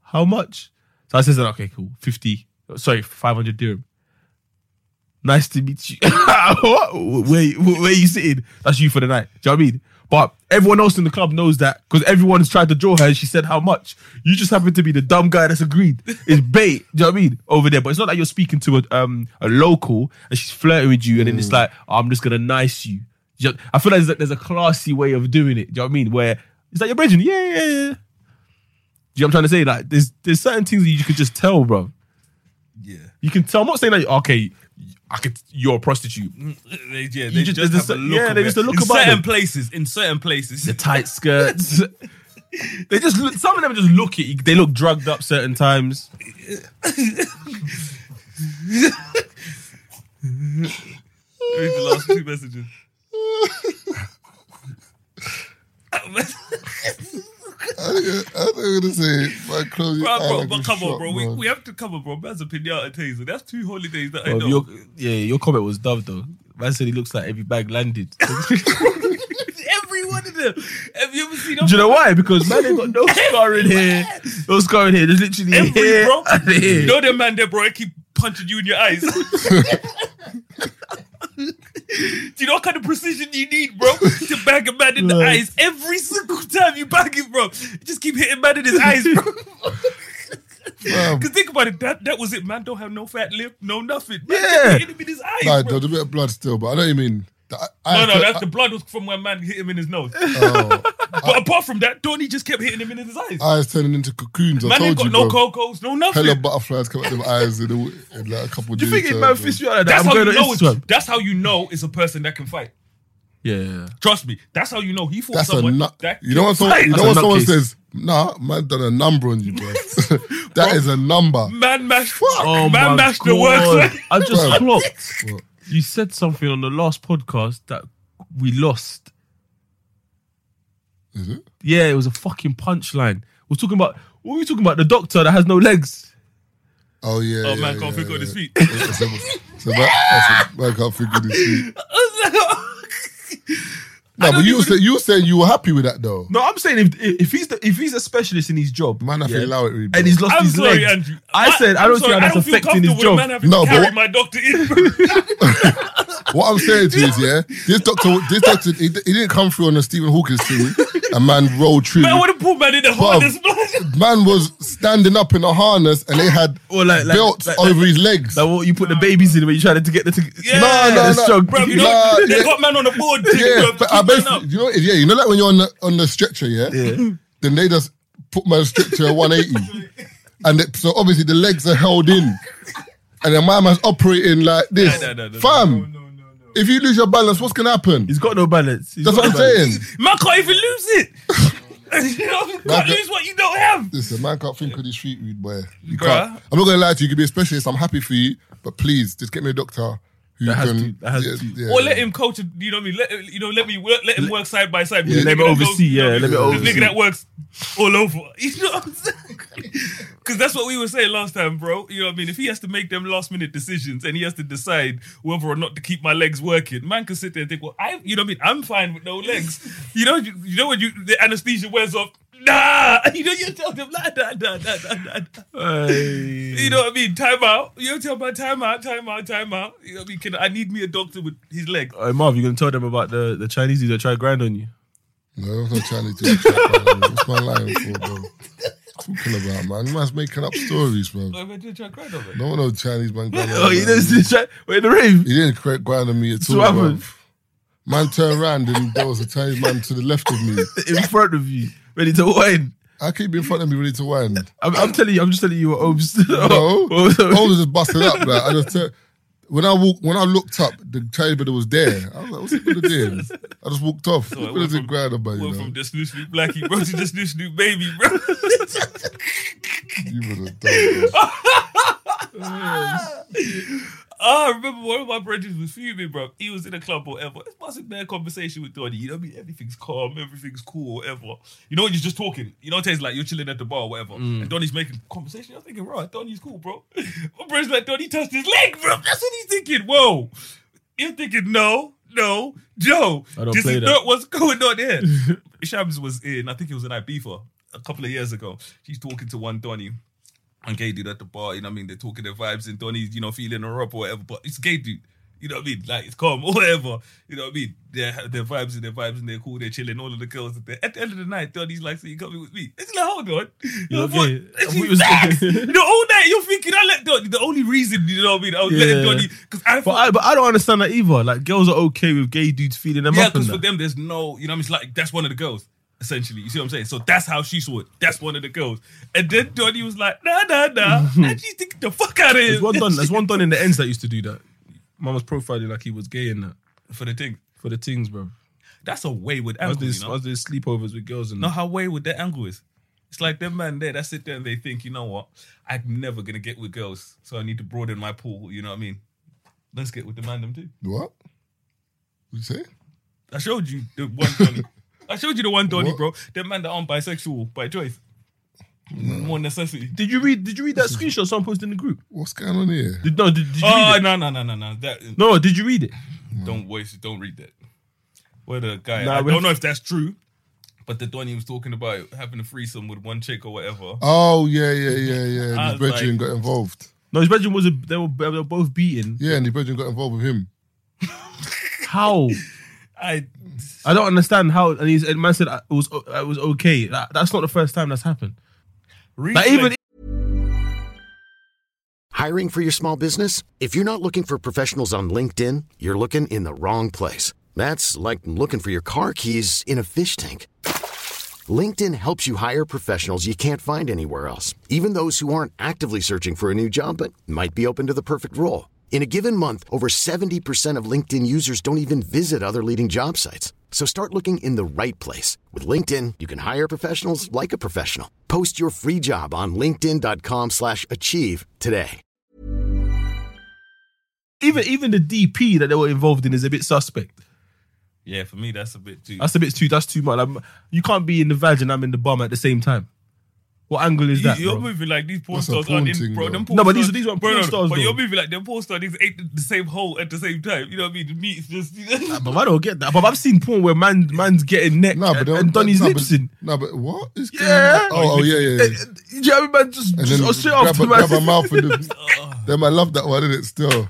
Speaker 3: How much? So I said, okay, cool, fifty. Sorry, five hundred dirham. Nice to meet you. what? Where, where you sitting? That's you for the night. Do you know what I mean? But everyone else in the club knows that because everyone's tried to draw her and she said how much. You just happen to be the dumb guy that's agreed. It's bait. Do you know what I mean? Over there. But it's not like you're speaking to a, um, a local and she's flirting with you and then it's like, "Oh, I'm just going to nice you. Do you know- I feel like there's a, there's a classy way of doing it. Do you know what I mean? Where it's like your brethren. Yeah, yeah, yeah. Do you know what I'm trying to say? Like, there's there's certain things that you can just tell, bro.
Speaker 5: Yeah.
Speaker 3: You can tell. I'm not saying that. Okay, I could. You're a prostitute.
Speaker 5: Mm, They, yeah, they
Speaker 3: just-
Speaker 5: just,
Speaker 3: there's a
Speaker 5: have a
Speaker 3: cer-
Speaker 5: look
Speaker 3: yeah,
Speaker 5: of
Speaker 3: they just
Speaker 5: it.
Speaker 3: a look
Speaker 5: in
Speaker 3: about
Speaker 5: certain
Speaker 3: them.
Speaker 5: places. In certain places,
Speaker 3: the tight skirts. they just look, some of them just look at you. They look drugged up certain times.
Speaker 5: read the last two messages.
Speaker 1: I think I think I'm gonna say, man, close your
Speaker 5: bro,
Speaker 1: eye
Speaker 5: bro,
Speaker 1: like
Speaker 5: but
Speaker 1: you're
Speaker 5: come
Speaker 1: shot,
Speaker 5: on, bro. We,
Speaker 1: man.
Speaker 5: we have to come on, bro. Man's a pinata taser. That's two holidays that I
Speaker 3: Bro,
Speaker 5: know.
Speaker 3: your, yeah, your comment was dove though. Man said he looks like every bag landed.
Speaker 5: Every one of them. Have you ever seen them?
Speaker 3: Do you know why? Because man, they got no scar in here, no scar in here. There's literally
Speaker 5: Every
Speaker 3: here
Speaker 5: bro.
Speaker 3: and
Speaker 5: You
Speaker 3: here.
Speaker 5: know that man there, bro. I keep punching you in your eyes. Do you know what kind of precision you need, bro, to bag a man in the
Speaker 3: Right.
Speaker 5: eyes every single time you bag him, bro? Just keep hitting man in his eyes, bro. Because think about it, that, that was it, man. Don't have no fat lip, no nothing. Man,
Speaker 1: Yeah.
Speaker 5: Hit him in his eyes.
Speaker 1: Nah,
Speaker 5: bro.
Speaker 1: there's a bit of blood still, but I don't even mean. I, I
Speaker 5: no, no,
Speaker 1: I-
Speaker 5: that's the blood was from when man hit him in his nose.
Speaker 1: Oh,
Speaker 5: but
Speaker 1: uh,
Speaker 5: apart from that, Donnie just kept hitting him in his eyes.
Speaker 1: eyes turning into cocoons. I
Speaker 5: man
Speaker 1: told
Speaker 5: ain't got
Speaker 1: you,
Speaker 5: no
Speaker 1: bro.
Speaker 5: cocos, no nothing.
Speaker 1: Hella butterflies come out them eyes in, a, in like a couple days. time, bro.
Speaker 5: That's how you know. it's- That's how you know is a person that can fight.
Speaker 3: Yeah.
Speaker 5: Trust me, that's how you know he fought
Speaker 1: That's a
Speaker 5: someone.
Speaker 1: nut.
Speaker 5: that
Speaker 1: You know when
Speaker 5: can
Speaker 1: someone,
Speaker 5: fight.
Speaker 1: you know when someone says, "Nah, man, done a number on you, bro." That is a number.
Speaker 5: Man mash,
Speaker 3: Oh
Speaker 5: man
Speaker 3: my
Speaker 5: mash the
Speaker 3: God.
Speaker 5: works.
Speaker 3: I just
Speaker 1: Bro.
Speaker 3: clocked. You said something on the last podcast that we lost.
Speaker 1: Is it?
Speaker 3: Yeah, it was a fucking punchline. We're talking about what were we talking about? The doctor that has no legs.
Speaker 1: Oh yeah.
Speaker 5: Oh,
Speaker 1: yeah,
Speaker 5: man, can't
Speaker 1: yeah,
Speaker 5: think on his feet.
Speaker 1: It's a, it's a, that's a, man can't think on his feet. No, but you were, say, you were saying you were happy with that though.
Speaker 3: No, I'm saying if if he's the, if he's a specialist in his job,
Speaker 1: Man, I
Speaker 3: yeah,
Speaker 1: feel allow it. Really, bro.
Speaker 3: and he's lost
Speaker 5: I'm
Speaker 3: his
Speaker 5: sorry,
Speaker 3: legs.
Speaker 5: Andrew.
Speaker 3: I said I
Speaker 5: I'm
Speaker 3: don't see
Speaker 5: sorry,
Speaker 3: how that's
Speaker 5: I don't feel
Speaker 3: affecting his
Speaker 5: comfortable
Speaker 3: job.
Speaker 5: with Man having
Speaker 1: No,
Speaker 5: to
Speaker 1: but
Speaker 5: carry
Speaker 1: what-
Speaker 5: my doctor in.
Speaker 1: What I'm saying to you is, yeah, this doctor, this doctor, he, he didn't come through on a Stephen Hawking theory. A man rolled through.
Speaker 5: Man, what a poor man in the hardest blood.
Speaker 1: Man was standing up in a harness, and they had
Speaker 3: Or like, like,
Speaker 1: belts
Speaker 3: like,
Speaker 1: over his legs.
Speaker 3: like what you put the babies in when you tried to get the to,
Speaker 5: Yeah.
Speaker 1: No, no,
Speaker 3: the
Speaker 1: no.
Speaker 3: strong-
Speaker 5: Bro, you
Speaker 1: Nah,
Speaker 5: know, they
Speaker 1: yeah.
Speaker 5: got man on the board.
Speaker 1: yeah,
Speaker 5: Yeah,
Speaker 1: but I basically, you know, what it is? yeah, you know, like when you're on the on the stretcher, yeah, then they just put my stretcher at 180, and it, so obviously the legs are held in, and then my man's operating like this,
Speaker 5: No, no, no, no.
Speaker 1: fam. If you lose your balance, what's gonna happen?
Speaker 3: He's got no balance. He's
Speaker 1: That's
Speaker 3: got
Speaker 1: what I'm
Speaker 3: no balance.
Speaker 1: saying.
Speaker 5: man can't even lose it. you know, you can't
Speaker 1: Okay.
Speaker 5: lose what you don't have.
Speaker 1: Listen, man can't think of this street read, boy. You
Speaker 5: Bruh.
Speaker 1: can't. I'm not gonna lie to you. You could be a specialist. I'm happy for you, but please just get me a doctor who
Speaker 3: That has
Speaker 1: can.
Speaker 3: to- that has
Speaker 1: yeah,
Speaker 3: to.
Speaker 1: yeah,
Speaker 5: Or
Speaker 1: yeah.
Speaker 5: let him coach. it, You know what I mean? Let you know. Let me work, let him work side by side. with
Speaker 3: Yeah,
Speaker 5: the
Speaker 3: let
Speaker 5: nigga
Speaker 3: me
Speaker 5: that
Speaker 3: oversee,
Speaker 5: you know
Speaker 3: yeah,
Speaker 5: what I
Speaker 3: let me
Speaker 5: mean? the
Speaker 3: oversee.
Speaker 5: nigga that works all over. You know what I'm saying? Because that's what we were saying last time, bro. You know what I mean? If he has to make them last minute decisions and he has to decide whether or not to keep my legs working, man can sit there and think, well, I, you know what I mean? I'm fine with no legs. You know, you, you know when you the anesthesia wears off. Nah, you know you tell them nah, nah, nah, nah, nah, nah, nah. You know what I mean? Time out. You tell my time out, time out, time out. You know what I mean? Can, I need me a doctor with his legs.
Speaker 3: Hey, Marv, you gonna tell them about the the Chinese dude that tried grind on you?
Speaker 1: No, I'm not trying to do that. What's my lying for, bro? Talking about man, man's making up stories, man.
Speaker 5: Why would you try to grind on it?
Speaker 1: No one knows Chinese man. Grinding
Speaker 3: Oh, you didn't see Chi- Wait, the rave.
Speaker 1: He didn't correct grind on me at
Speaker 3: So
Speaker 1: all.
Speaker 3: what
Speaker 1: bro.
Speaker 3: happened?
Speaker 1: Man turned around and there was a Chinese man to the left of me.
Speaker 3: in front of you, ready to win.
Speaker 1: I keep in front of me ready to wind.
Speaker 3: I'm, I'm telling you, I'm just telling you what Obes.
Speaker 1: No,
Speaker 3: Obes-
Speaker 1: I was just busted up. Like, I just turned- when I walked, when I looked up, the Chinese brother was there. I was like, "What's he gonna do?" I just walked off.
Speaker 5: it
Speaker 1: what
Speaker 5: went
Speaker 1: is it
Speaker 5: from-
Speaker 1: grind about? You
Speaker 5: Went
Speaker 1: know,
Speaker 5: from this new Snoop Blackie, bro, to this new Snoop Baby, bro.
Speaker 1: you would have done. bro.
Speaker 5: Ah, I remember one of my brothers was fuming, bro. He was in a club or whatever. It's must have been a conversation with Donnie. You know what I mean? Everything's calm, everything's cool, whatever. You know when you're just talking. You know what it tastes like you're chilling at the bar or whatever.
Speaker 3: Mm.
Speaker 5: And Donnie's making conversation. I was thinking, right, Donnie's cool, bro. My brother's like, Donnie touched his leg, bro. That's what he's thinking. Whoa. You're thinking, no, no, Joe.
Speaker 3: I don't
Speaker 5: this
Speaker 3: play
Speaker 5: is
Speaker 3: that.
Speaker 5: not what's going on here. Shams was in, I think it was in Ibiza a couple of years ago. She's talking to one Donnie and gay dude at the bar, you know what I mean? They're talking their vibes and Donnie's, you know, feeling her up or whatever, but it's gay dude. You know what I mean? Like it's calm or whatever. You know what I mean? They're, their vibes and their vibes and they're cool, they're chilling, all of the girls are there. At the end of the night, Donnie's like, so you coming with me? It's like, hold on. You
Speaker 3: You're
Speaker 5: know, what?
Speaker 3: gay.
Speaker 5: And
Speaker 3: I
Speaker 5: she's
Speaker 3: thought you was-
Speaker 5: back. you know, all night you're thinking, I let Donnie. The only reason, you know what I mean? I was letting
Speaker 3: Yeah.
Speaker 5: Donnie, because I
Speaker 3: But
Speaker 5: thought,
Speaker 3: I, but I don't understand that either. Like girls are okay with gay dudes feeding them
Speaker 5: yeah,
Speaker 3: up and
Speaker 5: because for
Speaker 3: that.
Speaker 5: them, there's no, you know, what I mean? it's like that's one of the girls. Essentially, you see what I'm saying? So that's how she saw it. That's one of the girls. And then Donnie was like, nah, nah, nah. and she's thinking the fuck out of
Speaker 3: There's
Speaker 5: him.
Speaker 3: one done. There's one done in the ends that used to do that. Mum was profiling like he was gay in that
Speaker 5: for the thing.
Speaker 3: for the things, bro.
Speaker 5: That's a wayward
Speaker 3: I was
Speaker 5: angle.
Speaker 3: doing,
Speaker 5: You
Speaker 3: I
Speaker 5: know?
Speaker 3: was doing sleepovers with girls and
Speaker 5: know
Speaker 3: that.
Speaker 5: how wayward that angle is. It's like them man there that sit there and they think, you know what? I'm never gonna get with girls, so I need to broaden my pool. You know what I mean? Let's get with the man them too.
Speaker 1: What? What you say?
Speaker 5: I showed you the one. Donny. I showed you the one Donny,
Speaker 1: What?
Speaker 5: bro. That man that aren't bisexual by choice, more necessity.
Speaker 3: Did you read? Did you read that screenshot someone posted in the group?
Speaker 1: What's going on here?
Speaker 3: Did, no, did, did you
Speaker 5: Oh
Speaker 3: read it?
Speaker 5: no no no no no! That
Speaker 3: No, did you read it?
Speaker 5: don't waste. it. Don't read that. Where the guy?
Speaker 3: Nah,
Speaker 5: I
Speaker 3: we-
Speaker 5: don't know if that's true, but the Donny was talking about having a threesome with one chick or whatever.
Speaker 1: Oh yeah, yeah, yeah, yeah.
Speaker 5: I
Speaker 1: And his
Speaker 5: was
Speaker 1: brethren
Speaker 5: like-
Speaker 1: got involved.
Speaker 3: No, his bedroom was a, they were they were both beaten.
Speaker 1: Yeah, and his brethren got involved with him.
Speaker 3: How?
Speaker 5: I
Speaker 3: I don't understand how. And he's and man said uh, it was o- it was okay. That, that's not the first time that's happened. Like even
Speaker 15: Hiring for your small business? If you're not looking for professionals on LinkedIn, you're looking in the wrong place. That's like looking for your car keys in a fish tank. LinkedIn helps you hire professionals you can't find anywhere else, even those who aren't actively searching for a new job but might be open to the perfect role. In a given month, over 70% of LinkedIn users don't even visit other leading job sites. So start looking in the right place. With LinkedIn, you can hire professionals like a professional. Post your free job on linkedin.com slash achieve today.
Speaker 3: Even even the DP that they were involved in is a bit suspect.
Speaker 5: Yeah, for me that's a bit too.
Speaker 3: That's a bit too. That's too much. Like, you can't be in the vag and I'm in the bum at the same time. What angle is
Speaker 5: You-
Speaker 3: that?
Speaker 5: you're
Speaker 3: bro?
Speaker 5: moving like these porn
Speaker 3: That's a
Speaker 5: stars
Speaker 3: porn
Speaker 5: aren't in,
Speaker 3: thing,
Speaker 5: bro.
Speaker 3: though.
Speaker 5: Them porn
Speaker 3: No, but these-
Speaker 5: stars-
Speaker 3: these aren't
Speaker 5: Bro,
Speaker 3: porn
Speaker 5: no,
Speaker 3: stars,
Speaker 5: But you're
Speaker 3: though.
Speaker 5: moving like them porn stars. These ate the same hole at the same time. You know what I mean? The meat's just.
Speaker 3: Nah, but I don't get that. But I've seen porn where man man's getting neck and, and done his
Speaker 1: no,
Speaker 3: lips
Speaker 1: but,
Speaker 3: in.
Speaker 1: No, but what is?
Speaker 3: Yeah.
Speaker 1: Oh, oh yeah, yeah. yeah.
Speaker 3: Do you know what I mean, man? Just,
Speaker 1: And
Speaker 3: just
Speaker 1: then
Speaker 3: oh, straight off
Speaker 1: grab,
Speaker 3: to
Speaker 1: a,
Speaker 3: the man.
Speaker 1: grab a mouth and
Speaker 5: Oh.
Speaker 1: then- them. I love that one, is it? Still,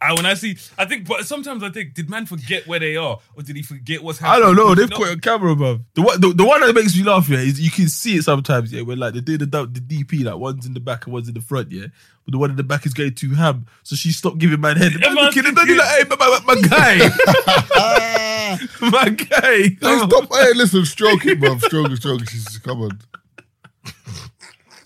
Speaker 5: I when I see, I think, but sometimes I think, did man forget where they are, or did he forget what's
Speaker 3: I
Speaker 5: happening?
Speaker 3: don't know. They've
Speaker 5: No.
Speaker 3: caught a camera, bro. The one, the, the one that makes me laugh, yeah, is you can see it sometimes, yeah, when like they do the dub, the DP, like one's in the back and one's in the front, yeah. But the one in the back is going too ham, so she stopped giving man head. Man, looking at them, like, hey, my, my, my guy, my guy.
Speaker 1: Hey,
Speaker 5: Oh.
Speaker 1: stop! Hey, listen, stroke it, bro. Stroke it, stroke it. She's come on.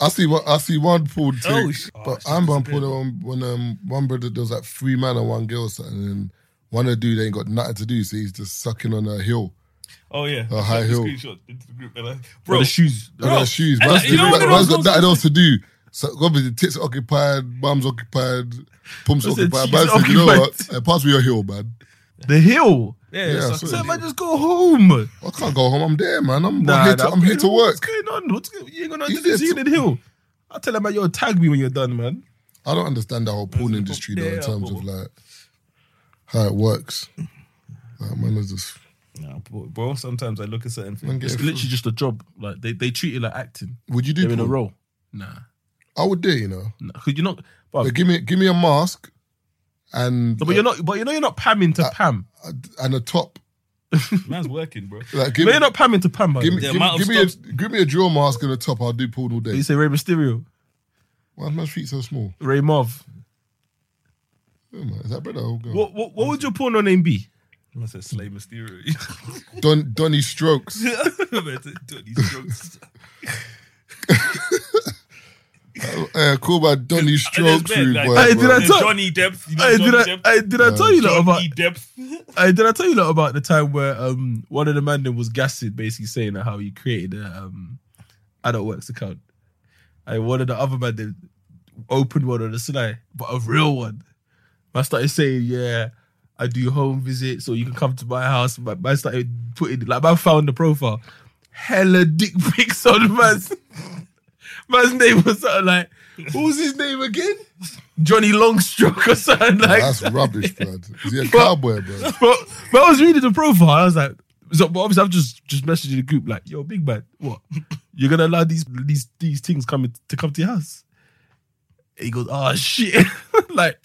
Speaker 1: I see what I see one pool too.
Speaker 5: Oh, sh- oh,
Speaker 1: but
Speaker 5: shit,
Speaker 1: I'm one
Speaker 5: disappeared.
Speaker 1: pool when, when um one brother there was like three man and one girl or something, and one of the dude ain't got nothing to do, so he's just sucking on a hill.
Speaker 5: Oh yeah,
Speaker 1: a high hill.
Speaker 5: Screenshot into the group, and I- bro.
Speaker 1: the shoes.
Speaker 5: Bro.
Speaker 1: the shoes.
Speaker 5: And
Speaker 1: Man's
Speaker 5: you know
Speaker 1: got-
Speaker 5: what
Speaker 1: man's
Speaker 5: else
Speaker 1: got
Speaker 5: goes-
Speaker 1: nothing else to do. So obviously tits occupied, bums occupied, pumps
Speaker 3: Listen,
Speaker 1: occupied.
Speaker 3: she's
Speaker 1: Man said, you know
Speaker 3: occupied.
Speaker 1: what? Hey, pass me your heel, man.
Speaker 3: The hill.
Speaker 1: Yeah,
Speaker 3: yeah,
Speaker 1: I
Speaker 3: so-
Speaker 1: saw
Speaker 3: so
Speaker 1: the
Speaker 3: man, just go home.
Speaker 1: I can't go home. I'm there, man. I'm,
Speaker 3: Nah,
Speaker 1: I'm here,
Speaker 3: nah,
Speaker 1: to, I'm here to
Speaker 3: What's
Speaker 1: work.
Speaker 3: going on? What's, going- you ain't got nothing
Speaker 1: He's
Speaker 3: to do.
Speaker 1: there
Speaker 3: So you in the hill. I tell them, man, yo, tag me when you're done, man.
Speaker 1: I don't understand the whole porn industry though, in terms of like how it works. Like, man, is just
Speaker 5: Nah, bro, bro, sometimes I look at certain
Speaker 1: Man,
Speaker 5: things.
Speaker 1: get
Speaker 3: It's
Speaker 1: it.
Speaker 3: literally just a job. Like they, they treat it like acting.
Speaker 1: Would you do
Speaker 3: They're in a
Speaker 1: porn?
Speaker 3: role. Nah.
Speaker 1: I would do, it, you know.
Speaker 3: Nah, Could you not? But,
Speaker 1: But give me, give me a mask, and
Speaker 3: No, but you're not. But you know you're not pamming to Pam.
Speaker 1: and a top.
Speaker 5: Man's working, bro.
Speaker 1: Like,
Speaker 3: But
Speaker 1: give
Speaker 3: you're not pamming to Pam.
Speaker 1: Give me, give,
Speaker 3: the
Speaker 1: me- give me a give me a drill mask and a top. I'll do porn all day.
Speaker 3: You say Ray Mysterio,
Speaker 1: Why is my feet so small?
Speaker 3: Ray Marv.
Speaker 1: Yeah, man. Oh Is that brother or girl?
Speaker 3: What, what what would your porno name be?
Speaker 5: I said Slay Mysterio.
Speaker 1: Don Donny Strokes.
Speaker 5: Man said, "Dirty strokes."
Speaker 1: Uh, cool about Donny Strokes.
Speaker 5: bad,
Speaker 1: rude
Speaker 5: like-
Speaker 1: boy,
Speaker 3: Hey,
Speaker 1: bro.
Speaker 3: did I tell
Speaker 5: Johnny Depp, you know
Speaker 3: Hey,
Speaker 5: Johnny
Speaker 3: did I,
Speaker 5: Depp?
Speaker 3: hey, did I
Speaker 1: Yeah.
Speaker 3: tell you lot about?
Speaker 5: Johnny Depp.
Speaker 3: Hey, did I tell you lot about the time where um one of the man that was gassed, basically saying that how he created a um adult works account. I one of the other man that opened one on the sly, but a real one. I started saying, yeah, I do home visits, or you can come to my house. But I started putting like man found the profile, hella dick pics on man's. Man's name was something like, what was his name again? Johnny Longstroke or something
Speaker 1: Nah,
Speaker 3: like
Speaker 1: that's
Speaker 3: that.
Speaker 1: rubbish, bro. Is he a
Speaker 3: But-
Speaker 1: cowboy, bro?
Speaker 3: but, but I was reading the profile. I was like, so, but obviously I'm just just messaging the group like, yo, big man, what? You're gonna allow these these these things coming to come to your house? And he goes, oh shit, like.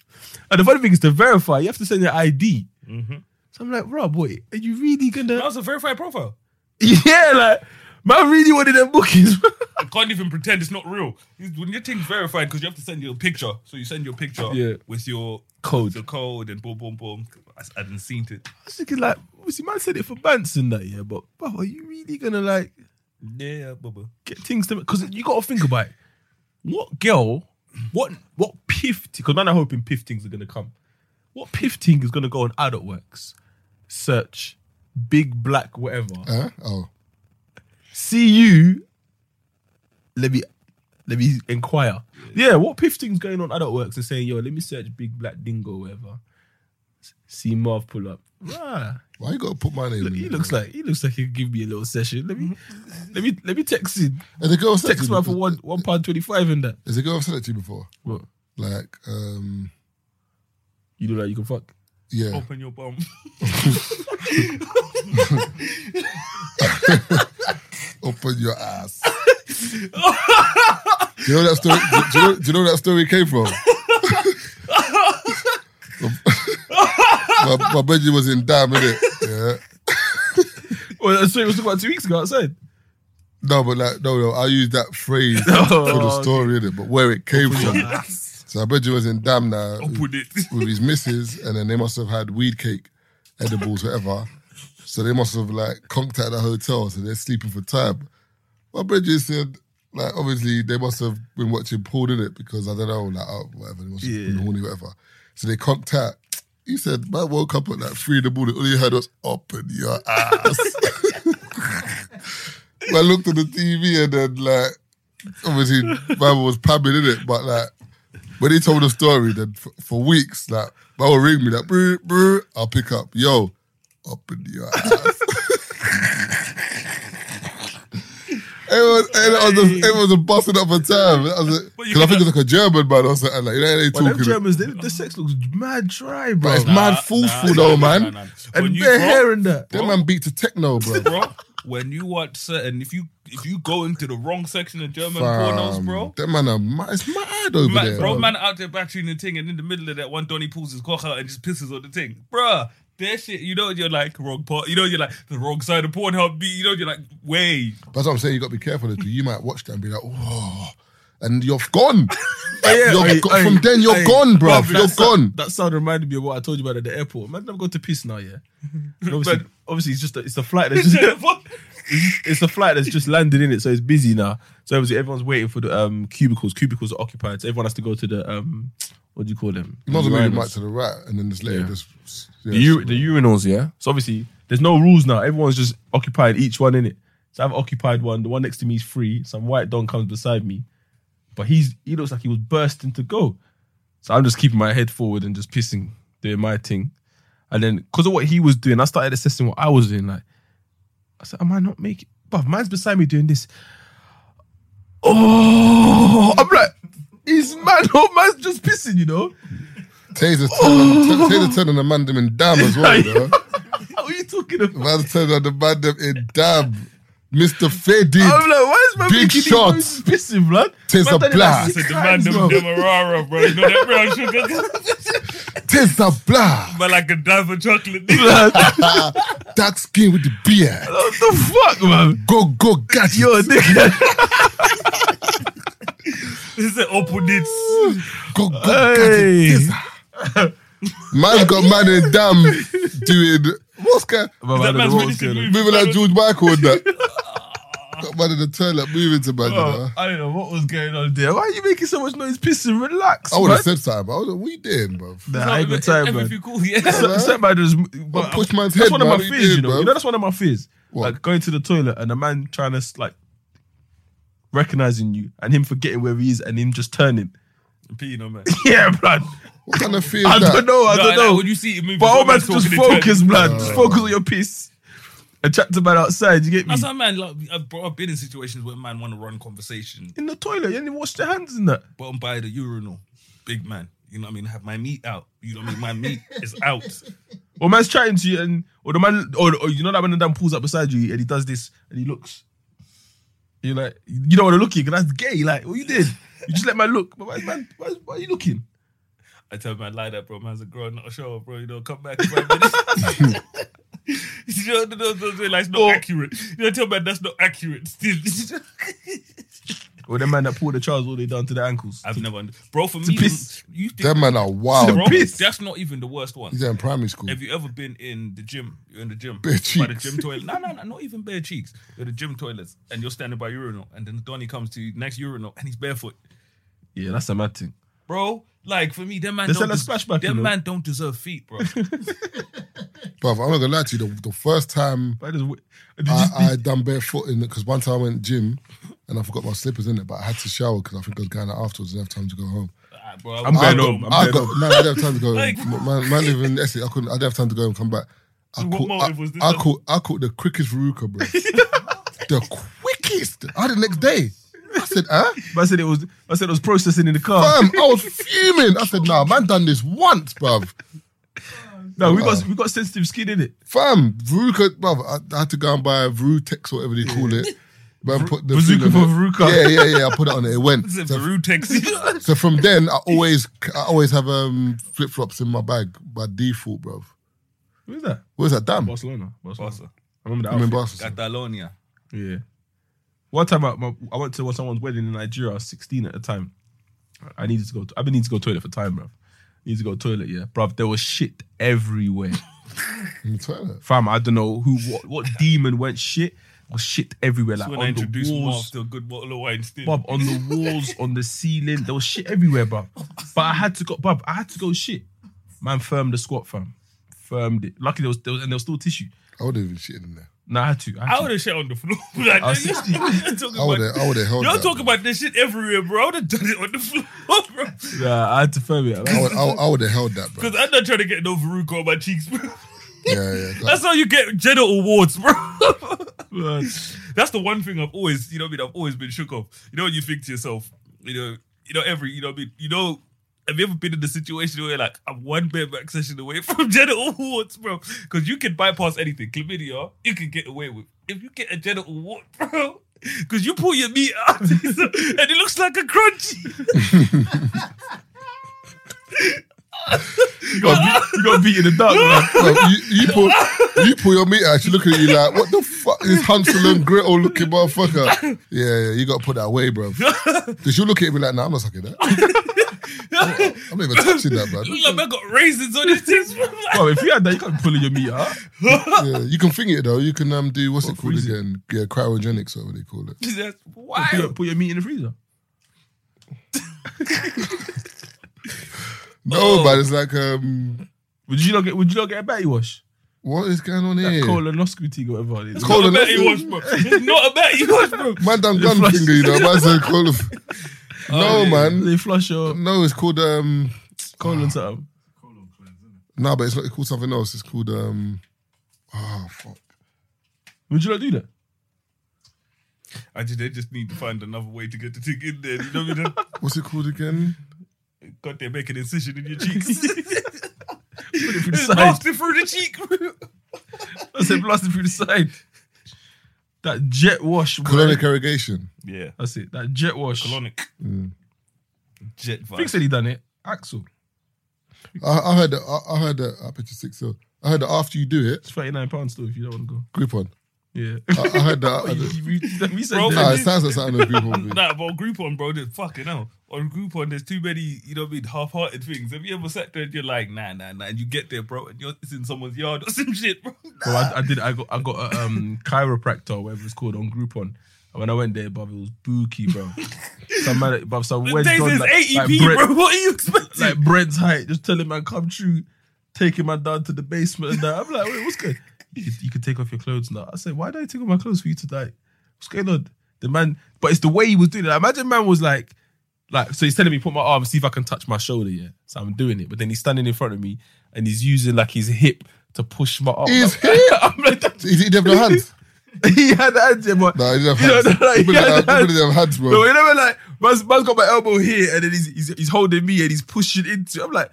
Speaker 3: And the funny thing is to verify, you have to send your ID. So I'm like, Rob, wait, are you really
Speaker 5: That
Speaker 3: gonna?
Speaker 5: was a verified profile.
Speaker 3: Yeah, like, man, really wanted them bookings.
Speaker 5: I can't even pretend it's not real. It's- When your thing's verified, because you have to send your picture. So you send your picture
Speaker 3: Yeah.
Speaker 5: with your
Speaker 3: Code.
Speaker 5: the code, and boom, boom, boom. I, I didn't see it.
Speaker 3: I was thinking like, obviously, man said it for Bants and that, yeah, but bro, are you really gonna like
Speaker 5: Yeah, Bubba.
Speaker 3: get things to because you got to think about it. what girl, what what piff because man, I'm hoping piff things are gonna come. What piff thing is gonna go on Adult Works? Search big black whatever.
Speaker 1: Huh? Oh,
Speaker 3: See you. Let me let me inquire. Yeah, what piff things going on Adult Works and saying yo, let me search big black dingo whatever. S- See Marv pull up. Rah.
Speaker 1: why you gotta put my name?
Speaker 3: Look,
Speaker 1: in
Speaker 3: he
Speaker 1: it,
Speaker 3: looks
Speaker 1: bro?
Speaker 3: like he looks like he'll give me a little session. Let me let me let me text him.
Speaker 1: Has the girl said
Speaker 3: Text
Speaker 1: to
Speaker 3: man
Speaker 1: you
Speaker 3: for
Speaker 1: before-
Speaker 3: one one pound twenty five in that.
Speaker 1: Has the girl said it to you before?
Speaker 3: What?
Speaker 1: Like, um,
Speaker 3: You look like you can fuck.
Speaker 1: yeah.
Speaker 5: Open your bum.
Speaker 3: Oh.
Speaker 1: Open your ass. do you know that story? Do, do you know, do you know where that story came from? my, my Benji was in damn, innit? Yeah.
Speaker 3: Well, so it was about two weeks ago outside.
Speaker 1: No, but like, no, no, I used that phrase for the
Speaker 3: Oh,
Speaker 1: story, innit? But where it came from. So Abedu was in Damna
Speaker 5: with,
Speaker 1: with his missus, and then they must have had weed cake, edibles, whatever. So they must have like conked at the hotel, so they're sleeping for time. My Bridget said, like, obviously they must have been watching porn in it because I don't know, like, oh, whatever, they must have been horny, whatever. So they conked out. He said, man woke up at like three in the morning, all he heard was, open your ass. I looked at the TV and then like, obviously, man was pabbing in it, but like, when he told the story, then for, for weeks, like, man would ring me, like, brr, brr, I'll pick up, yo, open your ass. It was, it was, a, it was a busting up a time. Because I, was like- 'cause I think it's like a German man or something. Like, you know, they
Speaker 3: But them
Speaker 1: talking.
Speaker 3: Germans, they, the sex looks mad dry, bro.
Speaker 1: But it's mad
Speaker 3: nah,
Speaker 1: thoughtful though, man.
Speaker 5: When
Speaker 1: And
Speaker 5: you
Speaker 1: they're
Speaker 5: grow-
Speaker 1: hearing that. Them man beat to techno, bro.
Speaker 5: bro. When you watch certain, if you if you go into the wrong section of German pornos,
Speaker 1: Fam,
Speaker 5: bro,
Speaker 1: Them man are mad. It's mad over
Speaker 5: man,
Speaker 1: there.
Speaker 5: bro, man out there battering the thing, and in the middle of that one, Donny pulls his cock out and just pisses on the thing, bruh. That shit, you know, you're like wrong part. You know, you're like the wrong side of Pornhub. You know, you're like way.
Speaker 1: That's what I'm saying. You got to be careful. Too. You might watch that and be like, oh, and you're gone.
Speaker 3: yeah,
Speaker 1: you're
Speaker 3: hey,
Speaker 1: go-
Speaker 3: hey,
Speaker 1: from then, you're
Speaker 3: hey,
Speaker 1: gone, bro.
Speaker 3: bruv,
Speaker 1: You're
Speaker 3: that sound-
Speaker 1: gone.
Speaker 3: that sound reminded me of what I told you about at the airport. Man, I've got to piss now, yeah. And obviously, obviously, it's just a, it's a flight that's just it's a flight that's just landed in it, so it's busy now. So obviously, everyone's waiting for the um, cubicles. Cubicles are occupied, so everyone has to go to the um, what do you call them?
Speaker 1: Not to
Speaker 3: Urinals.
Speaker 1: move right to the right, and then just later, just yeah,
Speaker 3: the, u- the urinals, yeah. So obviously, there's no rules now. Everyone's just occupied each one in it. So I've occupied one. The one next to me is free. Some white don comes beside me, but he's he looks like he was bursting to go. So I'm just keeping my head forward and just pissing, doing my thing. And then because of what he was doing, I started assessing what I was doing. Like I said, am I not making? But man's beside me doing this. Oh, I'm like, he's man. Oh, man's just pissing, you know.
Speaker 1: Taser's turning, Taser's turning the man them in damn as well, bro.
Speaker 3: How are you talking about?
Speaker 1: Man's turning the man them in damn. Mr. Faded.
Speaker 3: I'm like, why is man
Speaker 1: Big
Speaker 3: making
Speaker 1: shot.
Speaker 3: these noises pissing, blood?
Speaker 1: Tis a blast.
Speaker 5: I said, the man, them Demerara, bro. You know that brown sugar,
Speaker 1: Tis a blah.
Speaker 5: but like a dive of chocolate.
Speaker 1: Dark skin with the beard.
Speaker 3: What the fuck, man?
Speaker 1: Go, go, got
Speaker 3: Yo, nigga.
Speaker 5: This is opponents.
Speaker 1: Go, go,
Speaker 3: Hey.
Speaker 1: got it. Man's got man in damn doing what's going
Speaker 3: But
Speaker 5: That
Speaker 3: I don't
Speaker 5: man's
Speaker 3: know what
Speaker 5: really
Speaker 3: was
Speaker 5: good.
Speaker 3: going on.
Speaker 1: moving like George Michael and that. got man in the toilet moving to man. you know.
Speaker 3: Bro, I don't know what was going on there. Why are you making so much noise? Pissing, relax.
Speaker 1: I would have
Speaker 3: man.
Speaker 1: said something, but I was like, what you doing, bro?
Speaker 3: Nah, I ain't got time, man.
Speaker 5: Everything cool, yeah.
Speaker 3: So- so man was-
Speaker 1: Well, push man's
Speaker 3: that's
Speaker 1: head,
Speaker 3: one of
Speaker 1: man.
Speaker 3: my
Speaker 1: He
Speaker 3: fears,
Speaker 1: did,
Speaker 3: you know.
Speaker 1: bro.
Speaker 3: You know, that's one of my fears.
Speaker 1: What?
Speaker 3: Like going to the toilet and a man trying to like recognizing you and him forgetting where he is and him just turning.
Speaker 5: Peeing on man.
Speaker 3: yeah, blood.
Speaker 1: What kind of fear
Speaker 3: I
Speaker 1: is that?
Speaker 3: don't know. I
Speaker 5: No,
Speaker 3: don't
Speaker 5: like,
Speaker 3: know.
Speaker 5: When you see it moving,
Speaker 3: But all man,
Speaker 5: someone's
Speaker 3: just
Speaker 5: talking internally.
Speaker 3: focus, man. Just focus on your piss. And chat to man outside. You get me?
Speaker 5: That's how man. Like, I've, bro, I've been in situations where man want to run conversation,
Speaker 3: In the toilet, you didn't wash your hands in that.
Speaker 5: but I'm by the urinal, big man. You know what I mean? Have my meat out. You know what I mean? My meat is out.
Speaker 3: Or man's chatting to you, and or the man, or, or you know that when the man pulls up beside you and he does this and he looks. You're like, you don't want to look here because that's gay. Like, what you did? You just let man look. But why, is man, why, is- why are you looking?
Speaker 5: I tell man like that, bro. Man's a grown, not a show, bro. You know, come back. in five minutes. You know, no, no, no, like, it's not accurate. You know, tell man that's not accurate.
Speaker 3: Or the man that pulled the trousers all the way down to the ankles.
Speaker 5: I've never, under- bro. For
Speaker 3: It's a
Speaker 5: me,
Speaker 3: piss.
Speaker 5: you think,
Speaker 1: Them man are
Speaker 5: bro,
Speaker 1: wild.
Speaker 3: piss.
Speaker 5: that's not even the worst one.
Speaker 1: He's in primary school.
Speaker 5: Have you ever been in the gym? You're in the gym.
Speaker 1: Bare
Speaker 5: By the
Speaker 1: cheeks.
Speaker 5: gym toilet. No, no, no, not even bare cheeks. You're the gym toilets and you're standing by urinal and then Donnie comes to you next urinal and he's barefoot.
Speaker 3: Yeah, that's a mad thing.
Speaker 5: Bro, like for me, that man
Speaker 3: They
Speaker 5: don't
Speaker 3: sell a
Speaker 5: des-
Speaker 3: splashback, you
Speaker 5: That
Speaker 3: know.
Speaker 5: man don't deserve feet, bro.
Speaker 1: Bruv, I'm not gonna lie to you. The, the first time
Speaker 3: Why does, did you
Speaker 1: I,
Speaker 3: just-
Speaker 1: I done barefoot in it, because one time I went gym and I forgot my slippers in it, but I had to shower because I think I was going out afterwards and didn't have time to go home.
Speaker 5: Alright, Ah, bro,
Speaker 3: I'm
Speaker 1: I
Speaker 3: going
Speaker 1: got,
Speaker 3: home. I'm
Speaker 1: I
Speaker 3: going
Speaker 1: got,
Speaker 3: home.
Speaker 1: no, I didn't have time to go.
Speaker 5: Like-
Speaker 1: home. man, man live in Essex. I couldn't. I didn't have time to go and come back. I
Speaker 5: What
Speaker 1: caught,
Speaker 5: motive
Speaker 1: I,
Speaker 5: was this?
Speaker 1: I caught, I caught the quickest Ruka, bro. the quickest. I had the next day. I said, huh?
Speaker 3: But I said it was. I said it was processing in the car.
Speaker 1: Fam, I was fuming. I said, nah, man, done this once, bruv.
Speaker 3: No, we got we got sensitive skin in it.
Speaker 1: Fam, Veruca, bruv, I, I had to go and buy a Verutex, whatever they call it. Man, put the
Speaker 3: Bazooka
Speaker 1: thing on
Speaker 3: for
Speaker 1: it.
Speaker 3: Veruca.
Speaker 1: Yeah, yeah, yeah. I put it on it. It went.
Speaker 5: It's a
Speaker 1: So,
Speaker 5: Peru Texas.
Speaker 1: so from then, I always, I always have um, flip flops in my bag by default, bruv.
Speaker 3: Who's that?
Speaker 1: What is that? Damn.
Speaker 3: Barcelona. Barcelona.
Speaker 5: Barca.
Speaker 3: I remember that.
Speaker 1: I'm in
Speaker 3: outfit.
Speaker 1: Barcelona.
Speaker 5: Catalonia.
Speaker 3: Yeah. One time I, my, I went to someone's wedding in Nigeria. I was 16 at the time. I needed to go. To, I've been needing to go toilet for time, bro. Need to go toilet, yeah, bro. There was shit everywhere.
Speaker 1: In the toilet.
Speaker 3: Fam, I don't know who, what, what demon went shit. Was shit everywhere,
Speaker 5: That's
Speaker 3: like
Speaker 5: when
Speaker 3: on
Speaker 5: I
Speaker 3: the
Speaker 5: introduced Marv
Speaker 3: walls,
Speaker 5: to a good bottle of wine. Still.
Speaker 3: bub, on the walls, on the ceiling. There was shit everywhere, bub. But I had to go, bub. I had to go shit. Man, firm the squat, fam. Firmed it. Lucky there was, there was and there was still tissue.
Speaker 1: I would have even shit in there.
Speaker 3: No, I had to. I, had
Speaker 5: I
Speaker 3: to.
Speaker 5: would have shit on the floor. like,
Speaker 3: I was
Speaker 5: you're
Speaker 3: 16.
Speaker 5: talking
Speaker 1: I would've-
Speaker 5: about-
Speaker 1: I would've held
Speaker 5: You're
Speaker 1: that,
Speaker 5: talking about this shit everywhere, bro. I would have done it on the floor, bro.
Speaker 3: Yeah, I had to firm it.
Speaker 1: I would, I, would- I would have held that, bro.
Speaker 5: Because I'm not trying to get no verruca on my cheeks, bro.
Speaker 1: Yeah, yeah.
Speaker 5: That's how you get genital warts, bro. That's the one thing I've always, you know, what I mean, I've always been shook off. You know, when you think to yourself, you know, you know, every, you know, what I mean, you know, have you ever been in the situation where like I'm one bareback session away from genital warts, bro? Because you can bypass anything, chlamydia, you can get away with. If you get a genital wart, bro, because you pull your meat out and it looks like a crunchy.
Speaker 3: You got, beat, you got beat in the dark, man.
Speaker 1: Bro, you, you pull, you pull your meat out. She looking at you like, "What the fuck is Hansel and Gretel looking motherfucker?" Yeah, yeah, you got to put that away, bro. Because you look at me like, "Nah, I'm not sucking that. I'm, I'm not even touching that, bro."
Speaker 5: Look like man got raisins on his tits, bro.
Speaker 3: Bro, if you had that, you can't pull in your meat out.
Speaker 1: Yeah, you can think it though. You can um do what's it called again? Yeah, cryogenics, or what they call it.
Speaker 5: That's
Speaker 3: Put your,
Speaker 5: wild.
Speaker 3: put your meat in the freezer.
Speaker 1: No, but it's like um,
Speaker 3: Would you not get? Would you not get a batty wash?
Speaker 1: what is going on
Speaker 3: That
Speaker 1: here?
Speaker 3: colonoscopy thing, or whatever. it is.
Speaker 1: Colon-
Speaker 5: Not about you watch, bro. It's not about you watch, bro.
Speaker 1: Man done gun finger, you know. Man said colon. No, man.
Speaker 3: Oh, They flush your
Speaker 1: No, it's called um.
Speaker 3: colon something.
Speaker 1: No, but it's not. It's called something else. It's called um. Oh fuck.
Speaker 3: Would you not do that?
Speaker 5: I just, they just need to find another way to get the thing in there. You know what I mean?
Speaker 1: What's it called again?
Speaker 5: God, they make an incision in your cheeks.
Speaker 3: Put it through the
Speaker 5: it's
Speaker 3: side.
Speaker 5: blasted through the cheek.
Speaker 3: I said blast it through the side. That jet wash. boy.
Speaker 1: Colonic irrigation.
Speaker 5: yeah,
Speaker 3: That's it. That jet wash.
Speaker 5: colonic
Speaker 1: Mm.
Speaker 5: jet vibe.
Speaker 3: Fix said he done it. Axel.
Speaker 1: I, I heard that. I, I heard that. I picture six. So I heard that after you do it,
Speaker 3: It's thirty nine pounds still. If you don't want to go.
Speaker 1: Groupon.
Speaker 3: Yeah.
Speaker 1: I, I heard that. I,
Speaker 3: What, you-
Speaker 1: heard-
Speaker 3: you- you- we said
Speaker 5: Bro,
Speaker 1: nah,
Speaker 3: that.
Speaker 1: it sounds like something a Groupon would be.
Speaker 5: Nah, but on Groupon, bro, there's fucking hell. On Groupon, there's too many, you know what I mean, half-hearted things. Have you ever sat there and you're like, nah, nah, nah, and you get there, bro, and you're, it's in someone's yard or some shit, bro.
Speaker 3: Bro, I, I did. I got. I got a um, chiropractor, or whatever it's called, on Groupon. And when I went there, bruv, it was booky, bro. some man, bruv, some
Speaker 5: The
Speaker 3: wedge
Speaker 5: days
Speaker 3: on,
Speaker 5: is
Speaker 3: like,
Speaker 5: 80p,
Speaker 3: like Brett-
Speaker 5: E bro. What are you expecting?
Speaker 3: like Brent's height, just telling man come true, taking man down to the basement and that. I'm like, wait, what's good? You can, you can take off your clothes now. I said, why do I take off my clothes for you to die? What's going on? The man, but it's the way he was doing it. Like, imagine man was like, like, so he's telling me put my arm, see if I can touch my shoulder. Yeah, so I'm doing it, but then he's standing in front of me and he's using like his hip to push my arm.
Speaker 1: His
Speaker 3: I'm like,
Speaker 1: He didn't have no hands.
Speaker 3: he had hands, yeah, but
Speaker 1: Nah, he didn't
Speaker 3: You know,
Speaker 1: have hands.
Speaker 3: like,
Speaker 1: People
Speaker 3: he
Speaker 1: didn't
Speaker 3: had
Speaker 1: have- people
Speaker 3: hands.
Speaker 1: didn't have hands,
Speaker 3: No,
Speaker 1: bro.
Speaker 3: you know when, like man's, man's got my elbow here and then he's, he's he's holding me and he's pushing into. I'm like,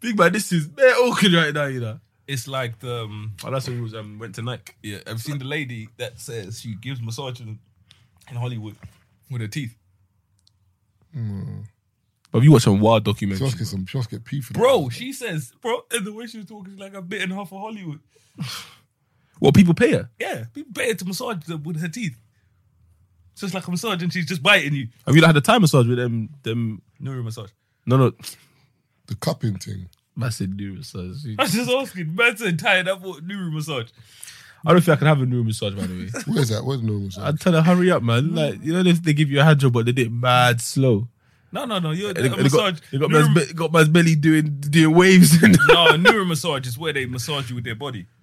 Speaker 3: big man, this is bare awkward right now, you know.
Speaker 5: It's like the, um,
Speaker 3: Oh, that's when we was um, went to Nike.
Speaker 5: Yeah, I've seen the lady that says she gives massages in Hollywood with her teeth.
Speaker 3: But you watch some wild
Speaker 1: She
Speaker 3: documentary.
Speaker 1: must get some. She must get pee for that.
Speaker 5: Bro, she says, bro, and the way she was talking, she's like, I've bitten half of Hollywood.
Speaker 3: Well, people pay her.
Speaker 5: Yeah, be better to massage them with her teeth. So it's like a massage and she's just biting you.
Speaker 3: Have you like, had a time massage with them? Them?
Speaker 5: Neuro massage.
Speaker 3: No, no.
Speaker 1: The cupping thing.
Speaker 3: I said new massage.
Speaker 5: I was just asking, man said tired, I bought neuro massage.
Speaker 3: I don't think I can have a new massage. By the way,
Speaker 1: Where's that? Where's normal? side?
Speaker 3: I'd tell her hurry up, man. Like you know, they, they give you a hand job, but they did it mad slow.
Speaker 5: No, no, no, you're
Speaker 3: And they,
Speaker 5: a
Speaker 3: and they
Speaker 5: massage.
Speaker 3: got, they got,
Speaker 5: neuro-
Speaker 3: man's, be- got man's belly doing doing waves. And
Speaker 5: no, neuro massage is where they massage you with their body.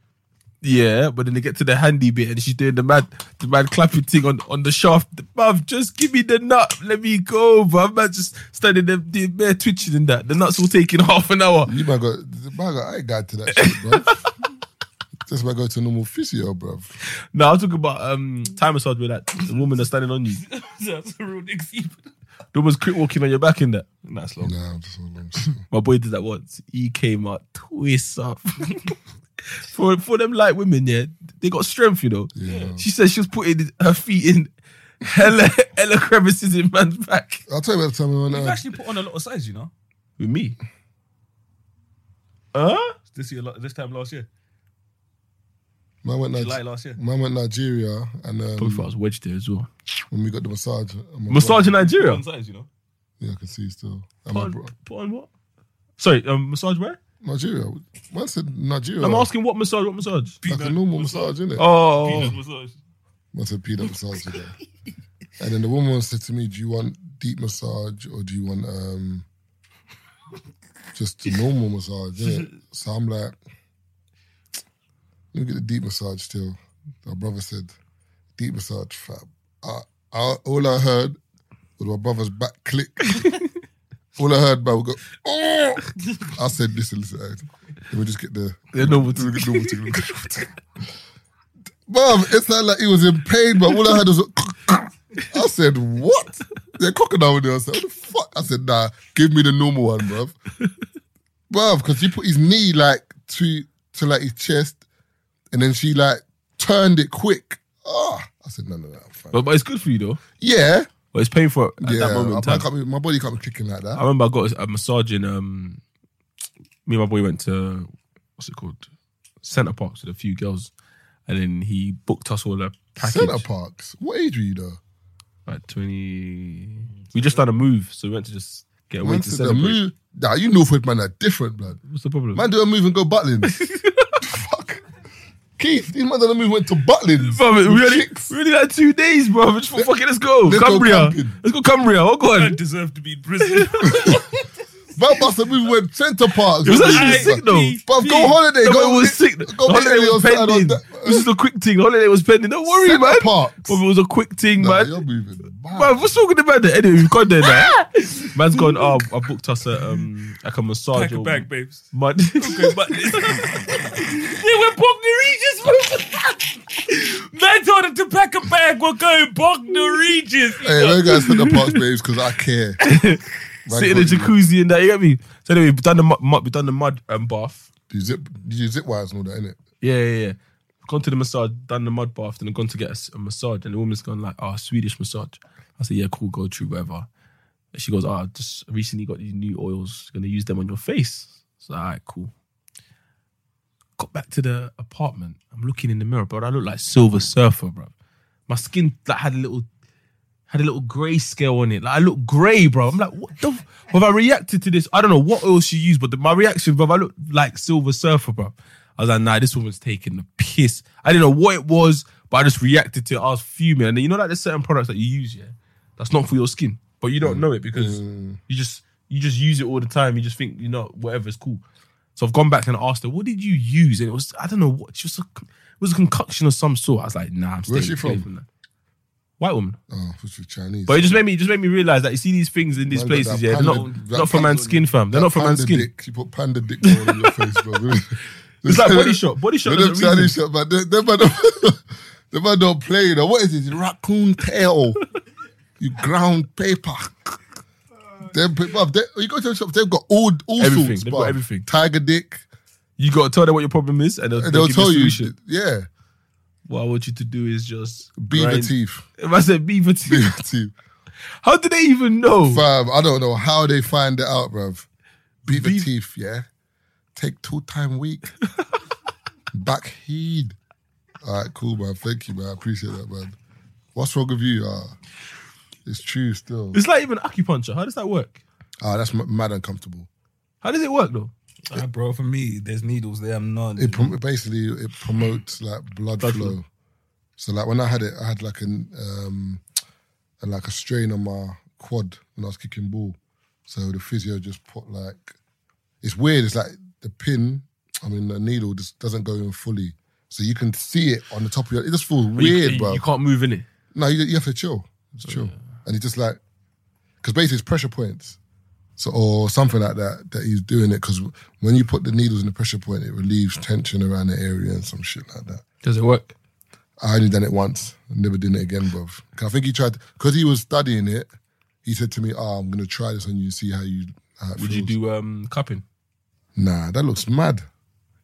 Speaker 3: Yeah, but then they get to the handy bit and she's doing the mad, the mad clapping thing on, on the shaft. Bruv, just give me the nut. Let me go, bruv. Man, just standing there, the bare twitching and that. The nuts will take in half an hour.
Speaker 1: You might go. the Man got I got to that shit, bro. Just might go to normal physio, bro.
Speaker 3: No, I'm talking about um, time massage where like, the woman that's standing on you.
Speaker 5: That's a real Dixie.
Speaker 3: The woman's crit walking on your back in that. That's long.
Speaker 1: Nah, I'm just on normal.
Speaker 3: My boy did that once. He came out twist up. for for them light women, yeah, they got strength, you know.
Speaker 1: Yeah.
Speaker 3: She said she was putting her feet in hella, hella crevices in man's back.
Speaker 1: I'll tell you about the time when
Speaker 3: Oh.
Speaker 5: You've
Speaker 1: uh,
Speaker 5: actually put on a lot of size, you know,
Speaker 3: With me? Huh?
Speaker 5: this year, this time last year,
Speaker 1: man went uh,
Speaker 5: July
Speaker 1: Nigeria,
Speaker 5: last year.
Speaker 1: man went Nigeria, and
Speaker 3: Probably thought I
Speaker 1: um,
Speaker 3: was wedged there as well.
Speaker 1: when we got the massage, and my
Speaker 3: Massage in Nigeria.
Speaker 5: One size, you know.
Speaker 1: Yeah, I can see still. And
Speaker 3: Put
Speaker 1: my
Speaker 3: on,
Speaker 1: bro-
Speaker 3: put on what? Sorry, um, massage where?
Speaker 1: Nigeria. Man said Nigeria.
Speaker 3: I'm asking what massage? What massage?
Speaker 1: Like a normal massage, isn't it?
Speaker 3: Oh.
Speaker 1: Must have peed up massage today. and then the woman said to me, "Do you want deep massage or do you want um just a normal massage?" innit? So I'm like, "Let me get the deep massage." Still, my brother said, "Deep massage, fab." I, I, all I heard was my brother's back click. all I heard, bro, we go. Oh! I said, "Listen, listen, eh, let me just get the
Speaker 3: Yeah, normal
Speaker 1: let me get normal tick, let me get normal tick." Mom, it's not like he was in pain, but all I heard was, I said, what? The crocodile in there. I said, what the fuck? I said, nah, give me the normal one, bruv. bruv, because he put his knee like to, to like his chest and then she like turned it quick. Ah, I said, no, no, no, I'm fine.
Speaker 3: But, but it's good for you though.
Speaker 1: Yeah.
Speaker 3: But it's painful at
Speaker 1: yeah,
Speaker 3: that moment. in
Speaker 1: I- I
Speaker 3: time.
Speaker 1: can't be- my body can't be kicking like that.
Speaker 3: I remember I got a massage in. Um, me and my boy went to what's it called, Centre Parks with a few girls, and then he booked us all a package.
Speaker 1: Centre Parks. What age were you though?
Speaker 3: Like twenty. We just done a move, so we went to just get away
Speaker 1: Man
Speaker 3: to
Speaker 1: said,
Speaker 3: celebrate.
Speaker 1: "The move- Nah, you Northwood man are different, blood.
Speaker 3: What's the problem?
Speaker 1: Man do a move and go Butlins. Fuck. Keith, these man done a move went to Butlins.
Speaker 3: Bro, we
Speaker 1: With
Speaker 3: only,
Speaker 1: chicks.
Speaker 3: we only had two days, bro. Just, fuck it, let's go.
Speaker 1: Let's go
Speaker 3: Cumbria.
Speaker 1: camping.
Speaker 3: let's go Cumbria. Oh, God.
Speaker 5: I deserve to be in prison.
Speaker 1: That must have been went Centre Park.
Speaker 3: It was actually sick though.
Speaker 1: But go holiday.
Speaker 3: No,
Speaker 1: go
Speaker 3: it was sick.
Speaker 1: Go
Speaker 3: The holiday
Speaker 1: Italy
Speaker 3: was
Speaker 1: or something
Speaker 3: pending.
Speaker 1: like that.
Speaker 3: This is a quick thing. The holiday was pending. Don't worry,
Speaker 1: Centre
Speaker 3: man.
Speaker 1: Parks.
Speaker 3: But it was a quick thing,
Speaker 1: Nah,
Speaker 3: man.
Speaker 1: you're moving. mad.
Speaker 3: Man, what's talking about that? Anyway, we've gone there now. Man's gone. Oh, I booked us a um like a massage.
Speaker 5: Pack a
Speaker 3: or
Speaker 5: bag, babes.
Speaker 3: mud.
Speaker 5: Okay, but they were Bognor Regis. Man told him to pack a bag. We're going Bognor Regis.
Speaker 1: Hey, those guys Centre Parks, babes, because I care. Man,
Speaker 3: Sit in the
Speaker 1: got you.
Speaker 3: jacuzzi and that. You get me? So anyway, we've done the mud. mud we've done the mud um, bath.
Speaker 1: You zip, you zip wires and all that, innit?
Speaker 3: Yeah, yeah, yeah. Gone to the massage, done the mud bath, and gone to get a, s- a massage. And the woman's gone like, oh, Swedish massage. I said, yeah, cool, go through, whatever. And she goes, oh, I just recently got these new oils. Gonna use them on your face. So, all right, cool. Got back to the apartment. I'm looking in the mirror, bro. I look like Silver Surfer, bro. My skin like, had a little had a little grey scale on it. Like I look grey, bro. I'm like, what the? F-? But I reacted to this. I don't know what oil she used, but the, my reaction, bro, I look like Silver Surfer, bro. I was like, nah, this woman's taking the piss. I didn't know what it was, but I just reacted to it. I was fuming. And then, you know, like there's certain products that you use, yeah, that's not for your skin, but you
Speaker 1: Mm.
Speaker 3: don't know it because you just you just use it all the time. You just think you know whatever's cool. So I've gone back and asked her, what did you use? And it was I don't know what. She was a, it was a concoction of some sort. I was like, nah, I'm staying
Speaker 1: Where's she
Speaker 3: away
Speaker 1: from?
Speaker 3: that. White woman.
Speaker 1: Oh, which was Chinese.
Speaker 3: But it just made me it just made me realize that you see these things in these
Speaker 1: Man, that
Speaker 3: places, yeah, they're
Speaker 1: panda-
Speaker 3: not
Speaker 1: that
Speaker 3: not for man's
Speaker 1: panda-
Speaker 3: skin, fam. They're
Speaker 1: that
Speaker 3: not for man's
Speaker 1: panda
Speaker 3: skin.
Speaker 1: Dick. You put panda dick all on your face, bro.
Speaker 3: It's like Body Shop. Body Shop
Speaker 1: They
Speaker 3: doesn't
Speaker 1: don't Chinese
Speaker 3: reason.
Speaker 1: shop, man. They, they, man don't, they man don't play, you know. What is this? Raccoon tail. you ground paper. Them, pe- bruv, they, you go to the shops, they've got all, all
Speaker 3: Everything.
Speaker 1: sorts,
Speaker 3: They've got
Speaker 1: bruv.
Speaker 3: everything.
Speaker 1: Tiger dick.
Speaker 3: You gotta tell them what your problem is, and they'll,
Speaker 1: And they'll, tell you,
Speaker 3: solution.
Speaker 1: yeah,
Speaker 3: What I want you to do is just
Speaker 1: beaver
Speaker 3: grind-
Speaker 1: teeth.
Speaker 3: If I said beaver teeth,
Speaker 1: Beaver teeth.
Speaker 3: how do they even know?
Speaker 1: Fam, I don't know how they find it out, bruv. Beaver
Speaker 3: Beav-
Speaker 1: teeth, yeah. Take two time week. Back heed. All right, cool, man. Thank you, man. I appreciate that, man. What's wrong with you? Uh, it's true still.
Speaker 3: It's like even acupuncture. How does that work?
Speaker 1: Ah, that's m- mad uncomfortable.
Speaker 3: How does it work though?
Speaker 5: Ah, bro, for me, there's needles there. I'm not.
Speaker 1: It prom- basically it promotes like blood,
Speaker 3: Mm-hmm. Blood
Speaker 1: flow.
Speaker 3: flow.
Speaker 1: So like when I had it, I had like an um, a, like a strain on my quad when I was kicking ball. So the physio just put like it's weird. It's like the pin, I mean the needle just doesn't go in fully, so you can see it on the top of your. It just feels
Speaker 3: But you-
Speaker 1: weird,
Speaker 3: you,
Speaker 1: bro.
Speaker 3: You can't move in it.
Speaker 1: No, you, you have to chill. Just
Speaker 3: Oh,
Speaker 1: chill. And he just like, because basically it's pressure points. So, or something like that, that he's doing it. Because when you put the needles in the pressure point, it relieves tension around the area and some shit like that.
Speaker 3: Does it work?
Speaker 1: I only done it once. Never did it again, bruv. 'Cause I think he tried, because he was studying it, he said to me, oh, I'm going to try this on you and see how you, how it
Speaker 3: Would you
Speaker 1: feels."
Speaker 3: do um cupping?
Speaker 1: Nah, that looks mad.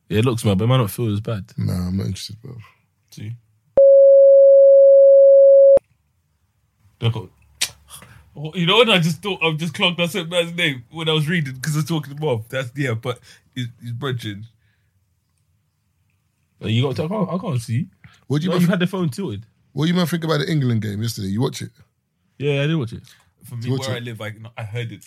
Speaker 3: Yeah, it looks mad, but it might not feel as bad.
Speaker 1: Nah, I'm not interested, bruv.
Speaker 3: See. Look, oh,
Speaker 5: You know what? I just thought I've just clogged that certain man's name when I was reading because I was talking to Bob. That's yeah, but he's, he's bridging.
Speaker 3: You got. I can't, I can't see.
Speaker 1: What do you,
Speaker 3: No,
Speaker 1: man,
Speaker 3: you had the phone tilted.
Speaker 1: what do you man think about the England game yesterday? You watch it?
Speaker 3: Yeah, I did watch it.
Speaker 1: Do
Speaker 5: for me
Speaker 1: you watch
Speaker 5: where I
Speaker 1: it?
Speaker 5: live, I I heard it.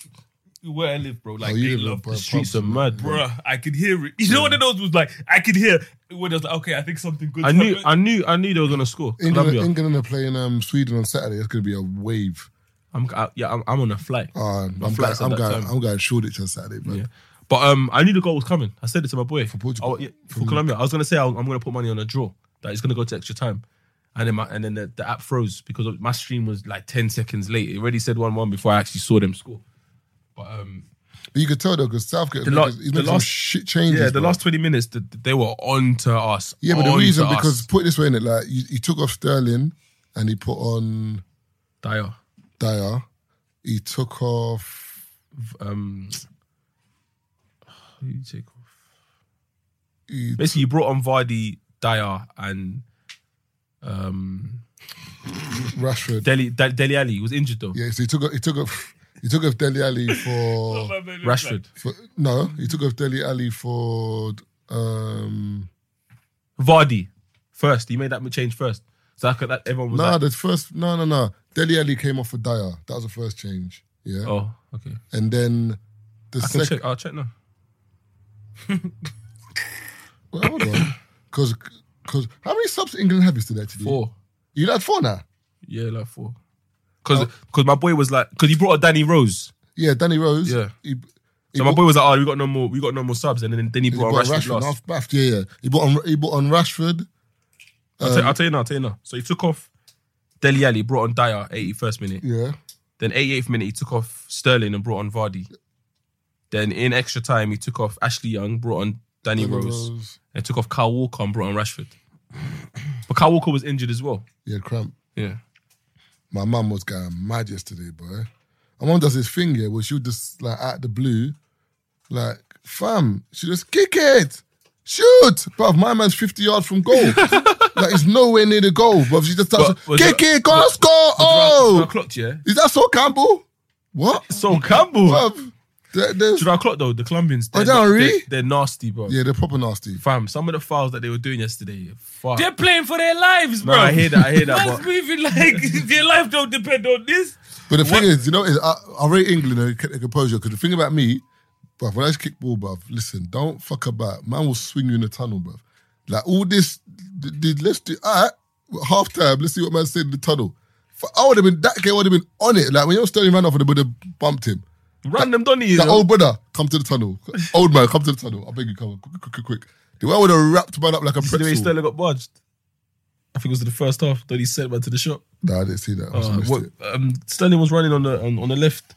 Speaker 5: Where I live,
Speaker 3: Oh,
Speaker 5: bro, like
Speaker 1: you
Speaker 5: they
Speaker 1: live in
Speaker 5: love the
Speaker 1: pub-
Speaker 5: streets
Speaker 1: pubs and that, bro.
Speaker 5: bruh. I could hear it. You know what those was like? I could hear when it was like, okay, I think something good.
Speaker 3: I knew, I knew, I knew they were gonna score.
Speaker 1: England,
Speaker 3: Colombia.
Speaker 1: England are playing um, Sweden on Saturday. It's going to be a wave.
Speaker 3: I'm, I, yeah, I'm, I'm on a flight.
Speaker 1: Uh,
Speaker 3: My
Speaker 1: I'm, going,
Speaker 3: flight's at
Speaker 1: I'm,
Speaker 3: that
Speaker 1: going,
Speaker 3: time.
Speaker 1: I'm going Shoreditch on Saturday, man.
Speaker 3: Yeah. But um, I knew the goal was coming. I said it to my boy Oh,
Speaker 1: for Portugal,
Speaker 3: for Colombia. I was gonna say I, I'm gonna put money on a draw that it's gonna go to extra time, and then my, and then the, the app froze because my stream was like ten seconds late. It already said one one before I actually saw them score. But um,
Speaker 1: But you could tell though, because Southgate,
Speaker 3: the,
Speaker 1: is
Speaker 3: la-
Speaker 1: making- he's
Speaker 3: the
Speaker 1: making some
Speaker 3: last
Speaker 1: shit changes.
Speaker 3: Yeah, the
Speaker 1: bro.
Speaker 3: last twenty minutes th- th- they were on to us.
Speaker 1: Yeah, but the
Speaker 3: on to
Speaker 1: reason
Speaker 3: us.
Speaker 1: because put it this way in it, like you, he took off Sterling and he put on
Speaker 3: Dyer,
Speaker 1: Dyer. He took off.
Speaker 3: um, who did you take off?
Speaker 1: He,
Speaker 3: Basically, you brought on Vardy, Dyer, and um,
Speaker 1: Rashford.
Speaker 3: Deli De- Deli Ali He was injured though.
Speaker 1: Yeah, so he took off. He took off. He took off Deli Ali
Speaker 3: Oh,
Speaker 1: for
Speaker 3: Rashford.
Speaker 1: for- no, he took off Deli Ali for um.
Speaker 3: Vardy first. He made that change first. So that, that everyone was
Speaker 1: nah,
Speaker 3: like,
Speaker 1: the first no no no. Deli Ali came off for Dyer. That was the first change. Yeah.
Speaker 3: "Oh, okay."
Speaker 1: And then the
Speaker 3: I can
Speaker 1: second.
Speaker 3: check. I'll check now.
Speaker 1: Well, hold on, because because how many subs England have you still actually?
Speaker 3: Four.
Speaker 1: You had four now.
Speaker 3: Yeah, like four. Because
Speaker 1: Oh.
Speaker 3: my boy was like, because he brought a Danny Rose.
Speaker 1: Yeah, Danny Rose.
Speaker 3: Yeah.
Speaker 1: He, he
Speaker 3: So my
Speaker 1: brought-
Speaker 3: boy was like, "Oh, we got no more. We got no more subs." And then then he
Speaker 1: he
Speaker 3: brought,
Speaker 1: brought
Speaker 3: on Rashford.
Speaker 1: Rashford
Speaker 3: last.
Speaker 1: off Bath. Yeah, yeah. He bought on he bought on Rashford.
Speaker 3: I'll,
Speaker 1: um,
Speaker 3: tell, I'll tell you now. I'll tell you now. So he took off Deli Ali, brought on Dyer, 81st minute.
Speaker 1: Yeah.
Speaker 3: Then 88th minute, he took off Sterling and brought on Vardy. Then in extra time, he took off Ashley Young, brought on Danny,
Speaker 1: Danny
Speaker 3: Rose,
Speaker 1: Rose.
Speaker 3: and took off Kyle Walker and brought on Rashford. But Kyle Walker was injured as well.
Speaker 1: Yeah, cramp.
Speaker 3: Yeah.
Speaker 1: My mum was going mad yesterday, boy. My mum does this thing here where she'll just like out the blue, like, fam, she just kick it. Shoot! Bruv, my man's 50 yards from goal. like he's nowhere near the goal. Bruv, she just starts
Speaker 3: But was
Speaker 1: kick
Speaker 3: it-
Speaker 1: it, go on, score!
Speaker 3: Oh,
Speaker 1: Oh!
Speaker 3: clocked, yeah.
Speaker 1: Is that so Campbell? What?
Speaker 3: So Campbell.
Speaker 1: Bruv. there- there's-
Speaker 3: Should I clock though? The Colombians.
Speaker 1: Oh,
Speaker 3: They're,
Speaker 1: they are,
Speaker 3: they're-
Speaker 1: really?
Speaker 3: they're nasty, bro.
Speaker 1: yeah, they're proper nasty.
Speaker 3: Fam, some of the fouls that they were doing yesterday. Fuck.
Speaker 5: They're playing for their lives,
Speaker 3: No,
Speaker 5: bro.
Speaker 3: I hear that, I hear that,
Speaker 5: Man's
Speaker 3: but-
Speaker 5: moving like their life don't depend on this.
Speaker 1: But the thing is, you know, is I, I rate England and they kept their composure because the thing about me, bruv, when I just kick ball, bruv, listen, don't fuck about. Man will swing you in the tunnel, bruv. Like all this, d- d- let's do all right, half time. Let's see what man said in the tunnel. F- I would have been that game would have been on it. Like when your Sterling ran off and they would have bumped him.
Speaker 3: Random Donny. you
Speaker 1: That
Speaker 3: know?
Speaker 1: old brother, come to the tunnel. old man, come to the tunnel. I beg you, come quick, quick, quick, quick. The way I would have wrapped man up like a
Speaker 3: See the way
Speaker 1: pretzel.
Speaker 3: Sterling got barged. I think it was in the first half. Donny sent man to the shop.
Speaker 1: Nah, I didn't see that. I just
Speaker 3: Uh,
Speaker 1: missed
Speaker 3: what-
Speaker 1: it.
Speaker 3: um, Sterling was running on the on, on the left,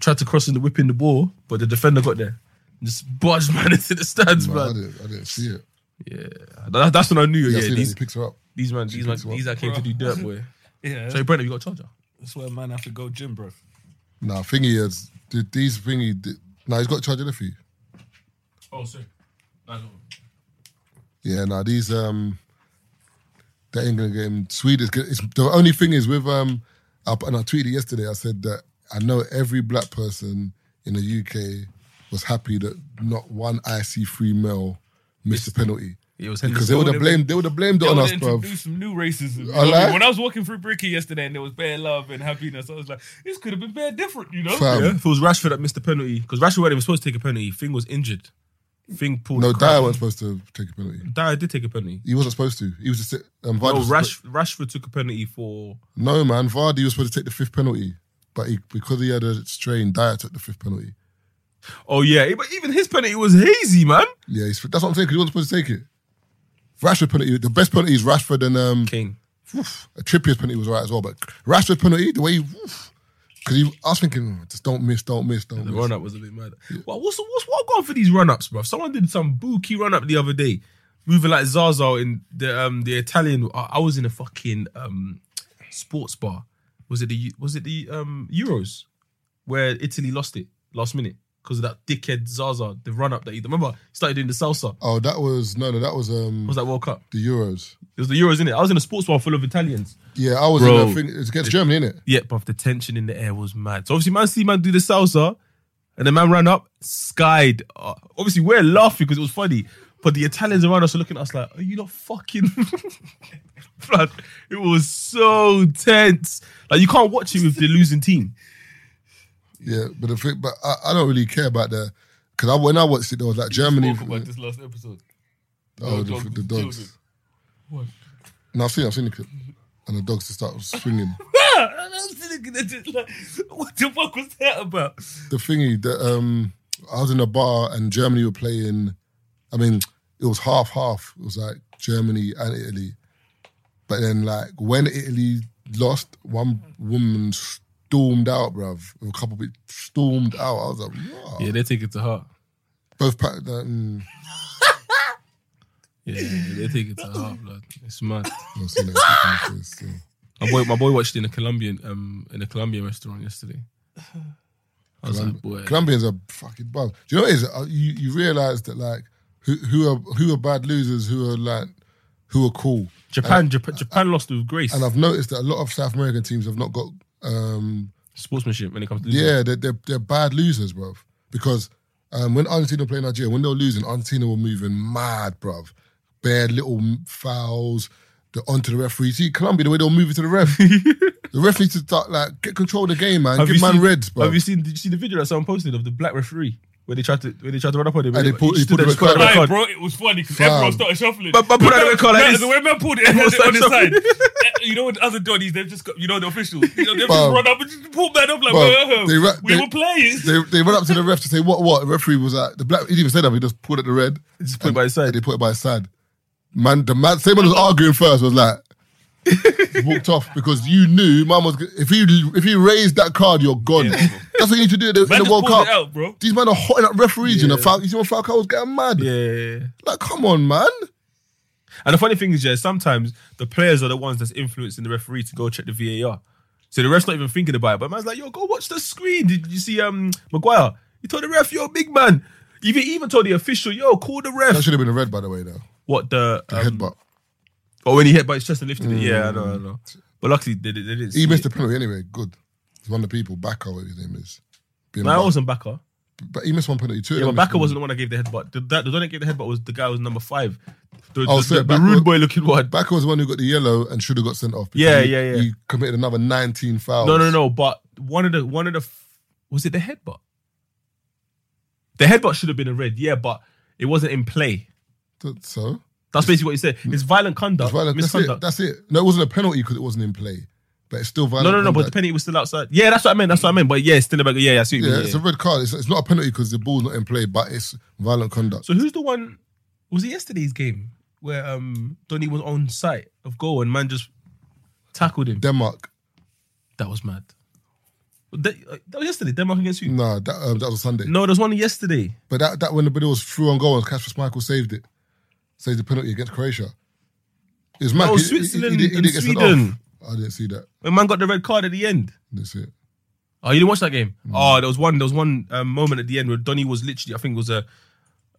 Speaker 3: tried to cross in the whip in the ball, but the defender got there. Just barged man into the stands,
Speaker 1: Nah, I
Speaker 3: man.
Speaker 1: didn't. I didn't see it.
Speaker 3: Yeah, That- that's when I knew.
Speaker 1: Yeah,
Speaker 3: Yeah,
Speaker 1: I see that. He
Speaker 3: these
Speaker 1: picks her up.
Speaker 3: these man, these man,
Speaker 1: picks her up.
Speaker 3: these I came to do dirt, boy.
Speaker 5: Yeah,
Speaker 3: So Brendan, you got a charger?
Speaker 5: that's where man have to go gym, bro.
Speaker 1: Nah, thingy is did these thingy. Did, nah, he's got charged a fee.
Speaker 3: Oh, sorry.
Speaker 1: Yeah, nah, these um, the England game, Sweden. It's, the only thing is with um, I, and I tweeted yesterday. I said that I know every black person in the UK was happy that not one IC free male missed the penalty.
Speaker 3: It was
Speaker 1: Because they would have blamed, they would have blamed it on us, bro.
Speaker 5: introduce some new racism. you
Speaker 1: I
Speaker 5: know?
Speaker 1: like-
Speaker 5: When I was walking through Bricky yesterday and there was bare love and happiness, I was like, this could have been bare different, you know?
Speaker 1: Fam.
Speaker 3: Yeah, if it was Rashford that missed the penalty, because Rashford wasn't even supposed to take a penalty. Thing was injured. Thing pulled.
Speaker 1: No,
Speaker 3: the crowd.
Speaker 1: Dyer wasn't supposed to take a penalty.
Speaker 3: Dyer did take a penalty.
Speaker 1: He wasn't supposed to. He was just um, Vardy
Speaker 3: No,
Speaker 1: was-
Speaker 3: Oh, Rash, Rashford took a penalty for.
Speaker 1: No, man, Vardy was supposed to take the fifth penalty, but he, because he had a strain, Dyer took the fifth penalty.
Speaker 3: Oh yeah, but even his penalty was hazy, man.
Speaker 1: Yeah, he's, that's what I'm saying. 'cause He wasn't supposed to take it. Rashford penalty. The best penalty is Rashford and um,
Speaker 3: Kane.
Speaker 1: oof, Trippier's penalty was right as well. But Rashford penalty, the way he, because he, I was thinking, "Mm, just don't miss, don't miss, don't
Speaker 3: The
Speaker 1: miss.
Speaker 3: run up was a bit mad. Well, what's what's what going for these run ups, bro? Someone did some bookie run up the other day, moving like Zaza in the um the Italian. I, I was in a fucking um sports bar. Was it the was it the um Euros where Italy lost it last minute because of that dickhead Zaza the run up that he remember he started doing the salsa.
Speaker 1: Oh, that was no, no, that was um,
Speaker 3: Was that World Cup?
Speaker 1: the Euros.
Speaker 3: It was the Euros in it. I was in a sports bar full of Italians.
Speaker 1: Yeah, I was
Speaker 3: Bro.
Speaker 1: in the thing. It's against Germany, innit?
Speaker 3: Yeah, but the tension in the air was mad. So obviously, man, see man do the salsa, and the man ran up, skied. Uh, obviously, we're laughing because it was funny. But the Italians around us are looking at us like, are you not fucking. Blood. It was so tense. Like, you can't watch it with the losing team.
Speaker 1: Yeah, but the thing, but I, I don't really care about the because I when I watched it, there was like Germany.
Speaker 5: Talk about this last episode.
Speaker 1: Oh, the,
Speaker 5: Dog-
Speaker 1: the dogs.
Speaker 5: What?
Speaker 1: No, I've seen, I've seen the clip, and the dogs just start swinging.
Speaker 5: I'm still looking at it like, what the fuck was that about?
Speaker 1: the thingy that um I was in a bar and Germany were playing. I mean, it was half half. It was like Germany and Italy, but then like when Italy lost, one woman stormed out, bruv. A couple of people stormed out. I was like, wow.
Speaker 16: Yeah, they take it to heart.
Speaker 1: both packed. Um,
Speaker 16: Yeah, they take it to heart, blood. It's mad.
Speaker 3: My boy, my boy watched it in a Colombian, um, in a Colombian restaurant yesterday. I was like, boy,
Speaker 1: Colombians are fucking bad. Do you know what it is? Uh, You you realize that like who who are who are bad losers, who are like who are cool.
Speaker 3: Japan,
Speaker 1: And-
Speaker 3: Japan, Japan lost with grace.
Speaker 1: And I've noticed that a lot of South American teams have not got um,
Speaker 3: sportsmanship when it comes to losing.
Speaker 1: yeah, they're, they're they're bad losers, bruv. Because um, when Argentina play Nigeria, when they were losing, Argentina were moving mad, bruv. Bare little m- fouls, the onto the referee. See Colombia, the way they'll move it to the ref. the ref needs to start like get control of the game, man.
Speaker 3: Have
Speaker 1: Give
Speaker 3: you
Speaker 1: man
Speaker 3: seen-
Speaker 1: reds, bruv.
Speaker 3: Have you seen? Did you see the video that someone posted of the black referee where they tried to where they tried to run up on him?
Speaker 1: And they pulled- he
Speaker 3: stood
Speaker 1: pulled
Speaker 3: there,
Speaker 1: the
Speaker 3: just put out
Speaker 1: red
Speaker 3: the
Speaker 1: card.
Speaker 3: red
Speaker 1: Right,
Speaker 3: card.
Speaker 5: Bro, it was funny because
Speaker 1: Fam.
Speaker 5: everyone started shuffling.
Speaker 3: But- but put out the record like
Speaker 5: No,
Speaker 3: this.
Speaker 5: The way man pulled it and
Speaker 3: Everyone
Speaker 5: had it on his
Speaker 3: started
Speaker 5: side. you know what the other doddies, they've just got, you know, the officials. You know, they've
Speaker 1: Fam.
Speaker 5: just run up and just pulled man up like,
Speaker 1: Bruv,
Speaker 5: "Whoa,
Speaker 1: they ra-
Speaker 5: we
Speaker 1: they-
Speaker 5: were playing.
Speaker 1: They they went up to the ref to say what what. The referee was like the black. He didn't even say that. He just pulled at the red.
Speaker 3: Just put it by his side.
Speaker 1: They put it by his side. Man, the man, same one who was arguing first was like walked off because you knew man was. g- If he if he raised that card, you're gone. That's what you need to do in the, in
Speaker 5: Man
Speaker 1: the
Speaker 5: just
Speaker 1: World
Speaker 5: pulled
Speaker 1: Cup.
Speaker 5: it out, bro.
Speaker 1: These men are hotting up referees. You know,
Speaker 3: Yeah.
Speaker 1: Fal- you see what Falcao was getting mad.
Speaker 3: Yeah, yeah, yeah.
Speaker 1: Like, come on, man.
Speaker 3: And the funny thing is, yeah, sometimes the players are the ones that's influencing the referee to go check the VAR. So the ref's not even thinking about it. But man's like, yo, go watch the screen. Did you see um Maguire? He told the ref, yo, big man. Even even told the official, yo, call the ref.
Speaker 1: That should have been a red, by the way, though.
Speaker 3: what the,
Speaker 1: The
Speaker 3: um,
Speaker 1: headbutt.
Speaker 3: Oh, when he hit by his chest and lifted it. Yeah, I know, I know. But luckily they, they, they didn't.
Speaker 1: Mm. He
Speaker 3: see
Speaker 1: missed
Speaker 3: it.
Speaker 1: the penalty anyway. Good. He's one of the people. Backer, what his name is. Being
Speaker 3: No,
Speaker 1: back-
Speaker 3: it wasn't Backer.
Speaker 1: But he missed one penalty too.
Speaker 3: Yeah,
Speaker 1: They
Speaker 3: but
Speaker 1: missed
Speaker 3: Backer
Speaker 1: one.
Speaker 3: wasn't the one that gave the headbutt. The, that, the one that gave the headbutt was the guy who was number five. The,
Speaker 1: Oh,
Speaker 3: the-
Speaker 1: so
Speaker 3: the- the
Speaker 1: Backer-
Speaker 3: rude boy looking one.
Speaker 1: Backer was the one who got the yellow and should have got sent off. because
Speaker 3: Yeah,
Speaker 1: he-
Speaker 3: yeah, yeah.
Speaker 1: He committed another 19 fouls.
Speaker 3: No, no, no. But one of the one of the f- was it the headbutt? The headbutt should have been a red, yeah, but it wasn't in play.
Speaker 1: no. So
Speaker 3: That's basically what you said. It's violent
Speaker 1: that's,
Speaker 3: conduct,
Speaker 1: violent- that's it.
Speaker 3: misconduct.
Speaker 1: That's it. No, it wasn't a penalty because it wasn't in play, but it's still violent.
Speaker 3: no, no, no. But the
Speaker 1: conduct.
Speaker 3: penalty was still outside. Yeah, that's what I meant. That's what I meant. But yeah, it's still about yeah, yeah, I see. What you
Speaker 1: yeah,
Speaker 3: mean,
Speaker 1: it's
Speaker 3: yeah.
Speaker 1: a red card. It's, it's not a penalty because the ball's not in play, but it's violent conduct.
Speaker 3: So who's the one? Was it yesterday's game where um Donny was on site of goal and man just tackled him?
Speaker 1: Denmark.
Speaker 3: That was mad. That, uh, that was yesterday. Denmark against you.
Speaker 1: No, that, um, that was a Sunday.
Speaker 3: No, there was one yesterday.
Speaker 1: But that, that when the ball was through on goal and Kasper Schmeichel saved it, saved the penalty against Croatia. It was mad.
Speaker 3: Oh,
Speaker 1: He- he- he- he
Speaker 3: Switzerland
Speaker 1: didn't- he
Speaker 3: and
Speaker 1: didn't get sent off.
Speaker 3: Sweden.
Speaker 1: I didn't see that.
Speaker 3: When man got the red card at the end.
Speaker 1: Didn't see it.
Speaker 3: Oh, you didn't watch that game? Oh, there was one. There was one um, moment at the end where Donny was literally. I think it was a.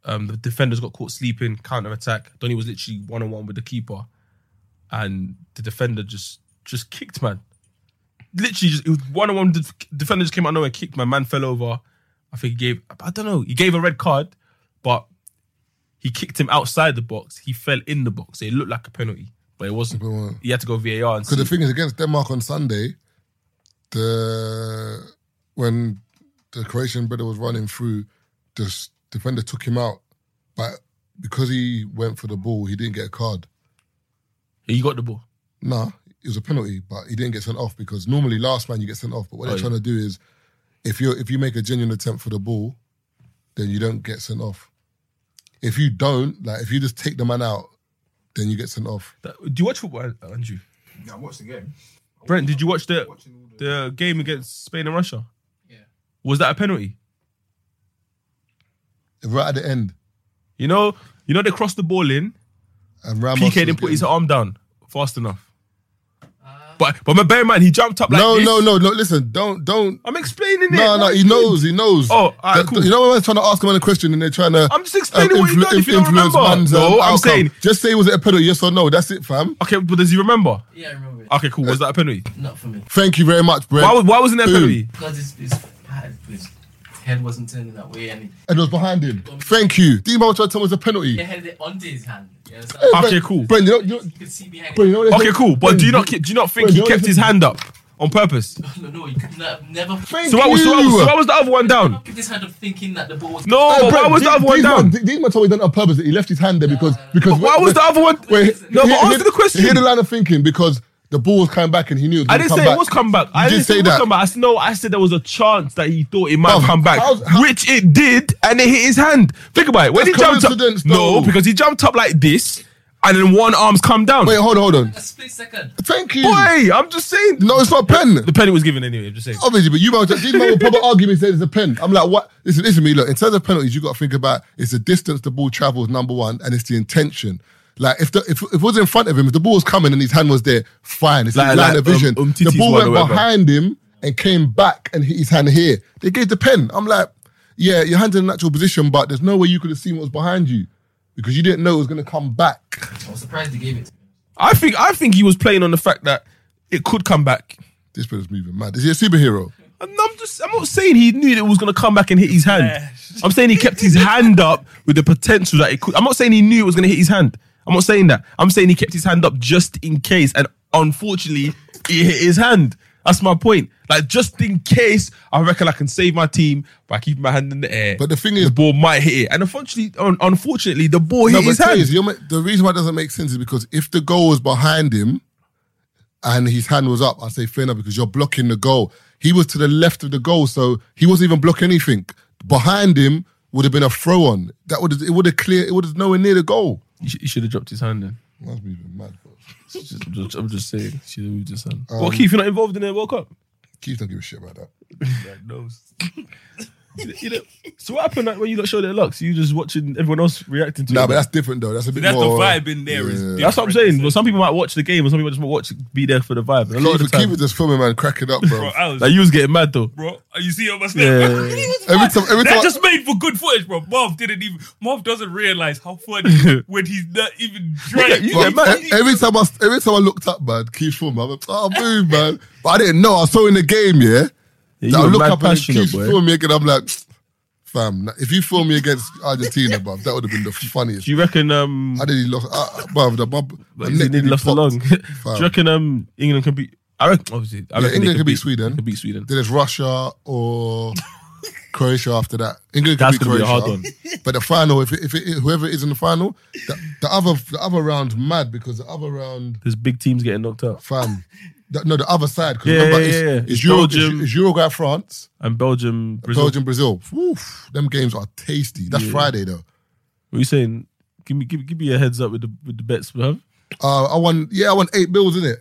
Speaker 3: Um, the defenders got caught sleeping. Counter attack. Donny was literally one on one with the keeper, and the defender just just kicked man. Literally, just it was one on one. The defender just came out of nowhere, kicked my man, fell over. I think he gave. I don't know. He gave a red card, but he kicked him outside the box. He fell in the box. So it looked like a penalty, but it wasn't.
Speaker 1: But, uh,
Speaker 3: He had to go VAR and
Speaker 1: Because
Speaker 3: see.
Speaker 1: the thing is, against Denmark on Sunday, the when the Croatian brother was running through, the s- defender took him out, but because he went for the ball, he didn't get a card.
Speaker 3: he got the ball.
Speaker 1: Nah, it was a penalty, but he didn't get sent off because normally last man you get sent off. But what they're
Speaker 3: Oh, yeah.
Speaker 1: trying to do is, if you if you make a genuine attempt for the ball, then you don't get sent off. If you don't, like if you just take the man out, then you get sent off.
Speaker 3: That- do you watch football, Andrew?
Speaker 6: Yeah, I watched the game.
Speaker 3: Brent, did you watch the
Speaker 6: Watching all the,
Speaker 3: the game against Spain and Russia?
Speaker 6: Yeah.
Speaker 3: Was that a penalty?
Speaker 1: Right at the end,
Speaker 3: You know, you know they crossed the ball in.
Speaker 1: and Ramos
Speaker 3: PK
Speaker 1: was
Speaker 3: didn't put his
Speaker 1: getting-
Speaker 3: arm down fast enough. but but my bear man, he jumped up like
Speaker 1: no,
Speaker 3: this.
Speaker 1: no, no, no. Listen, don't, don't.
Speaker 3: I'm explaining it.
Speaker 1: No, no, he knows, he knows.
Speaker 3: Oh, alright,
Speaker 1: That-
Speaker 3: cool.
Speaker 1: You know when I'm trying to ask him a question and they're trying to. um,
Speaker 3: I'm just explaining what he done if you don't
Speaker 1: uh, influence
Speaker 3: remember.
Speaker 1: man's,
Speaker 3: No,
Speaker 1: um,
Speaker 3: I'm
Speaker 1: outcome.
Speaker 3: saying-
Speaker 1: Just say was it a penalty? Yes or no? That's it, fam.
Speaker 3: Okay, but does he remember?
Speaker 17: Yeah, I remember it.
Speaker 3: Okay, cool. Was that a penalty?
Speaker 17: Not for me.
Speaker 1: Thank you very much, Brent.
Speaker 3: Why, was- why wasn't there a
Speaker 1: Boom.
Speaker 3: penalty?
Speaker 17: Because it's, it's, it's head wasn't turning that way, and
Speaker 1: And it was behind him. Thank you. Dimo tried to tell was a penalty.
Speaker 17: he had it onto his hand. You understand?
Speaker 1: Hey,
Speaker 3: Okay,
Speaker 1: Brent-
Speaker 3: cool.
Speaker 1: Brent, you know, you know,
Speaker 17: You could see behind.
Speaker 1: Brent, you know what they
Speaker 3: Okay,
Speaker 1: said?
Speaker 3: cool. But
Speaker 1: Brent,
Speaker 3: do you not do you not think
Speaker 1: Brent,
Speaker 3: he
Speaker 1: you know what
Speaker 3: kept
Speaker 1: they
Speaker 3: his
Speaker 1: said?
Speaker 3: hand up on purpose?
Speaker 17: No, no, you could not, never.
Speaker 1: Thank
Speaker 3: So what was so what was, so what was the other one down?
Speaker 17: This hand of thinking that the ball was.
Speaker 3: No,
Speaker 1: Hey,
Speaker 3: Oh, why
Speaker 1: Brent,
Speaker 3: was the
Speaker 1: Di-
Speaker 3: other one
Speaker 1: Dimo-
Speaker 3: down?
Speaker 1: Di- Dimo told me he done it on purpose. He left his hand there because because
Speaker 3: Why was the other one?
Speaker 1: Wait,
Speaker 3: No,
Speaker 1: he-
Speaker 3: but
Speaker 1: he-
Speaker 3: answer the question.
Speaker 1: He had a line of thinking because the ball was coming back and he knew. It was
Speaker 3: I
Speaker 1: gonna
Speaker 3: didn't
Speaker 1: come
Speaker 3: say
Speaker 1: back.
Speaker 3: it was come back.
Speaker 1: You
Speaker 3: I
Speaker 1: did
Speaker 3: didn't
Speaker 1: say
Speaker 3: say it was
Speaker 1: that.
Speaker 3: come back. I, s- no, I said there was a chance that he thought it might
Speaker 1: Bruv,
Speaker 3: come back,
Speaker 1: how's- how-
Speaker 3: which it did, and it hit his hand. Think about it. When
Speaker 1: That's
Speaker 3: he jumped up,
Speaker 1: coincidence,
Speaker 3: no,
Speaker 1: though.
Speaker 3: because he jumped up like this, and then one arm's come down.
Speaker 1: Wait, hold on, hold on.
Speaker 17: A split second.
Speaker 1: Thank you.
Speaker 3: Boy, I'm just saying.
Speaker 1: No, Oh. it's not a pen.
Speaker 3: The penny was given anyway. I'm just saying.
Speaker 1: Obviously, but you man, these men will probably argue me saying it's a pen. I'm like, what? Listen, listen to me. Look, in terms of penalties, you got to think about it's the distance the ball travels, number one, and it's the intention. Like if the if, if it was in front of him, if the ball was coming and his hand was there, fine. It's
Speaker 3: Like-
Speaker 1: his line
Speaker 3: like,
Speaker 1: of vision.
Speaker 3: um, Umtiti's
Speaker 1: the ball
Speaker 3: one or
Speaker 1: went
Speaker 3: whatever.
Speaker 1: behind him and came back and hit his hand here. They gave the pen. I'm like, yeah, your hand's in a natural position, but there's no way you could have seen what was behind you because you didn't know it was going to come back.
Speaker 17: I was surprised they gave it. to him.
Speaker 3: I think I think he was playing on the fact that it could come back.
Speaker 1: This person's moving mad. Is he a superhero?
Speaker 3: And I'm just I'm not saying he knew that it was gonna come back and hit his hand. I'm saying he kept his hand up with the potential that it could. I'm not saying he knew it was gonna hit his hand. I'm not saying that. I'm saying he kept his hand up just in case, and unfortunately, it hit his hand. That's my point. Like just in case, I reckon I can save my team by keeping my hand in the air.
Speaker 1: But the thing
Speaker 3: the
Speaker 1: is,
Speaker 3: ball might hit it, and unfortunately, un- unfortunately, the ball
Speaker 1: No,
Speaker 3: hit
Speaker 1: but
Speaker 3: his hand.
Speaker 1: Taze, you're ma- the reason why it doesn't make sense is because if the goal was behind him and his hand was up, I'd say fair enough because you're blocking the goal. He was to the left of the goal, so he wasn't even blocking anything. Behind him would have been a throw on. That would have it would have clear. It would have nowhere near the goal.
Speaker 3: He, sh- he should have dropped his hand then.
Speaker 1: Must be even mad. Bro.
Speaker 3: Just- I'm just- I'm just saying, he should have moved his hand.
Speaker 1: Um,
Speaker 3: well, Keith, you're not involved in the World Cup.
Speaker 1: Keith don't give a shit about that.
Speaker 5: That knows.
Speaker 3: You know- so what happened like, when you not showed their locks? You just watching everyone else reacting to
Speaker 1: No,
Speaker 3: it.
Speaker 1: but that's different though. That's a bit
Speaker 5: That's the
Speaker 1: more.
Speaker 5: vibe in there is
Speaker 1: Yeah.
Speaker 3: That's what I'm saying. But some people might watch the game, and some people just might watch, be there for the vibe. And a lot of the
Speaker 1: Keith, Keith
Speaker 3: time,
Speaker 1: was just filming, man, cracking up,
Speaker 5: Bro,
Speaker 1: bro.
Speaker 5: I was,
Speaker 3: like you was getting mad though.
Speaker 5: bro, you see how much
Speaker 3: Yeah.
Speaker 1: Every time, every
Speaker 5: That
Speaker 1: time,
Speaker 5: just made for good footage, bro. Marv didn't even. Marv doesn't realize how funny when he's not even drank.
Speaker 3: you
Speaker 1: Bro,
Speaker 3: get mad.
Speaker 1: e- every time I every time I looked up, man, Keith film, I'm like, oh, boom, man. But I didn't know. I saw in the game, yeah.
Speaker 3: Yeah,
Speaker 1: I
Speaker 3: were
Speaker 1: look
Speaker 3: mad
Speaker 1: up and Keith
Speaker 3: boy.
Speaker 1: film me again. I'm like, fam, if you film me against Argentina, bruv, that would have been the funniest.
Speaker 3: Do you reckon? Um,
Speaker 1: I didn't lost, uh, bruv, the bub.
Speaker 3: but he didn't last for long. Do
Speaker 1: Fam.
Speaker 3: you reckon? Um, England can beat. I reckon. Obviously, I
Speaker 1: Yeah,
Speaker 3: reckon they
Speaker 1: England can beat Sweden.
Speaker 3: Can beat Sweden.
Speaker 1: Then it's Russia or Croatia after that. England could
Speaker 3: That's
Speaker 1: beat
Speaker 3: gonna be
Speaker 1: Croatia.
Speaker 3: a hard one.
Speaker 1: But the final, if it, if it, whoever is in the final, the, the other the other round's mad because the other round.
Speaker 3: There's big teams getting knocked out,
Speaker 1: fam. The- no, the other side. 'cause
Speaker 3: Yeah,
Speaker 1: remember,
Speaker 3: yeah,
Speaker 1: it's,
Speaker 3: yeah.
Speaker 1: It's,
Speaker 3: It's
Speaker 1: Euro,
Speaker 3: Belgium.
Speaker 1: It's, it's Uruguay, France,
Speaker 3: and Belgium, Brazil.
Speaker 1: Belgium, Brazil. Oof, them games are tasty. That's Friday though.
Speaker 3: What are you saying? Give me, give, give me a heads up with the with the bets, bruv.
Speaker 1: Uh, I won. Yeah, I won eight bills in it.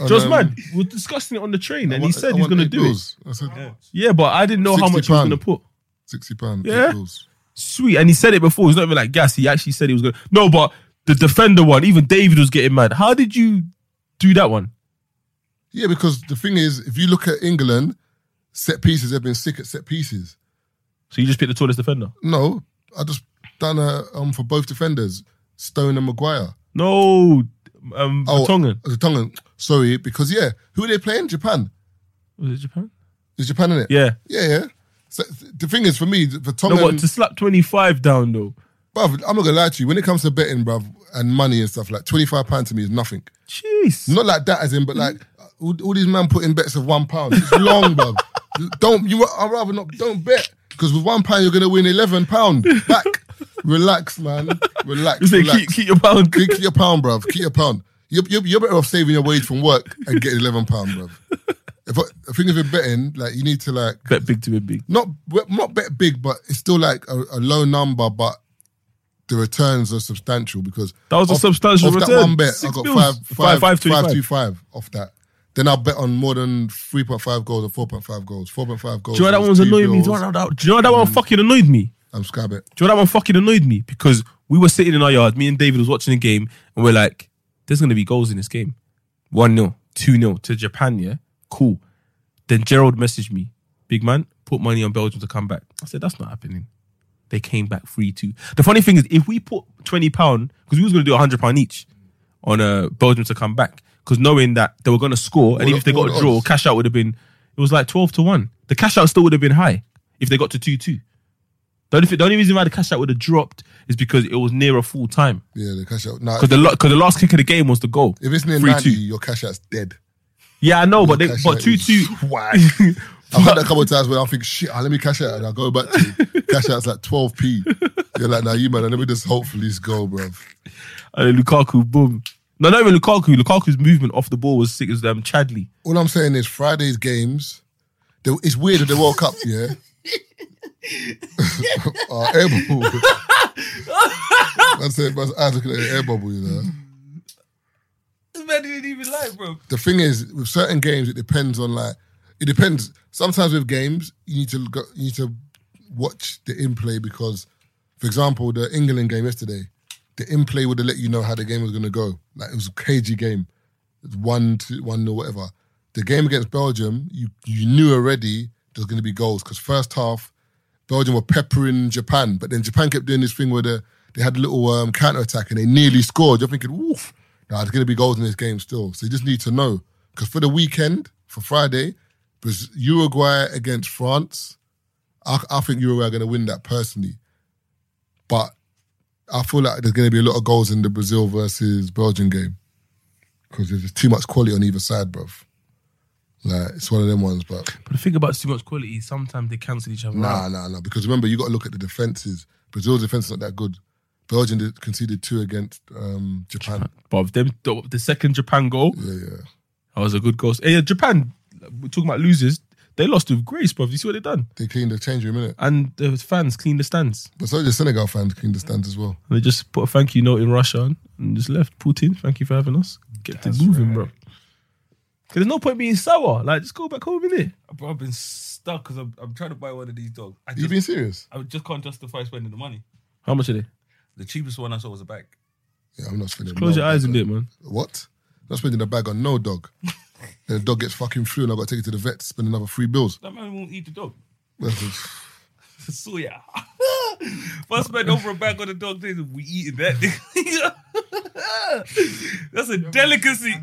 Speaker 1: um,
Speaker 3: Just man, we we're discussing it on the train, and he said he's gonna do it.
Speaker 1: I said
Speaker 3: Yeah, but I didn't know how
Speaker 1: 60
Speaker 3: much he was
Speaker 1: pound.
Speaker 3: gonna put.
Speaker 1: sixty pound.
Speaker 3: Yeah.
Speaker 1: Eight bills.
Speaker 3: sweet. And he said it before. He's not even like gas. He actually said he was going. to No, but the defender one. Even David was getting mad. How did you do that one?
Speaker 1: Yeah, because the thing is, if you look at England, set pieces have been sick at set pieces.
Speaker 3: So you just picked the tallest defender.
Speaker 1: No, I just done a um for both defenders, Stone and Maguire.
Speaker 3: No, um,
Speaker 1: Oh.
Speaker 3: Tongan.
Speaker 1: Uh, Tongan, sorry, because yeah, who are they playing? Japan.
Speaker 3: Was it Japan?
Speaker 1: Is Japan in it?
Speaker 3: Yeah.
Speaker 1: Yeah, yeah. So th- the thing is, for me, for Tongan,
Speaker 3: No, what to slap twenty five down though?
Speaker 1: bruv, I'm not gonna lie to you. When it comes to betting, bruv, and money and stuff, like twenty five pound to me is nothing.
Speaker 3: Jeez.
Speaker 1: Not like that, as in, but like all, all these men putting bets of one pound. It's long, bruv. Don't you? I'd rather not. Don't bet because with one pound you're gonna win eleven pound back. relax, man. Relax.
Speaker 3: You say
Speaker 1: relax.
Speaker 3: keep, keep your pound.
Speaker 1: Keep, keep your pound, bruv. Keep your pound. You're, you're, you're better off saving your wage from work and getting eleven pound, bruv. If I, I think if you're betting, like you need to like
Speaker 3: Bet big to win big.
Speaker 1: not not bet big, but it's still like a, a low number, but the returns are substantial because
Speaker 3: That was a
Speaker 1: off-
Speaker 3: substantial
Speaker 1: off
Speaker 3: return.
Speaker 1: that one bet,
Speaker 3: Six
Speaker 1: I got
Speaker 3: bills.
Speaker 1: five,
Speaker 3: Five-
Speaker 1: five,
Speaker 3: five,
Speaker 1: five,
Speaker 3: two,
Speaker 1: two, five,
Speaker 3: five.
Speaker 1: two, five off that. Then I bet on more than three point five goals or four point five goals, four point five
Speaker 3: Do
Speaker 1: goals.
Speaker 3: you know that one was
Speaker 1: two
Speaker 3: annoying me? Do
Speaker 1: bills.
Speaker 3: you know that, do you know that one Mm. fucking annoyed me?
Speaker 1: I'm scab it.
Speaker 3: Do you know that one fucking annoyed me? Because we were sitting in our yard, me and David was watching the game, and we're like, there's going to be goals in this game. 1 0, 2 0 to Japan, yeah? Cool. Then Gerald messaged me, big man, put money on Belgium to come back. I said, that's not happening. They came back 3 2. The funny thing is, if we put £20, because we was going to do £100 each on uh, Belgium to come back, because knowing that they were going to score,
Speaker 1: What
Speaker 3: and even if they
Speaker 1: the-
Speaker 3: got
Speaker 1: what
Speaker 3: a
Speaker 1: the
Speaker 3: draw,
Speaker 1: odds?
Speaker 3: cash out would have been, it was like 12 to 1. The cash out still would have been high if they got to 2 2. The only, the only reason why the cash out would have dropped is because it was near a full time.
Speaker 1: Yeah, the cash out. Nah,
Speaker 3: Because the, lo- 'cause the last kick of the game was the goal.
Speaker 1: If it's near 90, your cash out's dead.
Speaker 3: Yeah, I know, but they,
Speaker 1: Your cash
Speaker 3: but
Speaker 1: out
Speaker 3: 2
Speaker 1: is
Speaker 3: 2.
Speaker 1: whack. I've had that a couple of times where I think, shit, ah, let me cash out. And I go back to it. cash out's like 12p. You're like, nah, you man, let me just hopefully just go, bro.
Speaker 3: And then Lukaku, boom. No, not even Lukaku. Lukaku's movement off the ball was sick as um, Chadley.
Speaker 1: All I'm saying is Friday's games, they, it's weird that the World Cup, yeah, are air bubble. That's it, but I was looking at the air bubble, you know.
Speaker 5: This man didn't even like, bro.
Speaker 1: the thing is with certain games it depends on like it depends sometimes with games you need to go, you need to watch the in play because for example the england game yesterday the in play would have let you know how the game was going to go like it was a cagey game it's one two one or whatever the game against belgium you you knew already there's going to be goals because first half belgium were peppering japan but then japan kept doing this thing where the, they had a little um, counter attack and they nearly scored you're thinking woof Nah, there's going to be goals in this game still. So you just need to know. Because for the weekend, for Friday, was Uruguay against France. I, I think Uruguay are going to win that personally. But I feel like there's going to be a lot of goals in the Brazil versus Belgium game. Because there's just too much quality on either side, bruv. Like, it's one of them ones, but.
Speaker 3: But the thing about too much quality, sometimes they cancel each other
Speaker 1: Nah,
Speaker 3: out.
Speaker 1: nah, nah. Because remember, you got to look at the defenses. Brazil's defense is not that good. Belgium did- conceded two against um, Japan.
Speaker 3: But of them, the, the second Japan goal,
Speaker 1: yeah, yeah.
Speaker 3: that was a good goal. Hey, Japan, we're talking about losers, they lost with grace, bruv. You see what they done?
Speaker 1: They cleaned the change room, innit?
Speaker 3: And the fans cleaned the stands.
Speaker 1: But so did the Senegal fans clean the stands as well.
Speaker 3: And they just put a thank you note in Russian and just left. Putin, thank you for having us. Get to moving, bro. 'Cause there's no point being sour. Like, just go back home, innit?
Speaker 5: Bro, I've been stuck because I'm, I'm trying to buy one of these dogs. I
Speaker 1: You being serious?
Speaker 5: I just can't justify spending the money.
Speaker 3: How much are they?
Speaker 5: The cheapest one I saw was a bag.
Speaker 1: Yeah, I'm not spending.
Speaker 3: Close
Speaker 1: no
Speaker 3: your eyes
Speaker 1: bag
Speaker 3: and
Speaker 1: on-
Speaker 3: do it, man.
Speaker 1: What? Not spending a bag on no dog. then the dog gets fucking flu, and I got to take it to the vet. Spend another three bills.
Speaker 5: That man won't eat the dog.
Speaker 1: That's-
Speaker 5: So yeah. if I spend over a bag on the dog, days we eating that. That's a delicacy.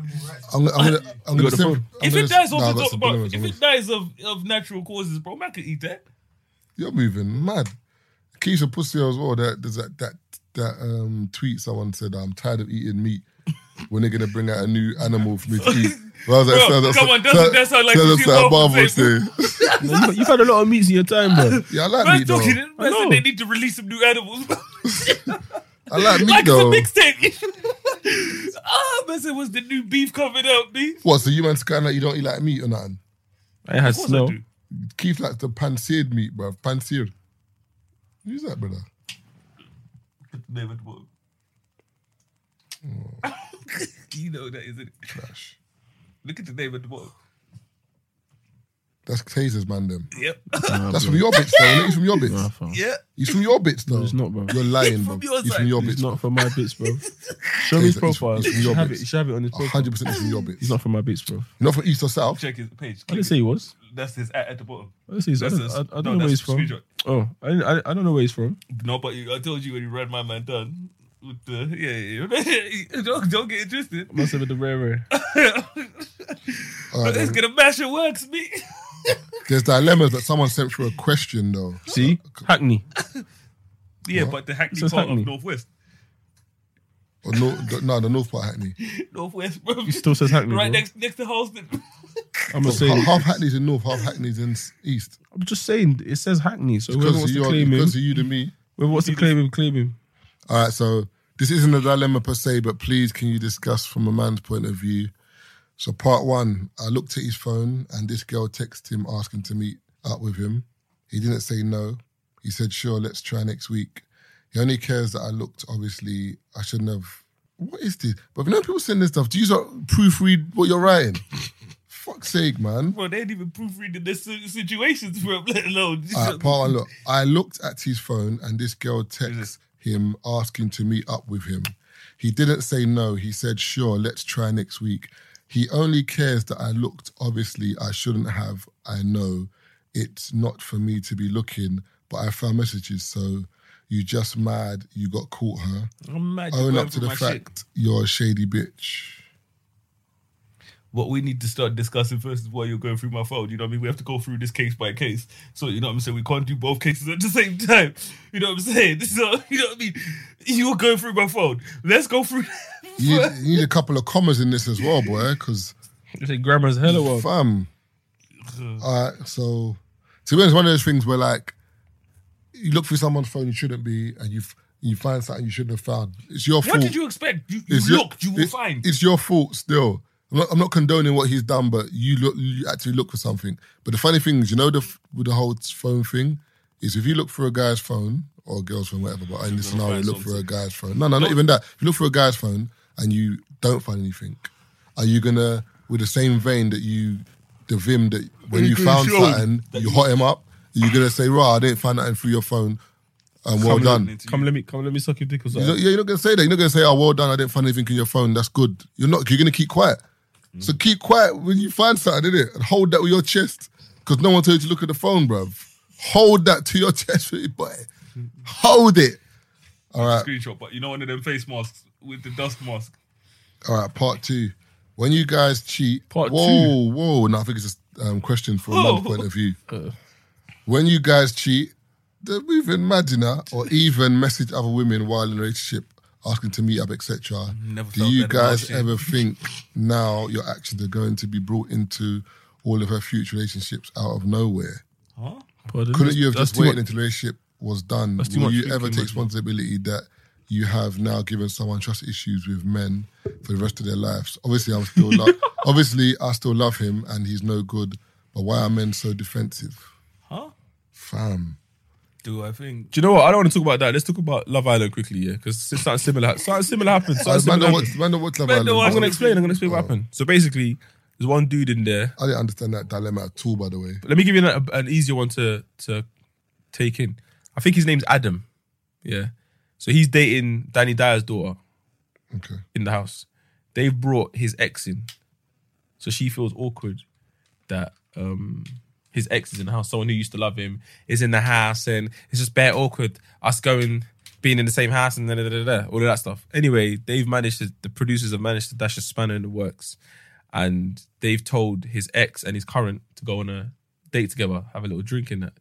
Speaker 1: I'm, gonna- I'm gonna, I'm
Speaker 3: You
Speaker 1: gonna
Speaker 3: got the
Speaker 1: send-
Speaker 3: phone?
Speaker 1: I'm
Speaker 5: if
Speaker 1: gonna-
Speaker 5: it dies
Speaker 1: Nah, I
Speaker 5: off
Speaker 1: got
Speaker 5: the
Speaker 1: some
Speaker 5: dog, bro,
Speaker 1: dilemmas,
Speaker 5: if
Speaker 1: I'm
Speaker 5: it
Speaker 1: gonna-
Speaker 5: dies of, of natural causes, bro, man could eat that.
Speaker 1: you're moving mad. Keisha Pussio as well. That there's that that that um, tweet someone said. I'm tired of eating meat. when they're gonna bring out a new animal for me to eat. Well, I was
Speaker 5: Bro,
Speaker 1: sounds-
Speaker 5: come on, doesn't
Speaker 1: sounds-
Speaker 5: that sound like
Speaker 1: sounds-
Speaker 5: Steve
Speaker 1: sounds Marvel's
Speaker 5: Harvey's
Speaker 1: day.
Speaker 3: You've, got- you've had a lot of meats in your time, bro.
Speaker 1: Yeah, I like
Speaker 5: Man
Speaker 1: meat though.
Speaker 5: talking, man
Speaker 3: I know.
Speaker 5: said they need to release some new animals.
Speaker 1: I like meat
Speaker 5: like
Speaker 1: though.
Speaker 5: it's a mixtape. ah, man said, was the new beef coming out, B?
Speaker 1: What? So you man kind like you don't eat like meat or nothing?
Speaker 3: I had
Speaker 5: course I
Speaker 3: snow.
Speaker 5: do.
Speaker 1: Keith likes the panseered meat, bruv. Panseered. Who's that, brother?
Speaker 5: Name of the book. you know that, isn't it?
Speaker 1: Trash.
Speaker 5: Look at the name of the book.
Speaker 1: That's Taser's man, them.
Speaker 5: Yep.
Speaker 1: That's from your bitch, though. innit? He's from your bitch.
Speaker 3: Nah, fam.
Speaker 5: yeah.
Speaker 1: He's from your bitch, though.
Speaker 3: It's not, bro.
Speaker 1: You're lying, bro.
Speaker 5: from your
Speaker 1: He's from
Speaker 5: side.
Speaker 1: your
Speaker 3: It's
Speaker 1: bitch.
Speaker 3: not from my bits, bro. Show me
Speaker 1: It's-
Speaker 3: his
Speaker 1: it's-
Speaker 3: profile.
Speaker 1: it's
Speaker 3: You
Speaker 1: your
Speaker 3: should have
Speaker 1: bits. Oh.
Speaker 3: it. You should have it on his profile.
Speaker 1: 100% is from your bitch.
Speaker 3: He's not from my bits, bro.
Speaker 1: You're not from East or South.
Speaker 5: Check his page.
Speaker 3: I didn't say he was.
Speaker 5: That's his at, at the bottom.
Speaker 3: I didn't say he's. I
Speaker 5: That's
Speaker 3: don't,
Speaker 5: a-
Speaker 3: I, I don't
Speaker 5: no,
Speaker 3: know where
Speaker 5: that's
Speaker 3: he's
Speaker 5: a
Speaker 3: from.
Speaker 5: screenshot.
Speaker 3: Oh, I, didn't- I, I don't know where he's from.
Speaker 5: No, but you, I told you when you read my man done with the yeah, yeah, yeah. don't don't get interested.
Speaker 3: Must have been the rare rare.
Speaker 1: All right,
Speaker 5: it's
Speaker 1: then.
Speaker 5: gonna mash your works, me.
Speaker 1: There's dilemmas that someone sent through a question, though.
Speaker 3: See, Hackney.
Speaker 5: yeah, but the Hackney
Speaker 3: Says
Speaker 5: part
Speaker 3: Hackney.
Speaker 5: of Northwest,
Speaker 1: Or no, the, no, the North Part Hackney.
Speaker 5: Northwest, bro.
Speaker 3: He still says Hackney.
Speaker 5: right
Speaker 3: bro.
Speaker 5: next next to Halston.
Speaker 3: I'm gonna
Speaker 1: So
Speaker 3: say.
Speaker 1: half, half Hackney's in North, half Hackney's in s- East.
Speaker 3: I'm just saying it says Hackney. So whoever
Speaker 1: Because of,
Speaker 3: wants to
Speaker 1: you,
Speaker 3: claim him,
Speaker 1: because of you to me.
Speaker 3: whoever wants to claim him, claim him.
Speaker 1: All right, so this isn't a dilemma per se, but please can you discuss from a man's point of view? So part one, I looked at his phone and this girl texted him asking to meet up with him. He didn't say no. He said, sure, let's try next week. He only cares that I looked, obviously. I shouldn't have. What is this? But you know people send this stuff, do you not proofread what you're writing? Fuck's sake, man.
Speaker 5: bro, they ain't even proofreading their si- situations, bro. Let alone.
Speaker 1: All right, part one, look, I looked at his phone and this girl texts
Speaker 5: this?
Speaker 1: him asking to meet up with him. He didn't say no. He said, sure, let's try next week. He only cares that I looked. Obviously, I shouldn't have. I know it's not for me to be looking, but I found messages. So you just mad you got caught, her.
Speaker 5: I'm mad.
Speaker 1: Own up to the fact you're a shady bitch.
Speaker 5: What we need to start discussing first is why you're going through my phone. You know what I mean? We have to go through this case by case. So you know what I'm saying? We can't do both cases at the same time. You know what I'm saying? So you know what I mean? You were going through my phone. Let's go through.
Speaker 1: You need, you need a couple of commas in this as well, boy, because grammar's hella well. Fam. All right, so to be honest, one of those things where like you look through someone's phone you shouldn't be, and you f- you find something you shouldn't have found. It's your fault.
Speaker 5: What did you expect? You,
Speaker 1: It's
Speaker 5: you
Speaker 1: your-
Speaker 5: looked. You will
Speaker 1: it-
Speaker 5: find.
Speaker 1: It's your fault still. I'm not, I'm not condoning what he's done, but you look, you actually look for something. But the funny thing is, you know, the f- with the whole phone thing, is if you look for a guy's phone or a girl's phone, whatever. But in this
Speaker 5: You're
Speaker 1: scenario,
Speaker 5: gonna find
Speaker 1: look for a guy's phone. No, no, not even that. If you look for a guy's phone and you don't find anything, are you gonna, with the same vein that you, the vim that when
Speaker 5: You
Speaker 1: you
Speaker 5: can
Speaker 1: found
Speaker 5: show
Speaker 1: something, you hot him up. You're gonna say, "Right, I didn't find nothing through your phone." And well
Speaker 3: come
Speaker 1: done.
Speaker 3: Let, come let me come let me suck your dick or
Speaker 1: You
Speaker 3: something.
Speaker 1: yeah, you're not gonna say that. You're not gonna say, "Oh, well done. I didn't find anything in your phone. That's good." You're not. You're gonna keep quiet. So keep quiet when you find something, innit? And hold that with your chest, because no one told you to look at the phone, bruv. Hold that to your chest, really, boy. Hold it. All right.
Speaker 5: Screenshot, but you know one of them face masks with the dust mask.
Speaker 1: All right, part two. When you guys cheat, part whoa, whoa. No, I think it's a um, question from a man's
Speaker 5: Whoa.
Speaker 1: point of view. When you guys cheat, they're moving mad, you know, or even message other women while in a relationship, asking to meet up, etc.
Speaker 5: Never
Speaker 1: Do
Speaker 5: felt
Speaker 1: you
Speaker 5: better about
Speaker 1: guys
Speaker 5: shit.
Speaker 1: ever think now your actions are going to be brought into all of her future relationships out of nowhere?
Speaker 5: Huh?
Speaker 1: Couldn't you have
Speaker 3: That's
Speaker 1: just
Speaker 3: too
Speaker 1: waited
Speaker 3: much-
Speaker 1: until the relationship was done?
Speaker 3: That's too
Speaker 1: Will
Speaker 3: much
Speaker 1: you
Speaker 3: thinking,
Speaker 1: ever
Speaker 3: man.
Speaker 1: take responsibility that you have now given someone trust issues with men for the rest of their lives? Obviously, I'm still lo- obviously I still love him and he's no good. But why are men so defensive,
Speaker 5: Huh?
Speaker 1: fam?
Speaker 5: Do I think?
Speaker 3: Do you know what? I don't want to talk about that. Let's talk about Love Island quickly, yeah, because something similar, something similar happened.
Speaker 1: Uh,
Speaker 3: Something
Speaker 1: man,
Speaker 3: similar
Speaker 1: don't watch-
Speaker 3: happened.
Speaker 1: man, don't watch Love
Speaker 3: I'm
Speaker 1: Island.
Speaker 3: gonna explain. I'm gonna explain what happened. So basically, there's one dude in there.
Speaker 1: I didn't understand that dilemma at all, by the way.
Speaker 3: Let me give you an, an easier one to to take in. I think his name's Adam. Yeah. So he's dating Danny Dyer's daughter.
Speaker 1: Okay.
Speaker 3: In the house, they've brought his ex in, so she feels awkward that um his ex is in the house. Someone who used to love him is in the house, and it's just bare awkward us going being in the same house and da, da, da, da, da, all of that stuff. Anyway, they've managed to the producers have managed to dash a spanner in the works, and they've told his ex and his current to go on a date together, have a little drink in that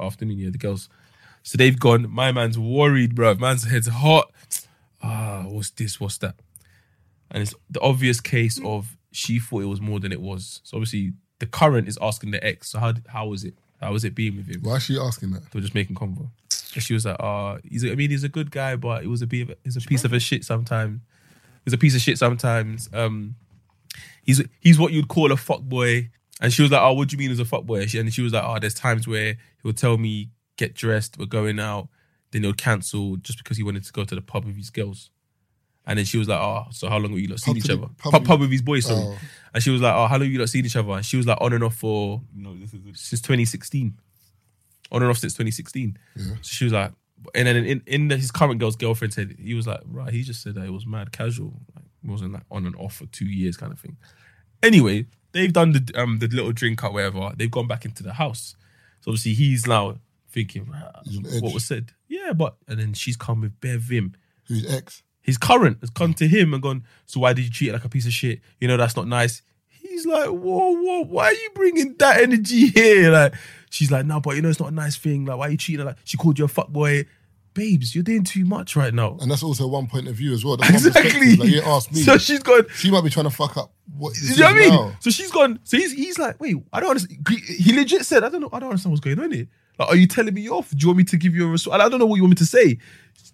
Speaker 3: afternoon. Yeah, the girls. So they've gone. My man's worried, bruv. Man's head's hot. Ah, what's this? What's that? And it's the obvious case of she thought it was more than it was. So obviously the current is asking the ex, so how how was it? How was it being with him?
Speaker 1: Why is she asking that?
Speaker 3: They were just making convo. And she was like, uh, he's a, I mean, he's a good guy, but it was a bit of, he's a piece of a shit sometimes. He's a piece of shit sometimes. Um, he's he's what you'd call a fuck boy. And she was like, oh, what do you mean he's a fuck boy? And she, and she was like, oh, there's times where he'll tell me get dressed, we're going out, then he'll cancel just because he wanted to go to the pub with his girls. And then she was like, oh, so how long have you not seen each
Speaker 5: to the
Speaker 3: other?
Speaker 5: pub
Speaker 3: Pub,
Speaker 5: with-
Speaker 3: pub with his boys, sorry.
Speaker 5: Oh.
Speaker 3: And she was like, oh, how long have you not seen each other? And she was like, on and off for
Speaker 5: No, this is it.
Speaker 3: since 2016, on and off since 2016. So she was like, and then in, in the, his current girl's girlfriend said he was like, right, he just said that it was mad casual, like it wasn't like on and off for two years kind of thing. Anyway, they've done the um the little drink out whatever. They've gone back into the house, so obviously he's now thinking "Rah, what was said. Yeah, but and then she's come with bare vim.
Speaker 1: Who's ex?
Speaker 3: His current has come to him and gone. So why did you treat it like a piece of shit? You know that's not nice. He's like, whoa, whoa, why are you bringing that energy here? Like, she's like, no, but you know, it's not a nice thing. Like, why are you cheating? Like, she called you a fuckboy. Babes, you're doing too much right now.
Speaker 1: And that's also one point of view as well. That's one
Speaker 3: Exactly.
Speaker 1: perspective. Like, you asked me.
Speaker 3: So she's gone.
Speaker 1: She might be trying to fuck up. What
Speaker 3: you know what I mean?
Speaker 1: now.
Speaker 3: So she's gone. So he's, he's like, wait, I don't understand. He legit said, I don't know, I don't understand what's going on here. Like, are you telling me off? Do you want me to give you a response? I don't know what you want me to say.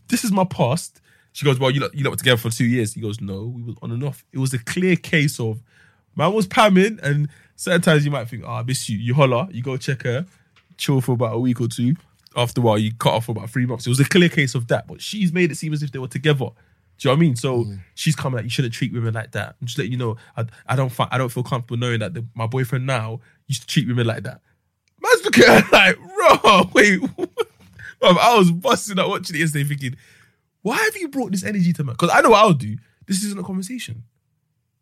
Speaker 3: This is my past. She goes, well, you lot, you lot were together for two years. He goes, no, we was on and off. It was a clear case of man was pamming, and certain times you might think, oh, I miss you. You holler, you go check her, chill for about a week or two. After a while, you cut off for about three months. It was a clear case of that, but she's made it seem as if they were together. Do you know what I mean? So she's coming like you shouldn't treat women like that. I'm just letting you know, I, I don't find, I don't feel comfortable knowing that the, my boyfriend now used to treat women like that. Man's looking at her like, bro, wait, what?" Bruv, I was busting up watching it yesterday, thinking, why have you brought this energy to me? Because I know what I'll do. This isn't a conversation.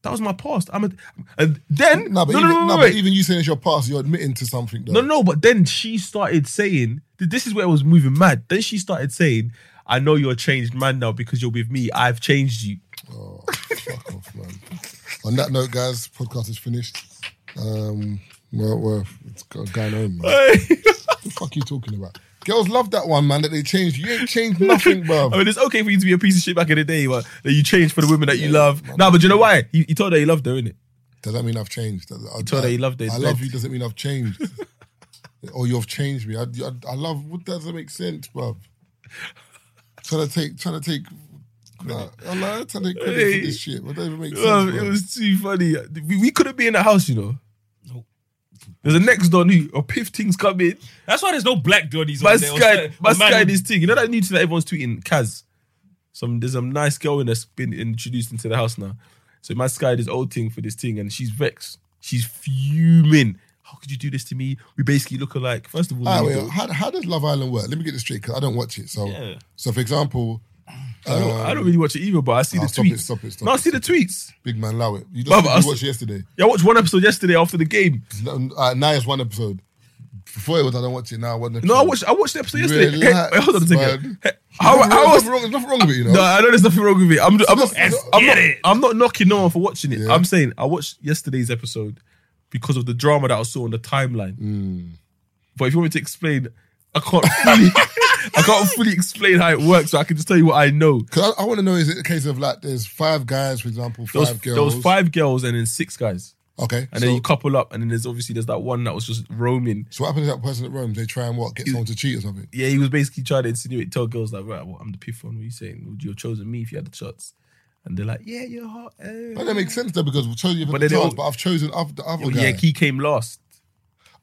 Speaker 3: That was my past. I'm a, and then
Speaker 1: No, but,
Speaker 3: no,
Speaker 1: even,
Speaker 3: no, no,
Speaker 1: no,
Speaker 3: no,
Speaker 1: but
Speaker 3: wait.
Speaker 1: even you saying it's your past, you're admitting to something. Though.
Speaker 3: no, no. But then she started saying, th- "This is where I was moving mad." Then she started saying, "I know you're a changed man now because you're with me. I've changed you."
Speaker 1: Fuck off, man. On that note, guys, podcast is finished. Um, well, well, it's got going home. Man. what the fuck are you talking about? Girls love that one, man. That they changed. You ain't changed nothing, bro.
Speaker 3: I mean, it's okay for you to be a piece of shit back in the day, but that you changed for the women that you love. Nah, but you know why? You, you told her you loved her, innit?
Speaker 1: Does that mean I've changed? I,
Speaker 3: told her you loved her.
Speaker 1: I love you doesn't mean I've changed. or you've changed me. I, I, I love. What doesn't make sense, bruv? Trying to take, trying to take. Nah, I lie, trying to take credit
Speaker 3: Hey.
Speaker 1: for this shit. What doesn't make sense?
Speaker 3: Bruv,
Speaker 1: bruv?
Speaker 3: it was too funny. We, we couldn't be in the house, you know. There's a next door new or piff things coming.
Speaker 5: That's why there's no black Donnies on
Speaker 3: My
Speaker 5: there.
Speaker 3: sky, my
Speaker 5: Man-
Speaker 3: sky, this thing. You know that new thing that everyone's tweeting. Kaz, some there's some nice girl in that's been introduced into the house now. So my sky this old thing for this thing, and she's vexed. She's fuming. How could you do this to me? We basically look alike. First of all,
Speaker 1: Ah,
Speaker 3: we
Speaker 1: wait,
Speaker 3: don't-
Speaker 1: how, how does Love Island work? Let me get this straight because I don't watch it. So,
Speaker 3: Yeah.
Speaker 1: so for example, um,
Speaker 3: I don't, I don't really watch it either, but I see the
Speaker 1: uh, Ah, stop
Speaker 3: tweets.
Speaker 1: It, stop it, stop
Speaker 3: no, I
Speaker 1: it.
Speaker 3: see the tweets.
Speaker 1: Big man, allow it. You just
Speaker 3: Bruv,
Speaker 1: said
Speaker 3: I
Speaker 1: you
Speaker 3: s-
Speaker 1: watched yesterday.
Speaker 3: Yeah, I watched one episode yesterday after the game.
Speaker 1: No, Uh, now it's one episode. Before it was, I don't watch it. Now I watch.
Speaker 3: No, I watched. I watched the episode yesterday. Hey,
Speaker 1: Relax,
Speaker 3: wait, hold on a
Speaker 1: man.
Speaker 3: second. Hey, how,
Speaker 1: Nothing
Speaker 3: how
Speaker 1: wrong-
Speaker 3: was,
Speaker 1: nothing wrong- there's nothing wrong with it, you know?
Speaker 3: No, I know there's nothing wrong with it. I'm, I'm not.
Speaker 1: Let's
Speaker 3: I'm
Speaker 1: get
Speaker 3: not, I'm not knocking no one for watching it. I'm saying I watched yesterday's episode because of the drama that I saw on the timeline.
Speaker 1: Mm.
Speaker 3: But if you want me to explain, I can't fully. I can't fully explain how it works. So I can just tell you what I know.
Speaker 1: Because I, want to know is it a case of like there's five guys, for example,
Speaker 3: There
Speaker 1: five
Speaker 3: was,
Speaker 1: girls.
Speaker 3: there was five girls and then six guys.
Speaker 1: Okay,
Speaker 3: And
Speaker 1: so-
Speaker 3: then you couple up, and then there's obviously there's that one that was just roaming.
Speaker 1: So what happens to that person at Rome? They try and what get someone to cheat or something.
Speaker 3: Yeah, he was basically trying to insinuate, tell girls like, right, well, I'm the piff one. What are you saying? Would you have chosen me if you had the chance? And they're like, yeah, you're hot. eh.
Speaker 1: But that makes sense though because we chose you for
Speaker 3: But
Speaker 1: the
Speaker 3: then they
Speaker 1: chance,
Speaker 3: all-
Speaker 1: but I've chosen oth- the other
Speaker 3: yeah,
Speaker 1: guy.
Speaker 3: he came last.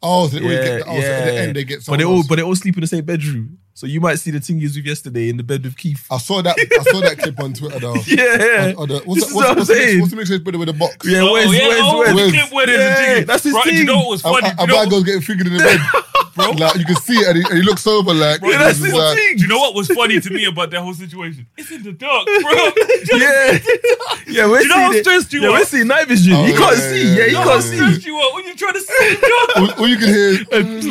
Speaker 1: Oh, so they always get the- oh, so at the end they get
Speaker 3: But
Speaker 1: someone
Speaker 3: they all,
Speaker 1: else.
Speaker 3: but they all sleep in the same bedroom. So you might see the thing you was with yesterday in the bed with Keith.
Speaker 1: I saw that. I saw that clip on Twitter though.
Speaker 3: Yeah.
Speaker 1: On- on oh, the-
Speaker 3: This
Speaker 1: what's,
Speaker 3: is
Speaker 1: the-
Speaker 3: what I'm
Speaker 1: what's, what's, the mix-
Speaker 3: saying.
Speaker 1: what's the mix with with a box?
Speaker 3: Yeah, where's,
Speaker 5: Oh, yeah,
Speaker 3: where's,
Speaker 5: oh,
Speaker 3: where's?
Speaker 5: the clip where there's a
Speaker 3: Yeah,
Speaker 5: jiggy.
Speaker 3: That's his
Speaker 5: Right, do
Speaker 3: thing.
Speaker 5: you know what was
Speaker 1: A,
Speaker 5: funny?
Speaker 1: a,
Speaker 5: You
Speaker 1: a
Speaker 5: know-
Speaker 1: bad girl's getting fingered in the bed. Like you can see it, and he, and he looks over like.
Speaker 5: Bro,
Speaker 1: and
Speaker 5: that's
Speaker 1: he's
Speaker 5: his
Speaker 1: like-
Speaker 5: thing. Do you know what was funny to me about that whole situation? It's in the dark, bro.
Speaker 3: yeah, yeah. We're
Speaker 5: Do you know how
Speaker 3: seeing it.
Speaker 5: stressed you
Speaker 3: yeah,
Speaker 5: are?
Speaker 3: We're seeing night vision.
Speaker 1: Oh,
Speaker 3: you can't
Speaker 1: yeah,
Speaker 3: see. Yeah,
Speaker 1: yeah,
Speaker 3: you
Speaker 1: yeah,
Speaker 3: can't
Speaker 1: yeah,
Speaker 3: see.
Speaker 1: yeah.
Speaker 5: stressed you are when you're trying to see in the dark.
Speaker 1: All, all you can hear is,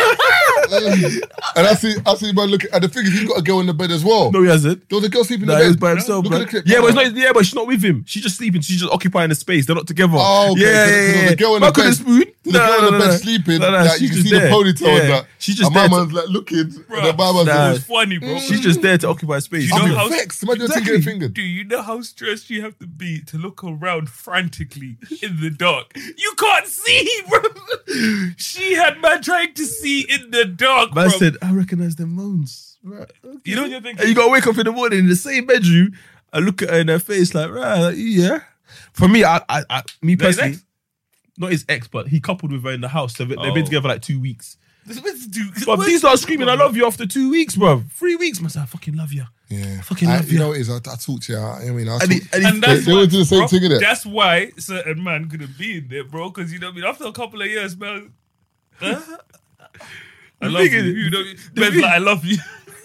Speaker 1: "Mm." and I see, I see, man, look at the figures. He's got a girl in the bed as well.
Speaker 3: No, he hasn't.
Speaker 1: There was a girl sleeping
Speaker 3: Nah,
Speaker 1: in the
Speaker 3: he
Speaker 1: bed.
Speaker 3: was by himself,
Speaker 1: Look
Speaker 3: bro.
Speaker 1: at the clip.
Speaker 3: Yeah, but it's not. Yeah, but she's not with him. She's just sleeping. She's just occupying the space. They're not together.
Speaker 1: Oh, okay.
Speaker 3: yeah,
Speaker 1: So the- so
Speaker 3: yeah,
Speaker 1: the
Speaker 3: yeah.
Speaker 1: girl in the
Speaker 3: Back on
Speaker 1: bed-
Speaker 3: spoon.
Speaker 1: the girl in the bed sleeping, like,
Speaker 3: she's
Speaker 1: you can
Speaker 3: just
Speaker 1: see the
Speaker 3: there.
Speaker 1: ponytail and that.
Speaker 3: She's just
Speaker 1: and
Speaker 3: there.
Speaker 1: my
Speaker 3: to-
Speaker 1: man's like looking, and the
Speaker 5: Bruh.
Speaker 1: my man's
Speaker 3: Nah.
Speaker 1: like,
Speaker 5: It's funny, bro.
Speaker 1: Mm.
Speaker 3: She's just there to occupy space.
Speaker 5: You know
Speaker 1: I'm
Speaker 5: how-
Speaker 1: vexed. Imagine exactly.
Speaker 3: Exactly.
Speaker 1: taking fingered.
Speaker 5: Do you know how stressed you have to be to look around frantically in the dark? You can't see, bro. She had man trying to see in the dark, bro.
Speaker 3: Man said, I recognize them moans. Right.
Speaker 5: you know what you're
Speaker 3: And
Speaker 5: thinking?
Speaker 3: you gotta wake up in the morning in the same bedroom. I look at her in her face like, right, like, yeah. For me, I, I, I me
Speaker 5: That his
Speaker 3: personally,
Speaker 5: ex?
Speaker 3: not his ex, but he coupled with her in the house. So they- they've
Speaker 5: Oh.
Speaker 3: been together for like two weeks.
Speaker 5: This- this dude-
Speaker 3: But
Speaker 5: what-
Speaker 3: these are screaming, I love you after two weeks, bro. Three weeks, man. I said, I fucking love you.
Speaker 1: Yeah,
Speaker 3: Fucking
Speaker 1: I,
Speaker 3: love
Speaker 1: you
Speaker 3: you.
Speaker 1: know what it is. I, I talk to you. I, I mean, I talk,
Speaker 3: And, he, and, he,
Speaker 5: And that's
Speaker 1: they
Speaker 5: why,
Speaker 1: would do the same
Speaker 5: bro,
Speaker 1: thing, innit?
Speaker 5: That's why certain man couldn't be in there, bro. Because you know what I mean. After a couple of years, man, huh? I love
Speaker 3: thing
Speaker 5: you.
Speaker 3: is-
Speaker 5: You know, what I mean?
Speaker 3: the
Speaker 5: man's
Speaker 3: thing-
Speaker 5: like I love you.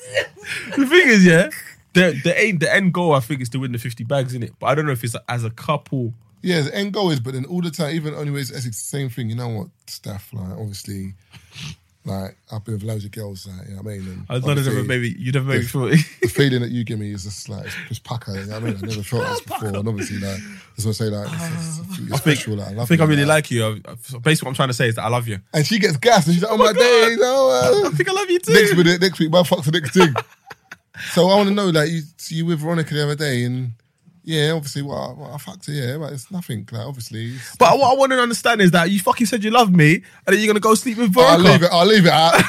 Speaker 3: the thing is, yeah, the, the, aim, the end goal, I think, is to win the 50 bags, in it. But I don't know if it's as a couple.
Speaker 1: Yeah, the end goal is, but then all the time, even only ways Essex, the same thing. You know what, staff, like, obviously, like, I've been with loads of girls, like, you know what I mean? And
Speaker 3: I don't know,
Speaker 1: obviously,
Speaker 3: maybe you never made me
Speaker 1: Yes.
Speaker 3: feel
Speaker 1: The feeling that you give me is just like, it's just pucker, you know what I mean? I never felt that before. And obviously, like, that's what I say, like, it's, it's, it's special, like, I love
Speaker 3: I think
Speaker 1: you,
Speaker 3: I really like you. I- I- so Basically, what I'm trying to say is that I love you.
Speaker 1: And she gets gassed, and she's like, oh, my, days, oh, uh,
Speaker 3: I think I love you too.
Speaker 1: next minute, next week, man, fuck's the next thing. so I want to know, like, you so you with Veronica the other day, and yeah, obviously, well, I, well, I fucked her, yeah, but it's nothing, like, obviously. it's-
Speaker 3: But what I want to understand is that you fucking said you love me, and then you're gonna go sleep with
Speaker 1: I'll
Speaker 3: Veronica.
Speaker 1: leave it, I'll leave it out.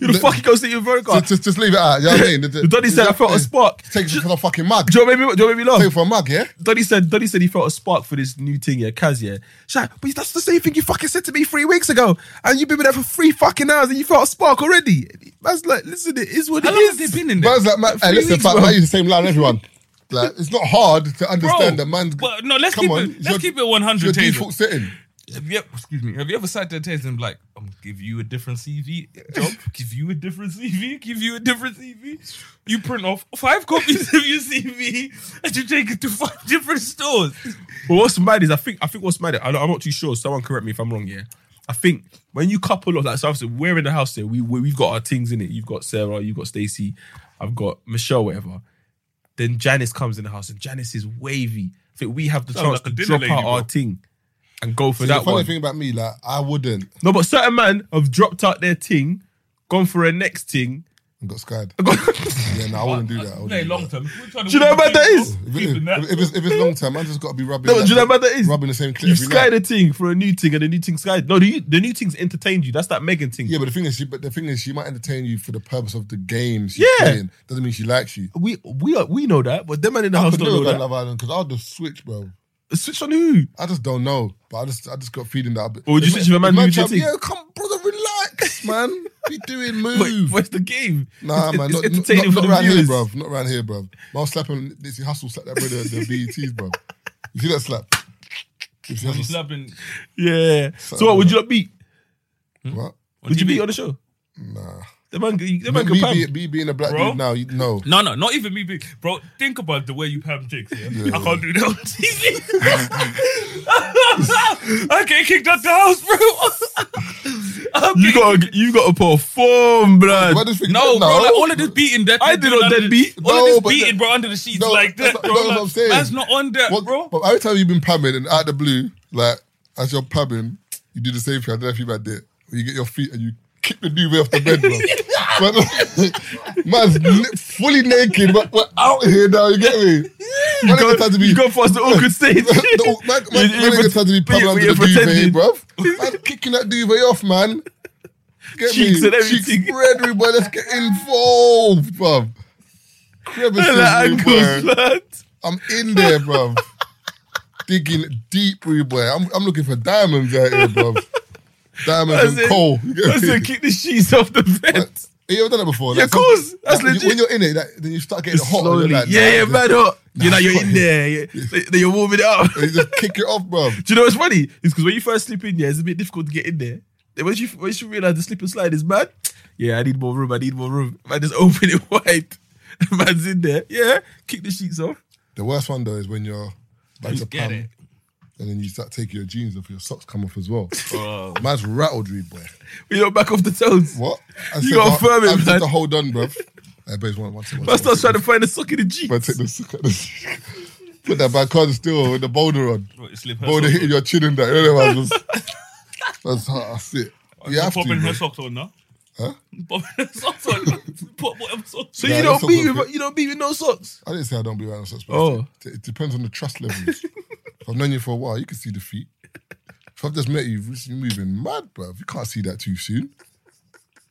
Speaker 3: You're gonna fucking go sleep with Veronica.
Speaker 1: Just, just, just leave it out. You know what I mean?
Speaker 3: The Donny said I felt a spark.
Speaker 1: Take it for the fucking mug.
Speaker 3: Do you know what made me? Do you know what made me
Speaker 1: Take it
Speaker 3: laugh?
Speaker 1: for a mug, yeah?
Speaker 3: Donny said. Donny said he felt a spark for this new thing, yeah, Kaz, yeah. She's like, but that's the same thing you fucking said to me three weeks ago, and you've been with her for three fucking hours, and you felt a spark already. Man's like, listen, it is what
Speaker 5: How
Speaker 3: it
Speaker 5: long have
Speaker 3: is.
Speaker 5: they been in there?
Speaker 1: Man's like, man, hey,
Speaker 3: Three
Speaker 1: listen,
Speaker 3: weeks,
Speaker 1: fam,
Speaker 3: bro.
Speaker 1: I use the same line as everyone. Like, it's not hard to understand that man's.
Speaker 5: But no, let's
Speaker 1: Come
Speaker 5: keep
Speaker 1: on,
Speaker 5: it.
Speaker 1: it's
Speaker 5: Let's
Speaker 1: your-
Speaker 5: keep it one
Speaker 1: it's your
Speaker 5: hundred.
Speaker 1: default setting.
Speaker 5: Have you, e, excuse me. Have you ever sat there and been like, "I'm gonna give you a different CV job, give you a different CV, give you a different CV." You print off five copies of your CV and you take it to five different stores.
Speaker 3: But what's mad is I think I think what's mad. I, I'm not too sure. Someone correct me if I'm wrong. Yeah, I think when you couple up, like so obviously we're in the house there. We, we we've got our things in it. You've got Sarah. You've got Stacey. I've got Michelle. Whatever. Then Janice comes in the house and Janice is wavy. think we have the
Speaker 1: Sounds
Speaker 3: chance
Speaker 1: like a
Speaker 3: to
Speaker 1: dinner
Speaker 3: drop
Speaker 1: lady,
Speaker 3: out
Speaker 1: bro.
Speaker 3: our thing and go for
Speaker 1: See, the
Speaker 3: that
Speaker 1: funny
Speaker 3: one.
Speaker 1: thing about me, like I wouldn't.
Speaker 3: No, but certain man have dropped out their thing, gone for a next thing,
Speaker 1: and got scared. yeah, no, I wouldn't do that. I wouldn't
Speaker 5: Play
Speaker 1: do
Speaker 5: long term.
Speaker 1: that.
Speaker 3: Do you know how bad that is?
Speaker 1: If, it- if, if it's, if it's long term, I just got to be rubbing.
Speaker 3: No,
Speaker 1: that-
Speaker 3: do you know what that is?
Speaker 1: Rubbing the same clip.
Speaker 3: You
Speaker 1: every
Speaker 3: sky
Speaker 1: night.
Speaker 3: the thing for a new thing and the new thing sky. No, the, the new thing's entertained you. That's that Megan thing.
Speaker 1: Yeah, but the thing is, she, but the thing is, she might entertain you for the purpose of the game she's
Speaker 3: Yeah.
Speaker 1: playing. Doesn't mean she likes you.
Speaker 3: We we are, we know that, but them man in the
Speaker 1: I
Speaker 3: house
Speaker 1: could
Speaker 3: don't know
Speaker 1: never go
Speaker 3: that.
Speaker 1: to Love Island because I'll just switch, bro.
Speaker 3: Switch on who?
Speaker 1: I just don't know, but I just I just got feeling that. I'll be-
Speaker 3: Or would you
Speaker 1: If-
Speaker 3: switch if a man knew you
Speaker 1: tried-
Speaker 3: did it?
Speaker 1: Yeah, come, brother, relax, man. Be doing move.
Speaker 3: where's the game?
Speaker 1: Nah,
Speaker 3: It's-
Speaker 1: man,
Speaker 3: it's
Speaker 1: not, not,
Speaker 3: entertaining
Speaker 1: not
Speaker 3: for the
Speaker 1: around here,
Speaker 3: viewers.
Speaker 1: bro. Not around here, bro. I'll slap him. Nipsey Hustle slap that brother at the BETs, bro. You see that slap? Nipsey Hussle-
Speaker 5: Slapping.
Speaker 3: Yeah. So,
Speaker 1: So-
Speaker 3: what would you not beat?
Speaker 1: What?
Speaker 3: Would you beat on the show?
Speaker 1: Nah.
Speaker 3: The man, the
Speaker 1: Me, me
Speaker 3: man can
Speaker 1: be-
Speaker 3: pam.
Speaker 1: me being a black
Speaker 5: Bro?
Speaker 1: dude now, you, no.
Speaker 5: No, no, not even me. Big. Bro, think about the way you pam chicks. Yeah? I can't do that on TV. I can't kick out the house, bro. I'm
Speaker 3: You got you got to perform, bro.
Speaker 1: But this thing-
Speaker 5: No, bro, like all of this beating that
Speaker 3: I did not dead beat.
Speaker 5: All
Speaker 1: No,
Speaker 5: of
Speaker 1: but
Speaker 5: this beating,
Speaker 1: that-
Speaker 5: bro, under the sheets
Speaker 1: No,
Speaker 5: like
Speaker 1: that's
Speaker 5: that,
Speaker 1: not-
Speaker 5: bro.
Speaker 1: that's what
Speaker 5: like,
Speaker 1: I'm saying.
Speaker 5: That's not on that,
Speaker 1: What-
Speaker 5: bro.
Speaker 1: But every time you've been pamming and out of the blue, like as you're pamming, you do the same thing. I don't know if you've had that. Where you get your feet and you kick the duvet off the bed, bro. but, man's li- fully naked, but we're out here now. You get me? You
Speaker 3: go- you go past the awkward stage.
Speaker 1: no, man, man,
Speaker 3: You-
Speaker 1: man
Speaker 3: you
Speaker 1: ain't got
Speaker 3: pret-
Speaker 1: time to be pamming
Speaker 3: you-
Speaker 1: under
Speaker 3: you
Speaker 1: the duvet,
Speaker 3: pretending.
Speaker 1: bro. Man, kicking that duvet off, man. Get
Speaker 3: Cheeks
Speaker 1: me?
Speaker 3: and everything.
Speaker 1: Cheeks spread, me, boy. Let's get involved, bruv. Crevices,
Speaker 3: And the
Speaker 1: me, boy.
Speaker 3: ankles, blood.
Speaker 1: I'm in there, bruv. Digging deep, really, boy. I'm, I'm looking for diamonds out here, bruv. Diamonds
Speaker 3: That's
Speaker 1: and
Speaker 3: it.
Speaker 1: coal. You get
Speaker 3: That's
Speaker 1: me?
Speaker 3: it. Kick the sheets off the bed.
Speaker 1: You ever done that before?
Speaker 3: Yeah, of
Speaker 1: some-
Speaker 3: course. That's
Speaker 1: when you-
Speaker 3: legit.
Speaker 1: When you're in it, like, then you start getting hot. and you're
Speaker 3: Slowly.
Speaker 1: like,
Speaker 3: yeah, yeah,
Speaker 1: nah,
Speaker 3: man. hot. you know,
Speaker 1: Nah,
Speaker 3: you're
Speaker 1: fuck
Speaker 3: in there. you- Then you're warming it up.
Speaker 1: You just kick it off, bruv.
Speaker 3: Do you know what's funny? It's because when you first slip in there, it's a bit difficult to get in there. Then once you once you realize the slip and slide is mad, yeah, I need more room. I need more room. Man, just open it wide. Man's in there. Yeah, kick the sheets off.
Speaker 1: The worst one though is when you're about
Speaker 5: You
Speaker 1: to
Speaker 5: get
Speaker 1: pump,
Speaker 5: it.
Speaker 1: and then you start taking your jeans off, your socks come off as well.
Speaker 3: Oh.
Speaker 1: Man's rattled, read boy.
Speaker 3: When you're back off the toes.
Speaker 1: What? I
Speaker 3: You
Speaker 1: said
Speaker 3: gotta
Speaker 1: to-
Speaker 3: firm it,
Speaker 1: I said
Speaker 3: man.
Speaker 1: to hold on, bruv. I bet one, one second. one
Speaker 3: Man
Speaker 1: second, one
Speaker 3: starts
Speaker 1: second.
Speaker 3: trying to find a sock in the jeans.
Speaker 1: Man, take the sock out the- Put that back on still with the boulder on.
Speaker 5: Bro, you slip her
Speaker 1: Boulder
Speaker 5: socks
Speaker 1: hitting your chin and that. You know what I mean? That's- That's how I sit.
Speaker 5: on.
Speaker 1: You have to.
Speaker 5: popping her
Speaker 1: bro.
Speaker 5: socks on now.
Speaker 1: Huh?
Speaker 5: Popping her socks on. Pop whatever socks.
Speaker 3: So
Speaker 1: Nah,
Speaker 3: you
Speaker 1: that's
Speaker 3: don't
Speaker 1: not
Speaker 3: beat
Speaker 1: good.
Speaker 3: with, you don't beat with no socks.
Speaker 1: I didn't say I don't be around such people.
Speaker 3: Oh.
Speaker 1: It it depends on the trust level. if I've known you for a while, you can see the feet. If I've just met you, you're moving mad, bruv. You can't see that too soon.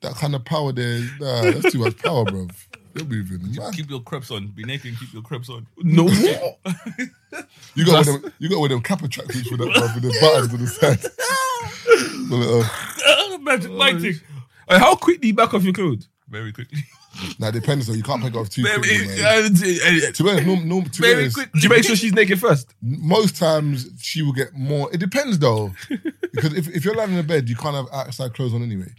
Speaker 1: That kind of power there, is- nah, that's too much power, bruv. You're moving mad.
Speaker 5: Keep your creps on. Be naked and keep your creps on.
Speaker 3: No.
Speaker 1: You got one of them, you got one of them Kappa tracksuits with, that, bruv, with the buttons on the uh, side. The little-
Speaker 5: Magic
Speaker 1: Oh,
Speaker 5: Mike thing.
Speaker 3: Uh, How quick do you back off your clothes?
Speaker 5: Very quickly.
Speaker 1: nah, it depends though. You can't pick it off too
Speaker 3: Very,
Speaker 1: quickly, man.
Speaker 3: uh, uh, uh,
Speaker 1: To be honest, norm, norm, to be
Speaker 3: very
Speaker 1: honest,
Speaker 3: quick. Do you make sure she's naked first?
Speaker 1: most times she will get more. It depends though, because if, if you're lying in the bed, you can't have outside clothes on anyway.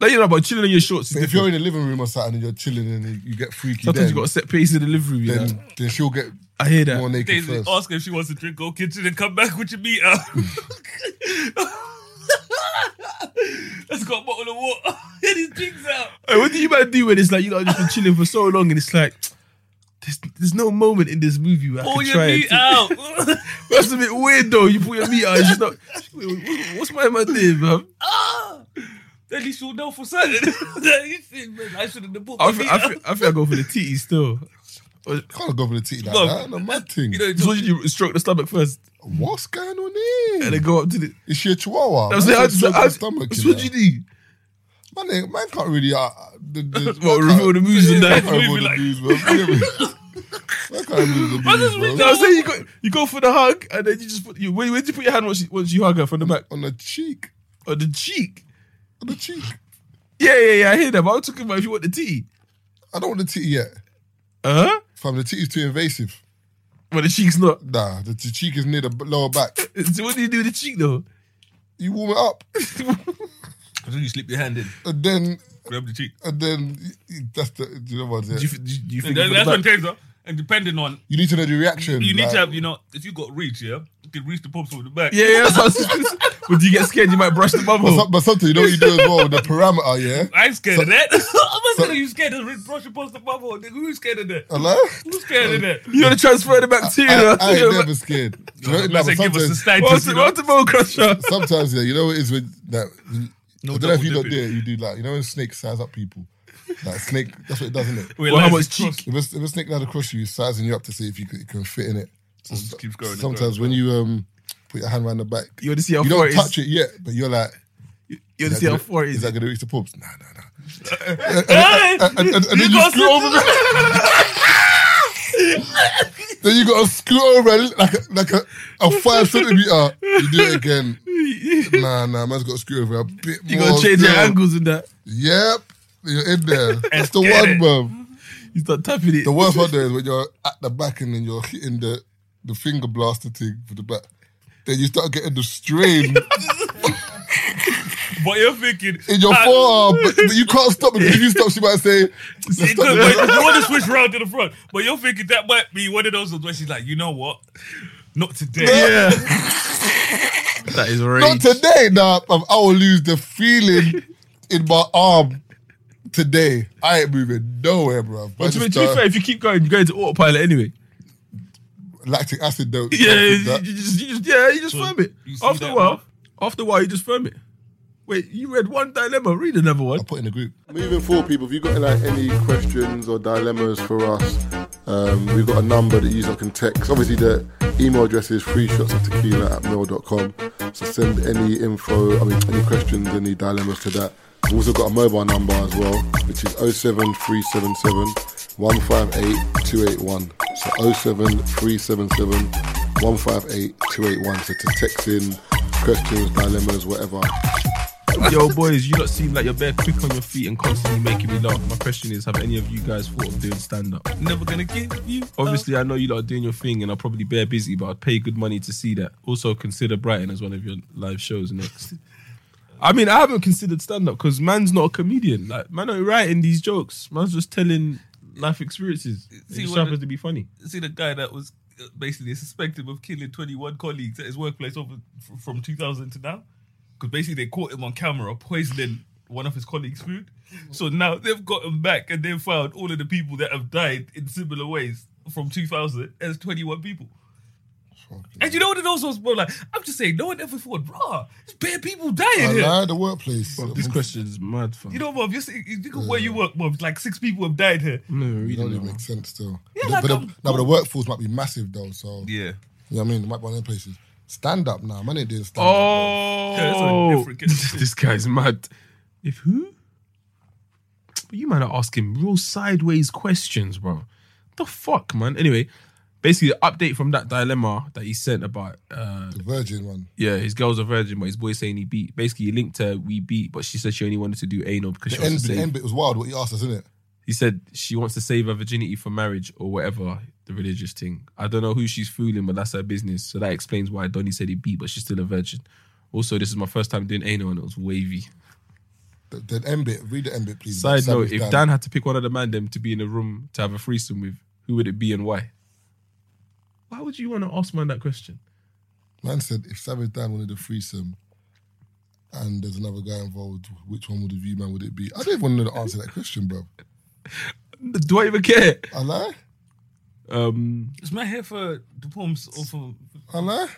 Speaker 3: No, you know, but chilling in your shorts. Is
Speaker 1: But if
Speaker 3: different.
Speaker 1: you're in the living room or something and you're chilling and you- you get freaky,
Speaker 3: Sometimes
Speaker 1: then,
Speaker 3: you got to set pace in the living room. You
Speaker 1: then,
Speaker 3: know?
Speaker 1: then she'll get
Speaker 3: I hear that.
Speaker 1: more naked
Speaker 5: Daisy,
Speaker 1: first.
Speaker 5: ask her if she wants to drink, go kitchen and come back with your meat uh. out. That's got a bottle of water. Get his drinks out.
Speaker 3: Hey, what do you man do when it's like you know I've just been chilling for so long and it's like there's there's no moment in this movie where I
Speaker 5: Pull
Speaker 3: can
Speaker 5: your
Speaker 3: try
Speaker 5: meat
Speaker 3: it.
Speaker 5: out.
Speaker 3: That's a bit weird though. You pull your meat out. She's not. Wait, What's my man doing, man?
Speaker 5: At least you'll know for certain. You think, man, I should have bought
Speaker 3: I
Speaker 5: my
Speaker 3: think
Speaker 5: meat
Speaker 3: I
Speaker 5: out.
Speaker 3: think I, think I go for the titty still.
Speaker 1: Can't go for the teeth like
Speaker 5: No.
Speaker 1: that. No mad thing.
Speaker 5: You know,
Speaker 3: So what you do, stroke the stomach first
Speaker 1: What's going on
Speaker 3: and then
Speaker 1: here?
Speaker 3: go up to the.
Speaker 1: Is she a chihuahwa?
Speaker 3: I'm saying,
Speaker 1: Man,
Speaker 3: how-
Speaker 1: she's got
Speaker 3: how-
Speaker 1: a stomach,
Speaker 3: so
Speaker 1: you
Speaker 3: what do
Speaker 1: know.
Speaker 3: you do?
Speaker 1: Man, ain't- man can't really. Uh, the, the, man
Speaker 3: What
Speaker 1: can't-
Speaker 3: reveal the moves and
Speaker 1: man
Speaker 3: that?
Speaker 1: can't reveal
Speaker 5: Movie
Speaker 1: the
Speaker 5: like-
Speaker 1: moves, man. Forget me. Man can't reveal the
Speaker 5: Man, this
Speaker 1: moves,
Speaker 5: is
Speaker 3: No,
Speaker 1: bro.
Speaker 3: I'm saying you go you go for the hug and then you just put you where, where do you put your hand once you, once you hug her from the back
Speaker 1: On the cheek.
Speaker 3: or the cheek?
Speaker 1: On the cheek.
Speaker 3: Yeah, yeah, yeah. I hear that. But I'm talking about if you want the titty.
Speaker 1: I don't want the teeth yet.
Speaker 3: Huh?
Speaker 1: Fam, the teeth is too invasive.
Speaker 3: But the cheek's not.
Speaker 1: Nah, the, the cheek is near the b- lower back.
Speaker 3: So what do you do with the cheek though?
Speaker 1: You warm it up,
Speaker 5: Then you slip your hand in,
Speaker 1: and then
Speaker 5: grab the cheek.
Speaker 1: and then y- y- that's the you know what's
Speaker 3: Do
Speaker 1: it.
Speaker 3: you, do you, do you
Speaker 5: And
Speaker 3: think
Speaker 5: that-
Speaker 3: it's
Speaker 5: that's
Speaker 3: about-
Speaker 5: what James are. And depending on,
Speaker 1: You need to know the reaction.
Speaker 5: you need
Speaker 1: like-
Speaker 5: to have, you know, if you got reach, yeah, you can reach the pops with the back.
Speaker 3: Yeah, yeah, that's what I was just
Speaker 1: Would you get scared? You might brush the bubble. But, some- but sometimes you know what you do as well. The parameter, yeah.
Speaker 5: I'm scared
Speaker 1: So-
Speaker 5: of that. I'm not scared of you scared of brush across the bubble. Nigga, who's scared of that?
Speaker 1: Hello?
Speaker 5: Who's scared of that?
Speaker 1: You know the transfer the
Speaker 5: bacteria.
Speaker 1: I, I ain't never scared. You know,
Speaker 5: unless
Speaker 1: no,
Speaker 5: they
Speaker 1: but
Speaker 5: give us the
Speaker 1: sometimes-
Speaker 5: status, What's the- you know? what's the bone crusher?
Speaker 1: Sometimes, yeah, you know what it is with that.
Speaker 5: No
Speaker 1: I don't know if you
Speaker 5: double
Speaker 1: don't do
Speaker 5: dipping.
Speaker 1: it. You do like you know when snakes size up people. Like snake, that's what it does, isn't it?
Speaker 5: Well, Well, how lines much
Speaker 1: cheek? If a, if a snake does across you, it's sizing you up to see if you can, can fit in it. So
Speaker 5: it just keeps going and
Speaker 1: Sometimes
Speaker 5: going
Speaker 1: when you um put your hand around the back,
Speaker 3: You wanna see how
Speaker 1: you
Speaker 3: far
Speaker 1: don't
Speaker 3: it
Speaker 1: touch
Speaker 3: is?
Speaker 1: it yet, but you're like.
Speaker 3: you
Speaker 1: is
Speaker 3: wanna
Speaker 1: that
Speaker 3: see how
Speaker 1: gonna-
Speaker 3: far it
Speaker 1: is
Speaker 3: is?
Speaker 1: that going to reach the pubs? Nah, nah, nah. And-
Speaker 3: Hey!
Speaker 1: and- and- and- and
Speaker 3: You
Speaker 1: then you
Speaker 3: got
Speaker 1: screw over the- Then you got to screw over it like a, like a, a five centimeter. You do it again. Nah, nah, man's got to screw over a bit
Speaker 3: You
Speaker 1: more.
Speaker 3: gotta change your
Speaker 1: still.
Speaker 3: angles with that.
Speaker 1: Yep, you're in there. That's the
Speaker 3: get
Speaker 1: one,
Speaker 3: it.
Speaker 1: bro.
Speaker 3: You start tapping it.
Speaker 1: The worst one there is when you're at the back and then you're hitting the the finger blaster thing for the back. Then you start getting the strain
Speaker 5: But you're thinking
Speaker 1: in your
Speaker 5: ah,
Speaker 1: forearm, but, but you can't stop because if you stop, she might say,
Speaker 5: see,
Speaker 1: "Let's
Speaker 5: good,
Speaker 1: stop
Speaker 5: wait,
Speaker 1: it."
Speaker 5: you want to switch round to the front, but you're thinking that might be one of those ones where she's like, you know what? Not today.
Speaker 1: Yeah.
Speaker 3: That is
Speaker 1: Not today, nah. bruv. I will lose the feeling in my arm today. I ain't moving nowhere, bro.
Speaker 3: But to, be-
Speaker 1: uh,
Speaker 3: to be fair, if you keep going, you're going to autopilot anyway.
Speaker 1: lactic acid don't.
Speaker 3: Yeah,
Speaker 1: don't
Speaker 3: you,
Speaker 1: do that.
Speaker 3: you just, you just, yeah, you just
Speaker 1: So,
Speaker 3: firm it.
Speaker 1: you see
Speaker 3: After
Speaker 1: that,
Speaker 3: a while, after a while, you just firm it. Wait, you read one dilemma. Read another one. I
Speaker 1: put in a group. Moving forward, people, if you've got like any questions or dilemmas for us, um, we've got a number that you user can text. Obviously, the email address is free shots of tequila at mail.com. So send any info, I mean, any questions, any dilemmas to that. We've also got a mobile number as well, which is 07377 158 281. So 07377 158 281. So to text in questions, dilemmas, whatever.
Speaker 3: Yo, boys, you lot seem like you're bare quick on your feet and constantly making me laugh. My question is, have any of you guys thought of doing stand up?
Speaker 5: Never gonna give you.
Speaker 3: Obviously,
Speaker 5: Oh.
Speaker 3: I know you lot are doing your thing and are probably bare busy, but I'd pay good money to see that. Also, consider Brighton as one of your live shows next. I mean, I haven't considered stand up because man's not a comedian. Like, man, ain't writing these jokes. Man's just telling life experiences. It
Speaker 5: See,
Speaker 3: just
Speaker 5: when-
Speaker 3: happens to be funny.
Speaker 5: see the guy that was uh, basically suspected of killing 21 colleagues at his workplace over f- from 2000 to now because basically they caught him on camera poisoning one of his colleagues' food. So now they've got him back and they've found all of the people that have died in similar ways from 2000 as 21 people. And you know what it also was, bro? Like, I'm just saying, no one ever thought, bruh, there's bare people dying
Speaker 1: I
Speaker 5: here.
Speaker 1: lied, the workplace.
Speaker 3: This question is mad fun.
Speaker 5: You know, Bob, you see- you think of where you work, Bob, like six people have died here.
Speaker 3: No,
Speaker 1: It don't really make sense still.
Speaker 5: Yeah,
Speaker 1: but,
Speaker 5: like,
Speaker 1: the, but, the,
Speaker 5: um,
Speaker 1: no, but the workforce might be massive though. So
Speaker 5: Yeah.
Speaker 1: you know what I mean. It might be one of them places. Stand up now, man. It did stand
Speaker 3: Oh,
Speaker 1: up.
Speaker 3: this guy's mad. If who? But you might not ask him real sideways questions, bro. The fuck, man. Anyway, basically, the update from that dilemma that he sent about uh,
Speaker 1: the virgin one.
Speaker 3: Yeah, his girl's a virgin, but his boy saying he beat. Basically, he linked her. We beat, but she said she only wanted to do anal because she
Speaker 1: The
Speaker 3: wants
Speaker 1: end,
Speaker 3: to
Speaker 1: the
Speaker 3: save-
Speaker 1: end bit was wild. What he asked us, isn't it?
Speaker 3: he said she wants to save her virginity for marriage or whatever the religious thing. I don't know who she's fooling, but that's her business. So that explains why Donnie said he beat, but she's still a virgin. Also, this is my first time doing anal and it was wavy.
Speaker 1: The, the end bit. Read the end bit, please.
Speaker 3: Side
Speaker 1: Savage
Speaker 3: note: If Dan. had to pick one of the man them to be in a room to have a threesome with, who would it be and why? Why would you want to ask man that question?
Speaker 1: man said, if Savage Dan wanted a threesome, and there's another guy involved, which one would have you, man? Would it be? I don't even want to answer that question, bro.
Speaker 3: Do I even care?
Speaker 1: I lie.
Speaker 3: Um,
Speaker 5: Is my hair for the poems or for
Speaker 1: I lie.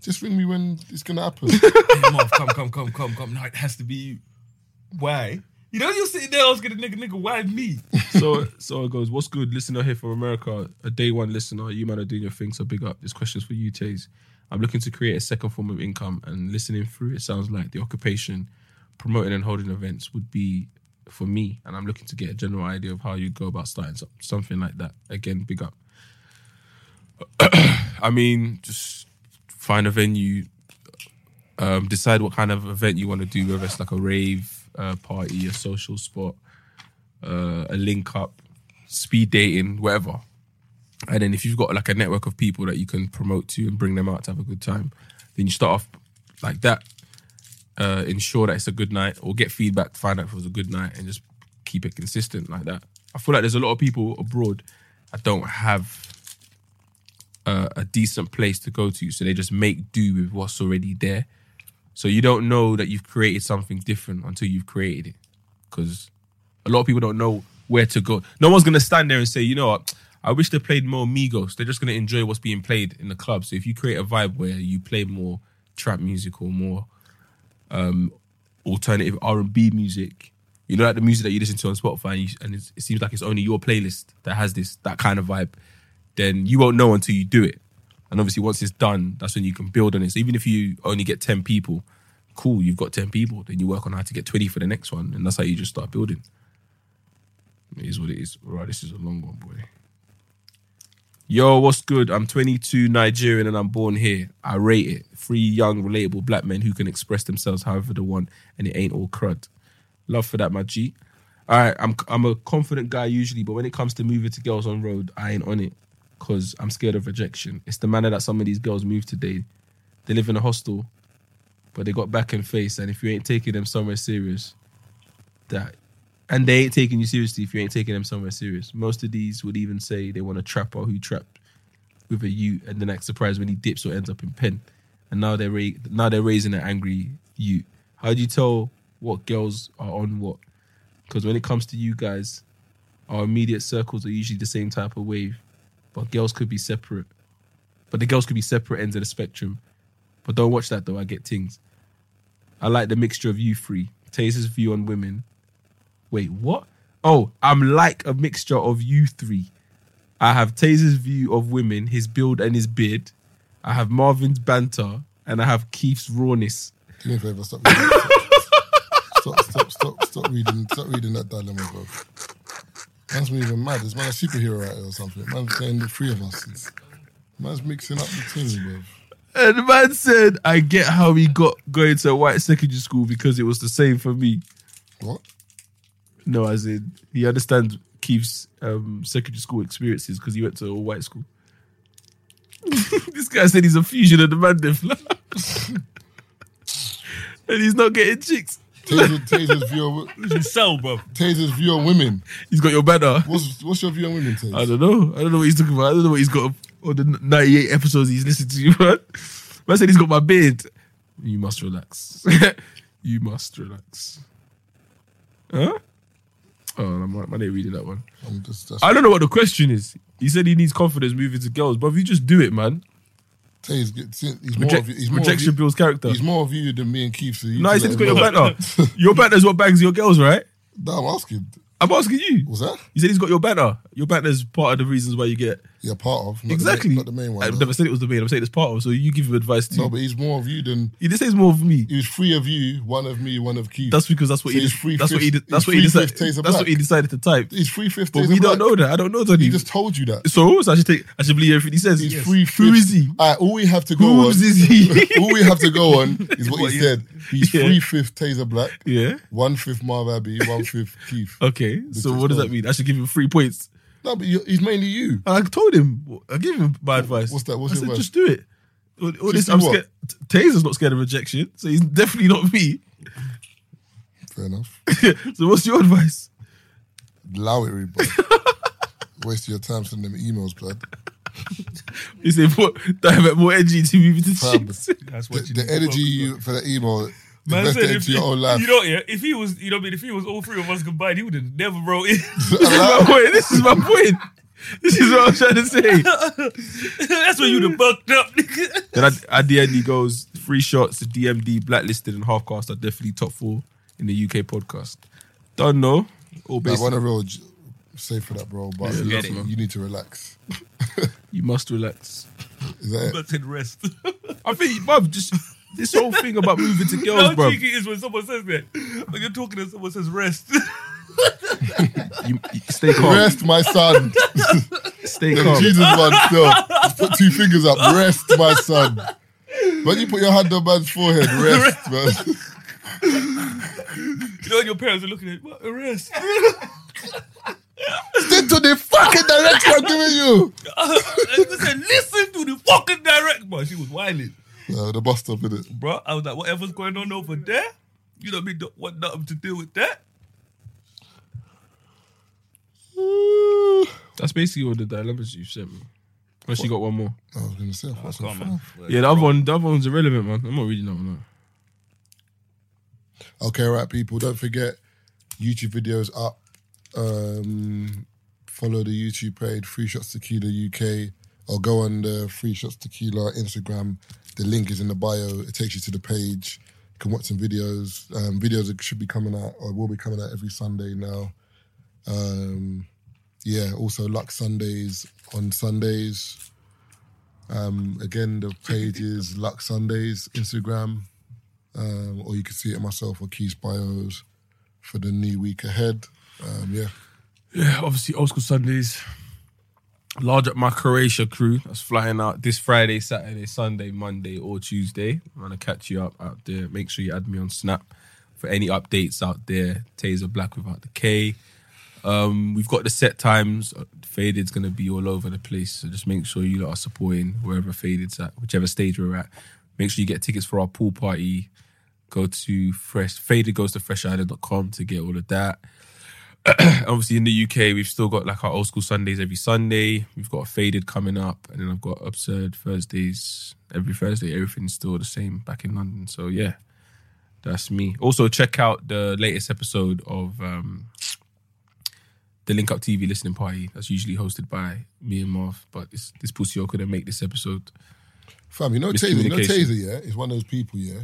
Speaker 1: Just ring me when it's gonna happen.
Speaker 5: Come on, come, come, come, come, come. No, it has to be you. Why? You know, you're sitting there asking a nigga, nigga, why me?
Speaker 3: so so it goes. What's good, listener here from America? A day one listener. You man are doing your thing, so big up. This question's for you, Chase. I'm looking to create a second form of income, and listening through it sounds like the occupation promoting and holding events would be for me. And I'm looking to get a general idea of how you go about starting some- something like that. Again, big up. I mean, just find a venue, um, decide what kind of event you want to do, whether it's like a rave, uh, party, a social spot, uh, a link up, speed dating, whatever. And then if you've got like a network of people that you can promote to and bring them out to have a good time, then you start off like that. Uh, ensure that it's a good night or get feedback, find out if it was a good night and just keep it consistent like that. I feel like there's a lot of people abroad that don't have uh, a decent place to go to, so they just make do with what's already there. So you don't know that you've created something different until you've created it. Because a lot of people don't know where to go. No one's going to stand there and say, you know what, I wish they played more Migos. They're just going to enjoy what's being played in the club. So if you create a vibe where you play more trap music or more um, alternative R&B music, you know, like the music that you listen to on Spotify and, you, and it's, it seems like it's only your playlist that has this, that kind of vibe, then you won't know until you do it. And obviously, once it's done, that's when you can build on it. So even if you only get 10 people, cool, you've got 10 people. Then you work on how to get 20 for the next one. And that's how you just start building. It is what it is. All right, this is a long one, boy. Yo, what's good? I'm 22, Nigerian, and I'm born here. I rate it. Three young, relatable black men who can express themselves however they want, and it ain't all crud. Love for that, my G. All right, I'm I'm a confident guy usually, but when it comes to moving to girls on road, I ain't on it because I'm scared of rejection. It's the manner that some of these girls move today. They live in a hostel, but they got back and face, and if you ain't taking them somewhere serious, that and they ain't taking you seriously if you ain't taking them somewhere serious. Most of these would even say they want a trapper who trapped with a U and then act surprised when he dips or ends up in pen. And now they're ra- now they're raising an angry you. How do you tell what girls are on what? Because when it comes to you guys, our immediate circles are usually the same type of wave, but girls could be separate. But the girls could be separate ends of the spectrum. But don't watch that though. I get things. I like the mixture of you three. Taser's view on women Wait, what? Oh, I'm like a mixture of you three. I have Taser's view of women, his build and his beard. I have Marvin's banter, and I have Keith's rawness.
Speaker 1: Do me a favor, stop. Reading. stop, stop, stop, stop reading. Stop reading that dilemma, bro. Man's moving mad. Is man a superhero out here or something? Man's saying the three of us. It's- man's mixing up the things, bro.
Speaker 3: And the man said, "I get how he got going to a white secondary school because it was the same for me."
Speaker 1: What?
Speaker 3: No, as in he understands Keith's um, secondary school experiences because he went to a white school. this guy said he's a fusion of the man they fly. and he's not getting chicks.
Speaker 1: Taser, Taser's view. Of,
Speaker 5: sell, bro.
Speaker 1: Taser's view on women.
Speaker 3: He's got your banner.
Speaker 1: What's What's your view on women, Taser?
Speaker 3: I don't know. I don't know what he's talking about. I don't know what he's got on the 98 episodes he's listened to, man. Man said he's got my beard. You must relax. you must relax. Huh? Oh, I'm, I didn't read that one.
Speaker 1: I'm just, that's-
Speaker 3: I don't know what the question is. He said he needs confidence moving to girls, but if you just do it, man.
Speaker 1: Taser's get- he's more
Speaker 3: Reject-
Speaker 1: of you- he's more of
Speaker 3: rejection
Speaker 1: you-
Speaker 3: builds character.
Speaker 1: He's more of you than me and Keith. So you
Speaker 3: No, he
Speaker 1: can
Speaker 3: said he's
Speaker 1: let
Speaker 3: got your
Speaker 1: him know.
Speaker 3: banner. your banner's what bangs your girls, right?
Speaker 1: No, I'm asking.
Speaker 3: I'm asking you.
Speaker 1: What's that?
Speaker 3: You said he's got your banner. Your banner's part of the reasons why you get
Speaker 1: Yeah, part of. Not the main-
Speaker 3: exactly.
Speaker 1: not the main one.
Speaker 3: I've
Speaker 1: no.
Speaker 3: never said it was the main. I'm saying it's part of. So you give him advice too.
Speaker 1: No, but he's more of you than.
Speaker 3: He just says more of me.
Speaker 1: He was three of you, one of me, one of Keith.
Speaker 3: That's because that's what
Speaker 1: So
Speaker 3: he.
Speaker 1: he's three
Speaker 3: that's what he.
Speaker 1: fifths-
Speaker 3: That's
Speaker 1: he's
Speaker 3: what he
Speaker 1: three
Speaker 3: decided.
Speaker 1: fifths Taser
Speaker 3: That's
Speaker 1: Black.
Speaker 3: what he decided to type.
Speaker 1: He's three fifths.
Speaker 3: But
Speaker 1: Taser
Speaker 3: we
Speaker 1: Black.
Speaker 3: don't know that. I don't know
Speaker 1: He
Speaker 3: Tony.
Speaker 1: just told you that.
Speaker 3: So so I should take. I should believe everything he says.
Speaker 1: He's free
Speaker 3: Who is he?
Speaker 1: All right, all we have to go on.
Speaker 3: Who's is he?
Speaker 1: all we have to go on is what,
Speaker 3: What
Speaker 1: he
Speaker 3: you-
Speaker 1: said. He's
Speaker 3: Yeah.
Speaker 1: three fifth Taser Black,
Speaker 3: Yeah.
Speaker 1: one fifth Marv Abbey, one fifth Keith.
Speaker 3: Okay. So
Speaker 1: is
Speaker 3: what does that
Speaker 1: fine.
Speaker 3: mean? I should give him three points.
Speaker 1: No, but you- he's mainly you.
Speaker 3: And I told him. I gave him my advice.
Speaker 1: What's that? What's
Speaker 3: I
Speaker 1: your
Speaker 3: said,
Speaker 1: advice?
Speaker 3: just do it. All, all
Speaker 1: Just
Speaker 3: this,
Speaker 1: do
Speaker 3: I'm
Speaker 1: what?
Speaker 3: scared. Taser's not scared of rejection, so he's definitely not me.
Speaker 1: Fair enough.
Speaker 3: so what's your advice?
Speaker 1: Lowery, bro. Waste your time sending them emails, blood.
Speaker 3: He said, "More- divert more energy to moving to
Speaker 1: Fam,
Speaker 3: chicks."
Speaker 1: The,
Speaker 5: That's what you
Speaker 1: the
Speaker 5: need to
Speaker 1: energy
Speaker 5: focus on.
Speaker 1: you for that email,
Speaker 5: Man
Speaker 1: invest
Speaker 5: said
Speaker 1: it
Speaker 5: if
Speaker 1: into
Speaker 5: you,
Speaker 1: your own life.
Speaker 5: you know, yeah, if he was, you know, what I mean, if he was all three of us combined, he would have never wrote it.
Speaker 3: This is my point. This is my point. This is what I'm trying to say.
Speaker 5: That's when you'd have bucked up. nigga.
Speaker 3: Then at, at the end, he goes three shots to DMD, blacklisted, and halfcast are definitely top four in the UK podcast. Don't know. All
Speaker 1: I
Speaker 3: based.
Speaker 1: want to real j- say for that, bro. But
Speaker 3: Yeah,
Speaker 1: you,
Speaker 3: get it.
Speaker 1: you need to relax.
Speaker 3: you must relax.
Speaker 1: Is that it?
Speaker 5: But said rest.
Speaker 3: I think, bruv, just this whole thing about moving to girls,
Speaker 5: How
Speaker 3: bro.
Speaker 5: cheeky it is when someone says that? When you're talking and someone says rest.
Speaker 3: You, you stay calm.
Speaker 1: Rest, my son.
Speaker 3: Stay
Speaker 1: The
Speaker 3: calm.
Speaker 1: Jesus man still. Just put two fingers up. Rest, my son. When you put your hand on man's forehead, rest, man.
Speaker 5: you know, and your parents are looking at you, what, rest?
Speaker 1: Stick to the fucking direction I'm giving you.
Speaker 5: and they said, listen to the fucking direct. Bro, she was wilding.
Speaker 1: Uh, the bust up in it.
Speaker 5: Bro, I was like, whatever's going on over there, you know what I mean? Don't want nothing to do with that.
Speaker 3: That's basically all the dilemmas you sent me. Unless you got one more.
Speaker 1: I was gonna say, I thought
Speaker 5: Oh, Come on, man.
Speaker 3: Yeah, the other one, the other one's irrelevant, man. I'm not reading that one. Out.
Speaker 1: Okay, all right, people. Don't forget, YouTube videos up. Um, follow the YouTube page, Free Shots Tequila UK, or go on the Free Shots Tequila Instagram. The link is in the bio. It takes you to the page. You can watch some videos. Um, videos that should be coming out or will be coming out every Sunday now. Um, yeah, also Luck Sundays on Sundays. Um, again, the page is Luck Sundays Instagram, um, or you can see it myself or Keith's bios for the new week ahead. Um, yeah,
Speaker 3: Yeah, obviously old school Sundays. Large up my Croatia crew that's flying out this Friday, Saturday, Sunday, Monday, or Tuesday. I'm gonna catch you up out there. Make sure you add me on Snap for any updates out there. Taser Black without the K. Um, we've got the set times. Uh, Faded's gonna be all over the place, so just make sure you lot are supporting wherever Faded's at, whichever stage we're at. Make sure you get tickets for our pool party. Go to fresh faded goes to freshisland.com to get all of that. obviously in the UK, we've still got like our old school Sundays every Sunday. We've got a faded coming up, and then I've got absurd Thursdays every Thursday. Everything's still the same back in London. So yeah, that's me. Also check out the latest episode of um, the Link Up TV listening party. That's usually hosted by me and Marv, but it's, this pussy all couldn't make this episode.
Speaker 1: fam. You know Taser. You know
Speaker 3: Miscommunication.
Speaker 1: Taser. Yeah, is one of those people. Yeah,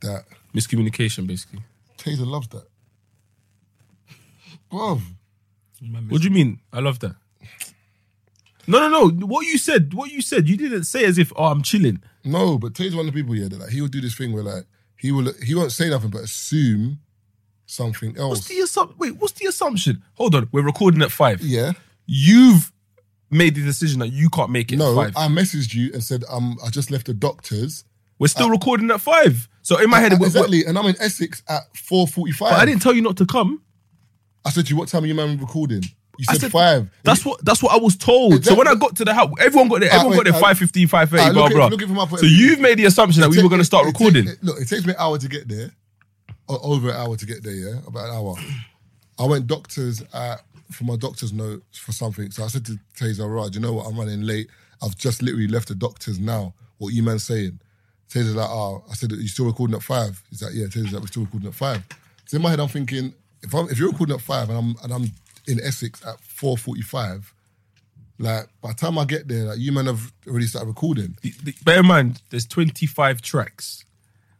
Speaker 1: that
Speaker 3: Miscommunication, basically.
Speaker 1: Taser loves that. Bro,
Speaker 3: What do you mean? I love that. No, no, no. What you said, what you said, you didn't say as if, oh, I'm chilling.
Speaker 1: No, but Taser's one of the people. Yeah, that like, he will do this thing where like he will he won't say nothing but assume something
Speaker 3: What's
Speaker 1: else.
Speaker 3: the assumption? Wait, what's the assumption? Hold on, we're recording at five.
Speaker 1: Yeah.
Speaker 3: You've made the decision that you can't make it
Speaker 1: no,
Speaker 3: at five.
Speaker 1: I messaged you and said um I just left the doctor's.
Speaker 3: We're still recording at five. So in my head, we're-
Speaker 1: exactly, and I'm in Essex at four forty-five.
Speaker 3: But I didn't tell you not to come.
Speaker 1: I said to you, what time are you man recording? You
Speaker 3: I
Speaker 1: said,
Speaker 3: said-
Speaker 1: five.
Speaker 3: That's what that's what I was told. So when I got to the house, everyone got there,
Speaker 1: Ah,
Speaker 3: everyone
Speaker 1: wait,
Speaker 3: got there
Speaker 1: ah,
Speaker 3: 5.15,
Speaker 1: ah,
Speaker 3: 5.30,
Speaker 1: look
Speaker 3: blah,
Speaker 1: at-
Speaker 3: blah.
Speaker 1: look at my point.
Speaker 3: So you've made the assumption that we were going to
Speaker 1: It
Speaker 3: start
Speaker 1: takes-
Speaker 3: recording.
Speaker 1: it- look, it takes me an hour to get there, o- over an hour to get there. Yeah, about an hour. I went doctors at, for my doctor's note for something. So I said to Taser, "Right, do you know what? I'm running late. I've just literally left the doctor's now. What you man saying?" Taser's like, "Oh," I said, "You still recording at five? He's like, "Yeah." Taser's like, "We're still recording at five. So in my head, I'm thinking, if I'm if you're recording at five and I'm and I'm in Essex at four forty-five. Like by the time I get there, like you man have already started recording.
Speaker 3: Bear in mind, there's 25 tracks.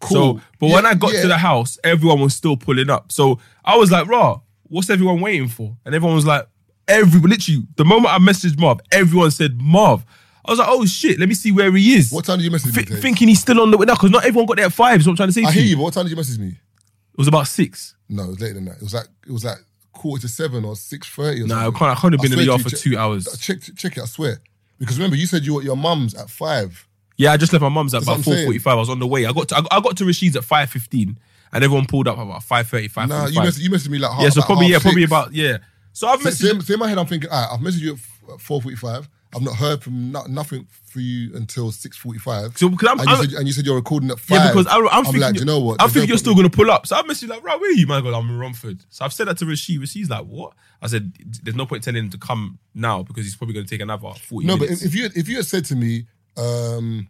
Speaker 1: Cool.
Speaker 3: So, but when
Speaker 1: Yeah,
Speaker 3: I got
Speaker 1: yeah.
Speaker 3: to the house, everyone was still pulling up. So I was like, "Raw, what's everyone waiting for?" And everyone was like, "Every literally." The moment I messaged Marv, everyone said Marv. I was like, "Oh shit, let me see where he is." What
Speaker 1: time did you message
Speaker 3: me? Thinking he's still on the way now because not everyone got there at five. So I'm trying to say.
Speaker 1: I
Speaker 3: to
Speaker 1: hear you, but what time did you message me?
Speaker 3: It was about six.
Speaker 1: No, it was later than that. It was like it was like quarter to seven or six thirty.
Speaker 3: Nah, I can't- I can't have been in the yard for two
Speaker 1: hours. Check, check it. I swear. Because remember, you said you were at your mum's at five.
Speaker 3: Yeah, I just left my mum's at
Speaker 1: That's
Speaker 3: about
Speaker 1: what I'm
Speaker 3: four
Speaker 1: saying.
Speaker 3: forty-five. I was on the way. I got to, I, I got to Rashid's at five fifteen, and everyone pulled up about five thirty, five.
Speaker 1: Nah, you messaged, you messaged me like half.
Speaker 3: Yeah, so
Speaker 1: about
Speaker 3: probably
Speaker 1: half
Speaker 3: yeah, probably
Speaker 1: six.
Speaker 3: about yeah. So I've messaged.
Speaker 1: So, in- so in my head, I'm thinking, all right, I've messaged you at four forty-five. I've not heard from no, nothing for you until six forty-five.
Speaker 3: So, 'cause I'm-
Speaker 1: and, you
Speaker 3: I'm-
Speaker 1: said, and you said you're recording at five.
Speaker 3: Yeah, because I, I'm, thinking,
Speaker 1: like, you know what?
Speaker 3: I'm
Speaker 1: There's
Speaker 3: thinking
Speaker 1: no
Speaker 3: you're still going to pull up. So I messaged like, right, where are you, man? I go, I'm in Romford. So I've said that to Rashid. Rashid's like, what? I said, there's no point telling him to come now because he's probably going to take another 40
Speaker 1: No, but
Speaker 3: minutes.
Speaker 1: if, if you if you had said to me, um,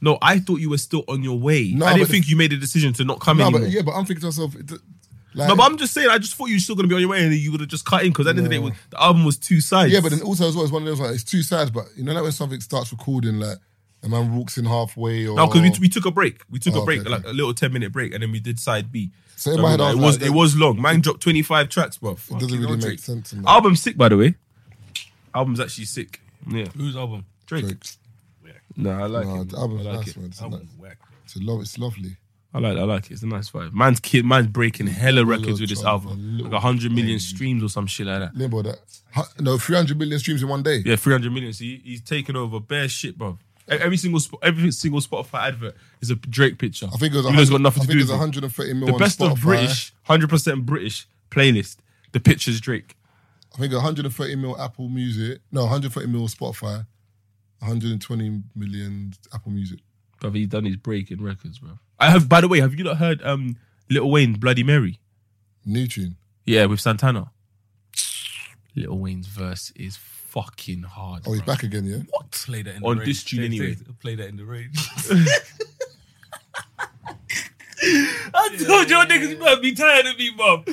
Speaker 3: no, I thought you were still on your way.
Speaker 1: No,
Speaker 3: I didn't
Speaker 1: but-
Speaker 3: think you made a decision to not come
Speaker 1: no,
Speaker 3: anymore.
Speaker 1: but yeah, but I'm thinking to myself, it- like,
Speaker 3: no, but I'm just saying, I just thought you were still going to be on your way and you would have just cut in because at the end of the day, it was- the album was two sides.
Speaker 1: Yeah, but then also as well, it's one of those like it's two sides. But you know, like when something starts recording, like a man walks in halfway or
Speaker 3: No, because we, we took a break. We took
Speaker 1: Oh,
Speaker 3: a break,
Speaker 1: okay,
Speaker 3: like a little 10 minute break, and then we did side B.
Speaker 1: So in my head, I
Speaker 3: it,
Speaker 1: was
Speaker 3: was,
Speaker 1: like,
Speaker 3: it was long. Man dropped 25 tracks, bro. It
Speaker 1: doesn't really make sense. in that.
Speaker 3: Album's sick, by the way. Album's actually sick. Yeah.
Speaker 5: Whose album?
Speaker 3: Drake. Nah, I like it.
Speaker 1: the album's
Speaker 3: I like
Speaker 1: nice,
Speaker 3: it.
Speaker 1: man. It's,
Speaker 5: Album's
Speaker 1: nice. It's, a lo- it's lovely.
Speaker 3: I like. I like it. It's a nice vibe. Man's kid. Man's breaking hella records with this album. Like hundred million streams or some shit like that.
Speaker 1: Limbo that. Huh, No, 300 million streams in one day.
Speaker 3: Yeah, three hundred million. So he, he's taking over bare shit, bro. E- Every single spo- every single Spotify advert is a Drake picture.
Speaker 1: I think it was
Speaker 3: You know, it's
Speaker 1: 100
Speaker 3: got nothing
Speaker 1: I
Speaker 3: to
Speaker 1: think
Speaker 3: do
Speaker 1: it was
Speaker 3: with
Speaker 1: 130
Speaker 3: it.
Speaker 1: mil
Speaker 3: The
Speaker 1: on
Speaker 3: best of
Speaker 1: Spotify.
Speaker 3: British, hundred percent British playlist. The pictures Drake.
Speaker 1: I think 130 mil Apple Music. No, 130 mil Spotify. 120 million Apple Music.
Speaker 3: Brother, he's done his breaking records, bro. I have. By the way, have you not heard um Little Wayne Bloody Mary?
Speaker 1: New tune.
Speaker 3: Yeah, with Santana. Little Wayne's verse is fucking hard.
Speaker 1: Oh, he's
Speaker 3: bruv.
Speaker 1: back again, yeah?
Speaker 3: What?
Speaker 5: Play that in
Speaker 3: On
Speaker 5: the rain.
Speaker 3: this tune
Speaker 5: Take-
Speaker 3: anyway.
Speaker 5: take- Play that in the rain. I told your niggas, man, be tired of me, mom.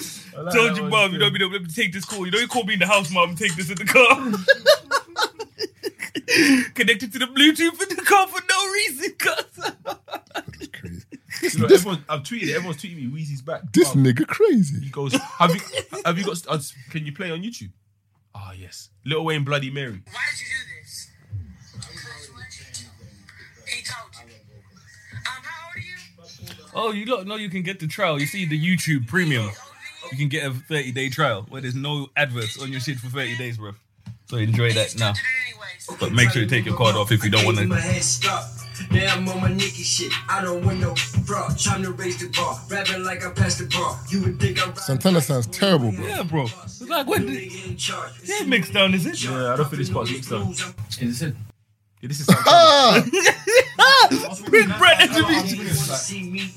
Speaker 5: told you, mom, you know, me, let me take this call. You know, you called me in the house, mom, take this in the car. Connected to the Bluetooth in the car for no reason, cuz.
Speaker 16: You know, everyone, I've tweeted. it, Everyone's tweeting me. Weezy's back.
Speaker 1: This nigga crazy.
Speaker 16: He goes. Have you? Have you got? uh, Can you play on YouTube? Ah yes. Little Wayne, Bloody Mary.
Speaker 11: Why did you do this? He told you. Um, how old are you?
Speaker 5: Oh, you don't know you can get the trial. You see the YouTube premium.
Speaker 11: Oh,
Speaker 5: You can get a 30 day trial where there's no adverts on your shit for 30 days, bro. So enjoy that now. But make sure you take your card off if you don't want
Speaker 11: I gave you
Speaker 5: to.
Speaker 11: My head stop. Now I'm on my Nicky shit. I don't win no bra. Trying to raise the bar. Rapping like I passed the bar. You would think I'm
Speaker 1: Santana sounds terrible, bro.
Speaker 5: Yeah, bro. It's like, what? Yeah, mixed down, is it?
Speaker 16: Yeah, I don't think this part's mixed down.
Speaker 17: Is it?
Speaker 16: this is
Speaker 5: Ah,
Speaker 1: Ah!
Speaker 5: Big Brett and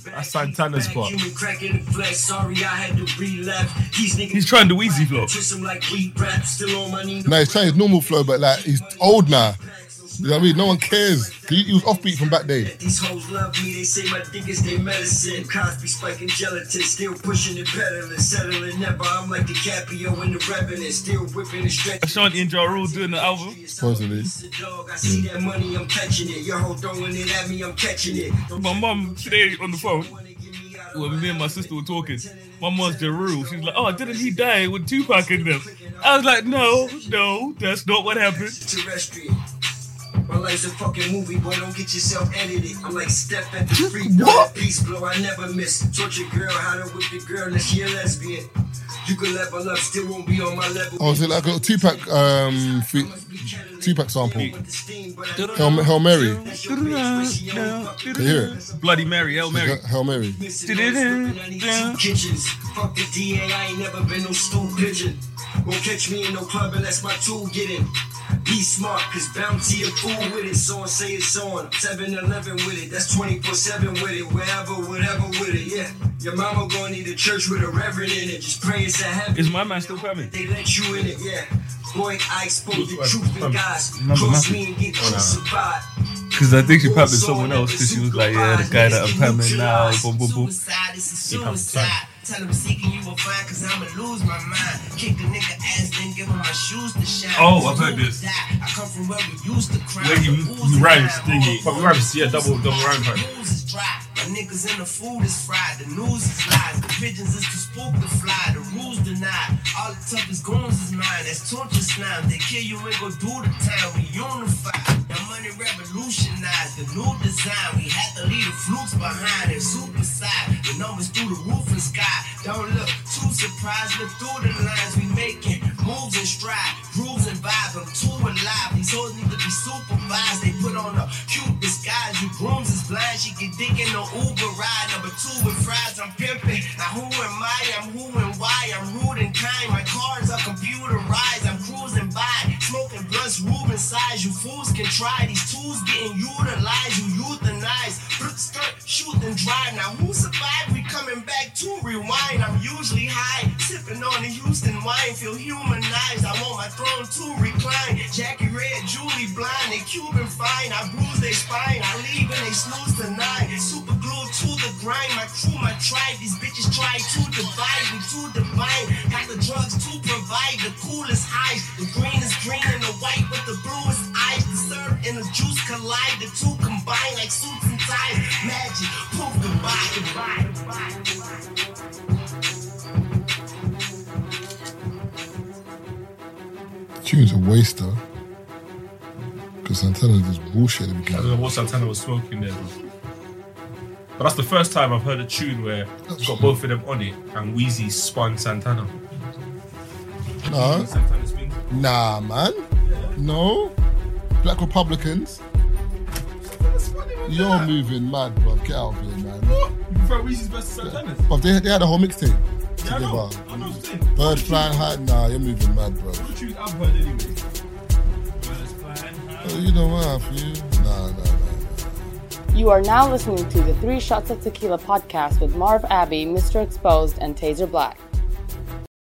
Speaker 16: That's Santana's part.
Speaker 11: human cracking the flex. Sorry, I had to relapse. These niggas
Speaker 5: He's trying the Wheezy flow.
Speaker 11: twist 'em like we rap. Still on my knee.
Speaker 1: No, he's trying his normal flow, but like he's old now. You know what I mean? No one cares. He, he was offbeat from back day.
Speaker 11: These hoes love me, they say my dick is their medicine. Cosby spiking gelatin, still pushing and pedaling, settling never. I'm like DiCaprio in the revenant, still whipping and stretching.
Speaker 5: Ashanti and Ja Rule doing the album.
Speaker 1: Supposedly.
Speaker 11: Dog, I see that money, I'm catching it. Your hoe throwing it at me, I'm catching it.
Speaker 5: My mum today on the phone, when me and my sister were talking, my mum's the rule. She's like, oh, didn't he die with Tupac in them? I was like, no, no, that's not what happened.
Speaker 11: Terrestrial. My life's a fucking movie, boy. Don't get yourself edited. I'm like Steph at the free throw. Peace blow, I never miss. Torture girl, how to whip the girl, now she a lesbian. You can level up, still won't be on my level.
Speaker 1: Oh, so like a Tupac, um, fe- Tupac sample. Hail, Hail Mary. Can you hear it?
Speaker 5: Bloody Mary, Hail Mary.
Speaker 1: Hail Mary.
Speaker 11: Kitchens. Fuck the DA, I ain't never been no stool pigeon. Won't catch me in no club unless my tool get in. Be smart, cause bounty a fool with it. So I say it's on. 7 11 with it. That's 24 7 with it. Wherever, whatever with it. Yeah. Your mama gonna need a church with a reverend in it. Just pray it's a heaven.
Speaker 5: Is my man still coming?
Speaker 11: They let you in it. Yeah. Boy, I expose the truth in guys.
Speaker 5: Number
Speaker 11: Cross
Speaker 5: nothing.
Speaker 11: me and get
Speaker 5: Oh, no.
Speaker 11: crucified.
Speaker 5: Because I think she pampered someone else because she was like, yeah, the guy that I'm pamming now, boom, boom, boom.
Speaker 11: Suicide is a
Speaker 5: Keep having
Speaker 11: suicide. Tell him seeking you will find, cause I'ma lose my mind. Kick the nigga ass, then give him my shoes to shine.
Speaker 5: Oh, I've heard this.
Speaker 11: Die. I come from where we used to cry.
Speaker 5: Where he-
Speaker 11: Fools
Speaker 5: he rhymes,
Speaker 11: die.
Speaker 5: didn't he?
Speaker 11: All
Speaker 5: He rhymes, yeah,
Speaker 11: the
Speaker 5: double-
Speaker 11: fools
Speaker 5: double
Speaker 11: is
Speaker 5: rhyme
Speaker 11: dry.
Speaker 5: part.
Speaker 11: The news is dry. My niggas in the food is fried. The news is lies. The pigeons is too spook to fly. The rules denied. All the toughest goons is mine. That's torture slime. They kill you and go do the time. We unified. The money revolutionized. The new design. We had to leave the flukes behind and super side. The numbers through the roof and sky. Don't look too surprised. Look through the lines we making. Moves and stride. Grooves and vibes. I'm too alive. These hoes need to be supervised. They put on a cute disguise. You grooms is blind. She can dig in the Uber ride. Number two with fries. I'm pimping. Now who am I? I'm who and why. I'm rude and kind. My cars are computerized. I'm cruising by. Smoking blunts, Ruben size. You fools can try. These tools getting utilized. You euthanize. Brut, skirt, shoot and drive. Now who survived? We coming back to rewind. I'm usually high. Sipping on the Houston wine. Feel humanized. I want my throne to recline. Jackie Red, Julie Blind, and Cuban fine. I bruise they spine. I leave and they snooze tonight. Super glued to the grind. My crew, my tribe. These bitches try to divide. We too divine. Got the drugs to provide. The coolest highs. The green is green and the white with the bluest eyes. The syrup and the juice collide. The two combine like suits and ties. Magic. Poof, goodbye. Goodbye. Goodbye.
Speaker 1: Tune's a waster. Because Santana just bullshit at the
Speaker 3: I
Speaker 1: beginning.
Speaker 3: don't know what Santana was smoking there. But that's the first time I've heard a tune where it's got both of them on it and Wheezy spun Santana.
Speaker 1: No. Nah, man. No. Black Republicans. You're moving mad, bro. Get out of here, man.
Speaker 3: What? You prefer Wheezy's versus Santana's?
Speaker 1: But they, they had a whole mixtape
Speaker 3: Yeah, I know.
Speaker 1: together.
Speaker 3: I know what I'm saying.
Speaker 1: Bird flying high. Nah, you're moving mad, bro.
Speaker 3: What tune I've heard anyway?
Speaker 1: Oh, you know what, for you? Nah, nah, nah.
Speaker 14: You are now listening to the Three Shots of Tequila podcast with Marv Abbey, Mr. Exposed, and Taser Black.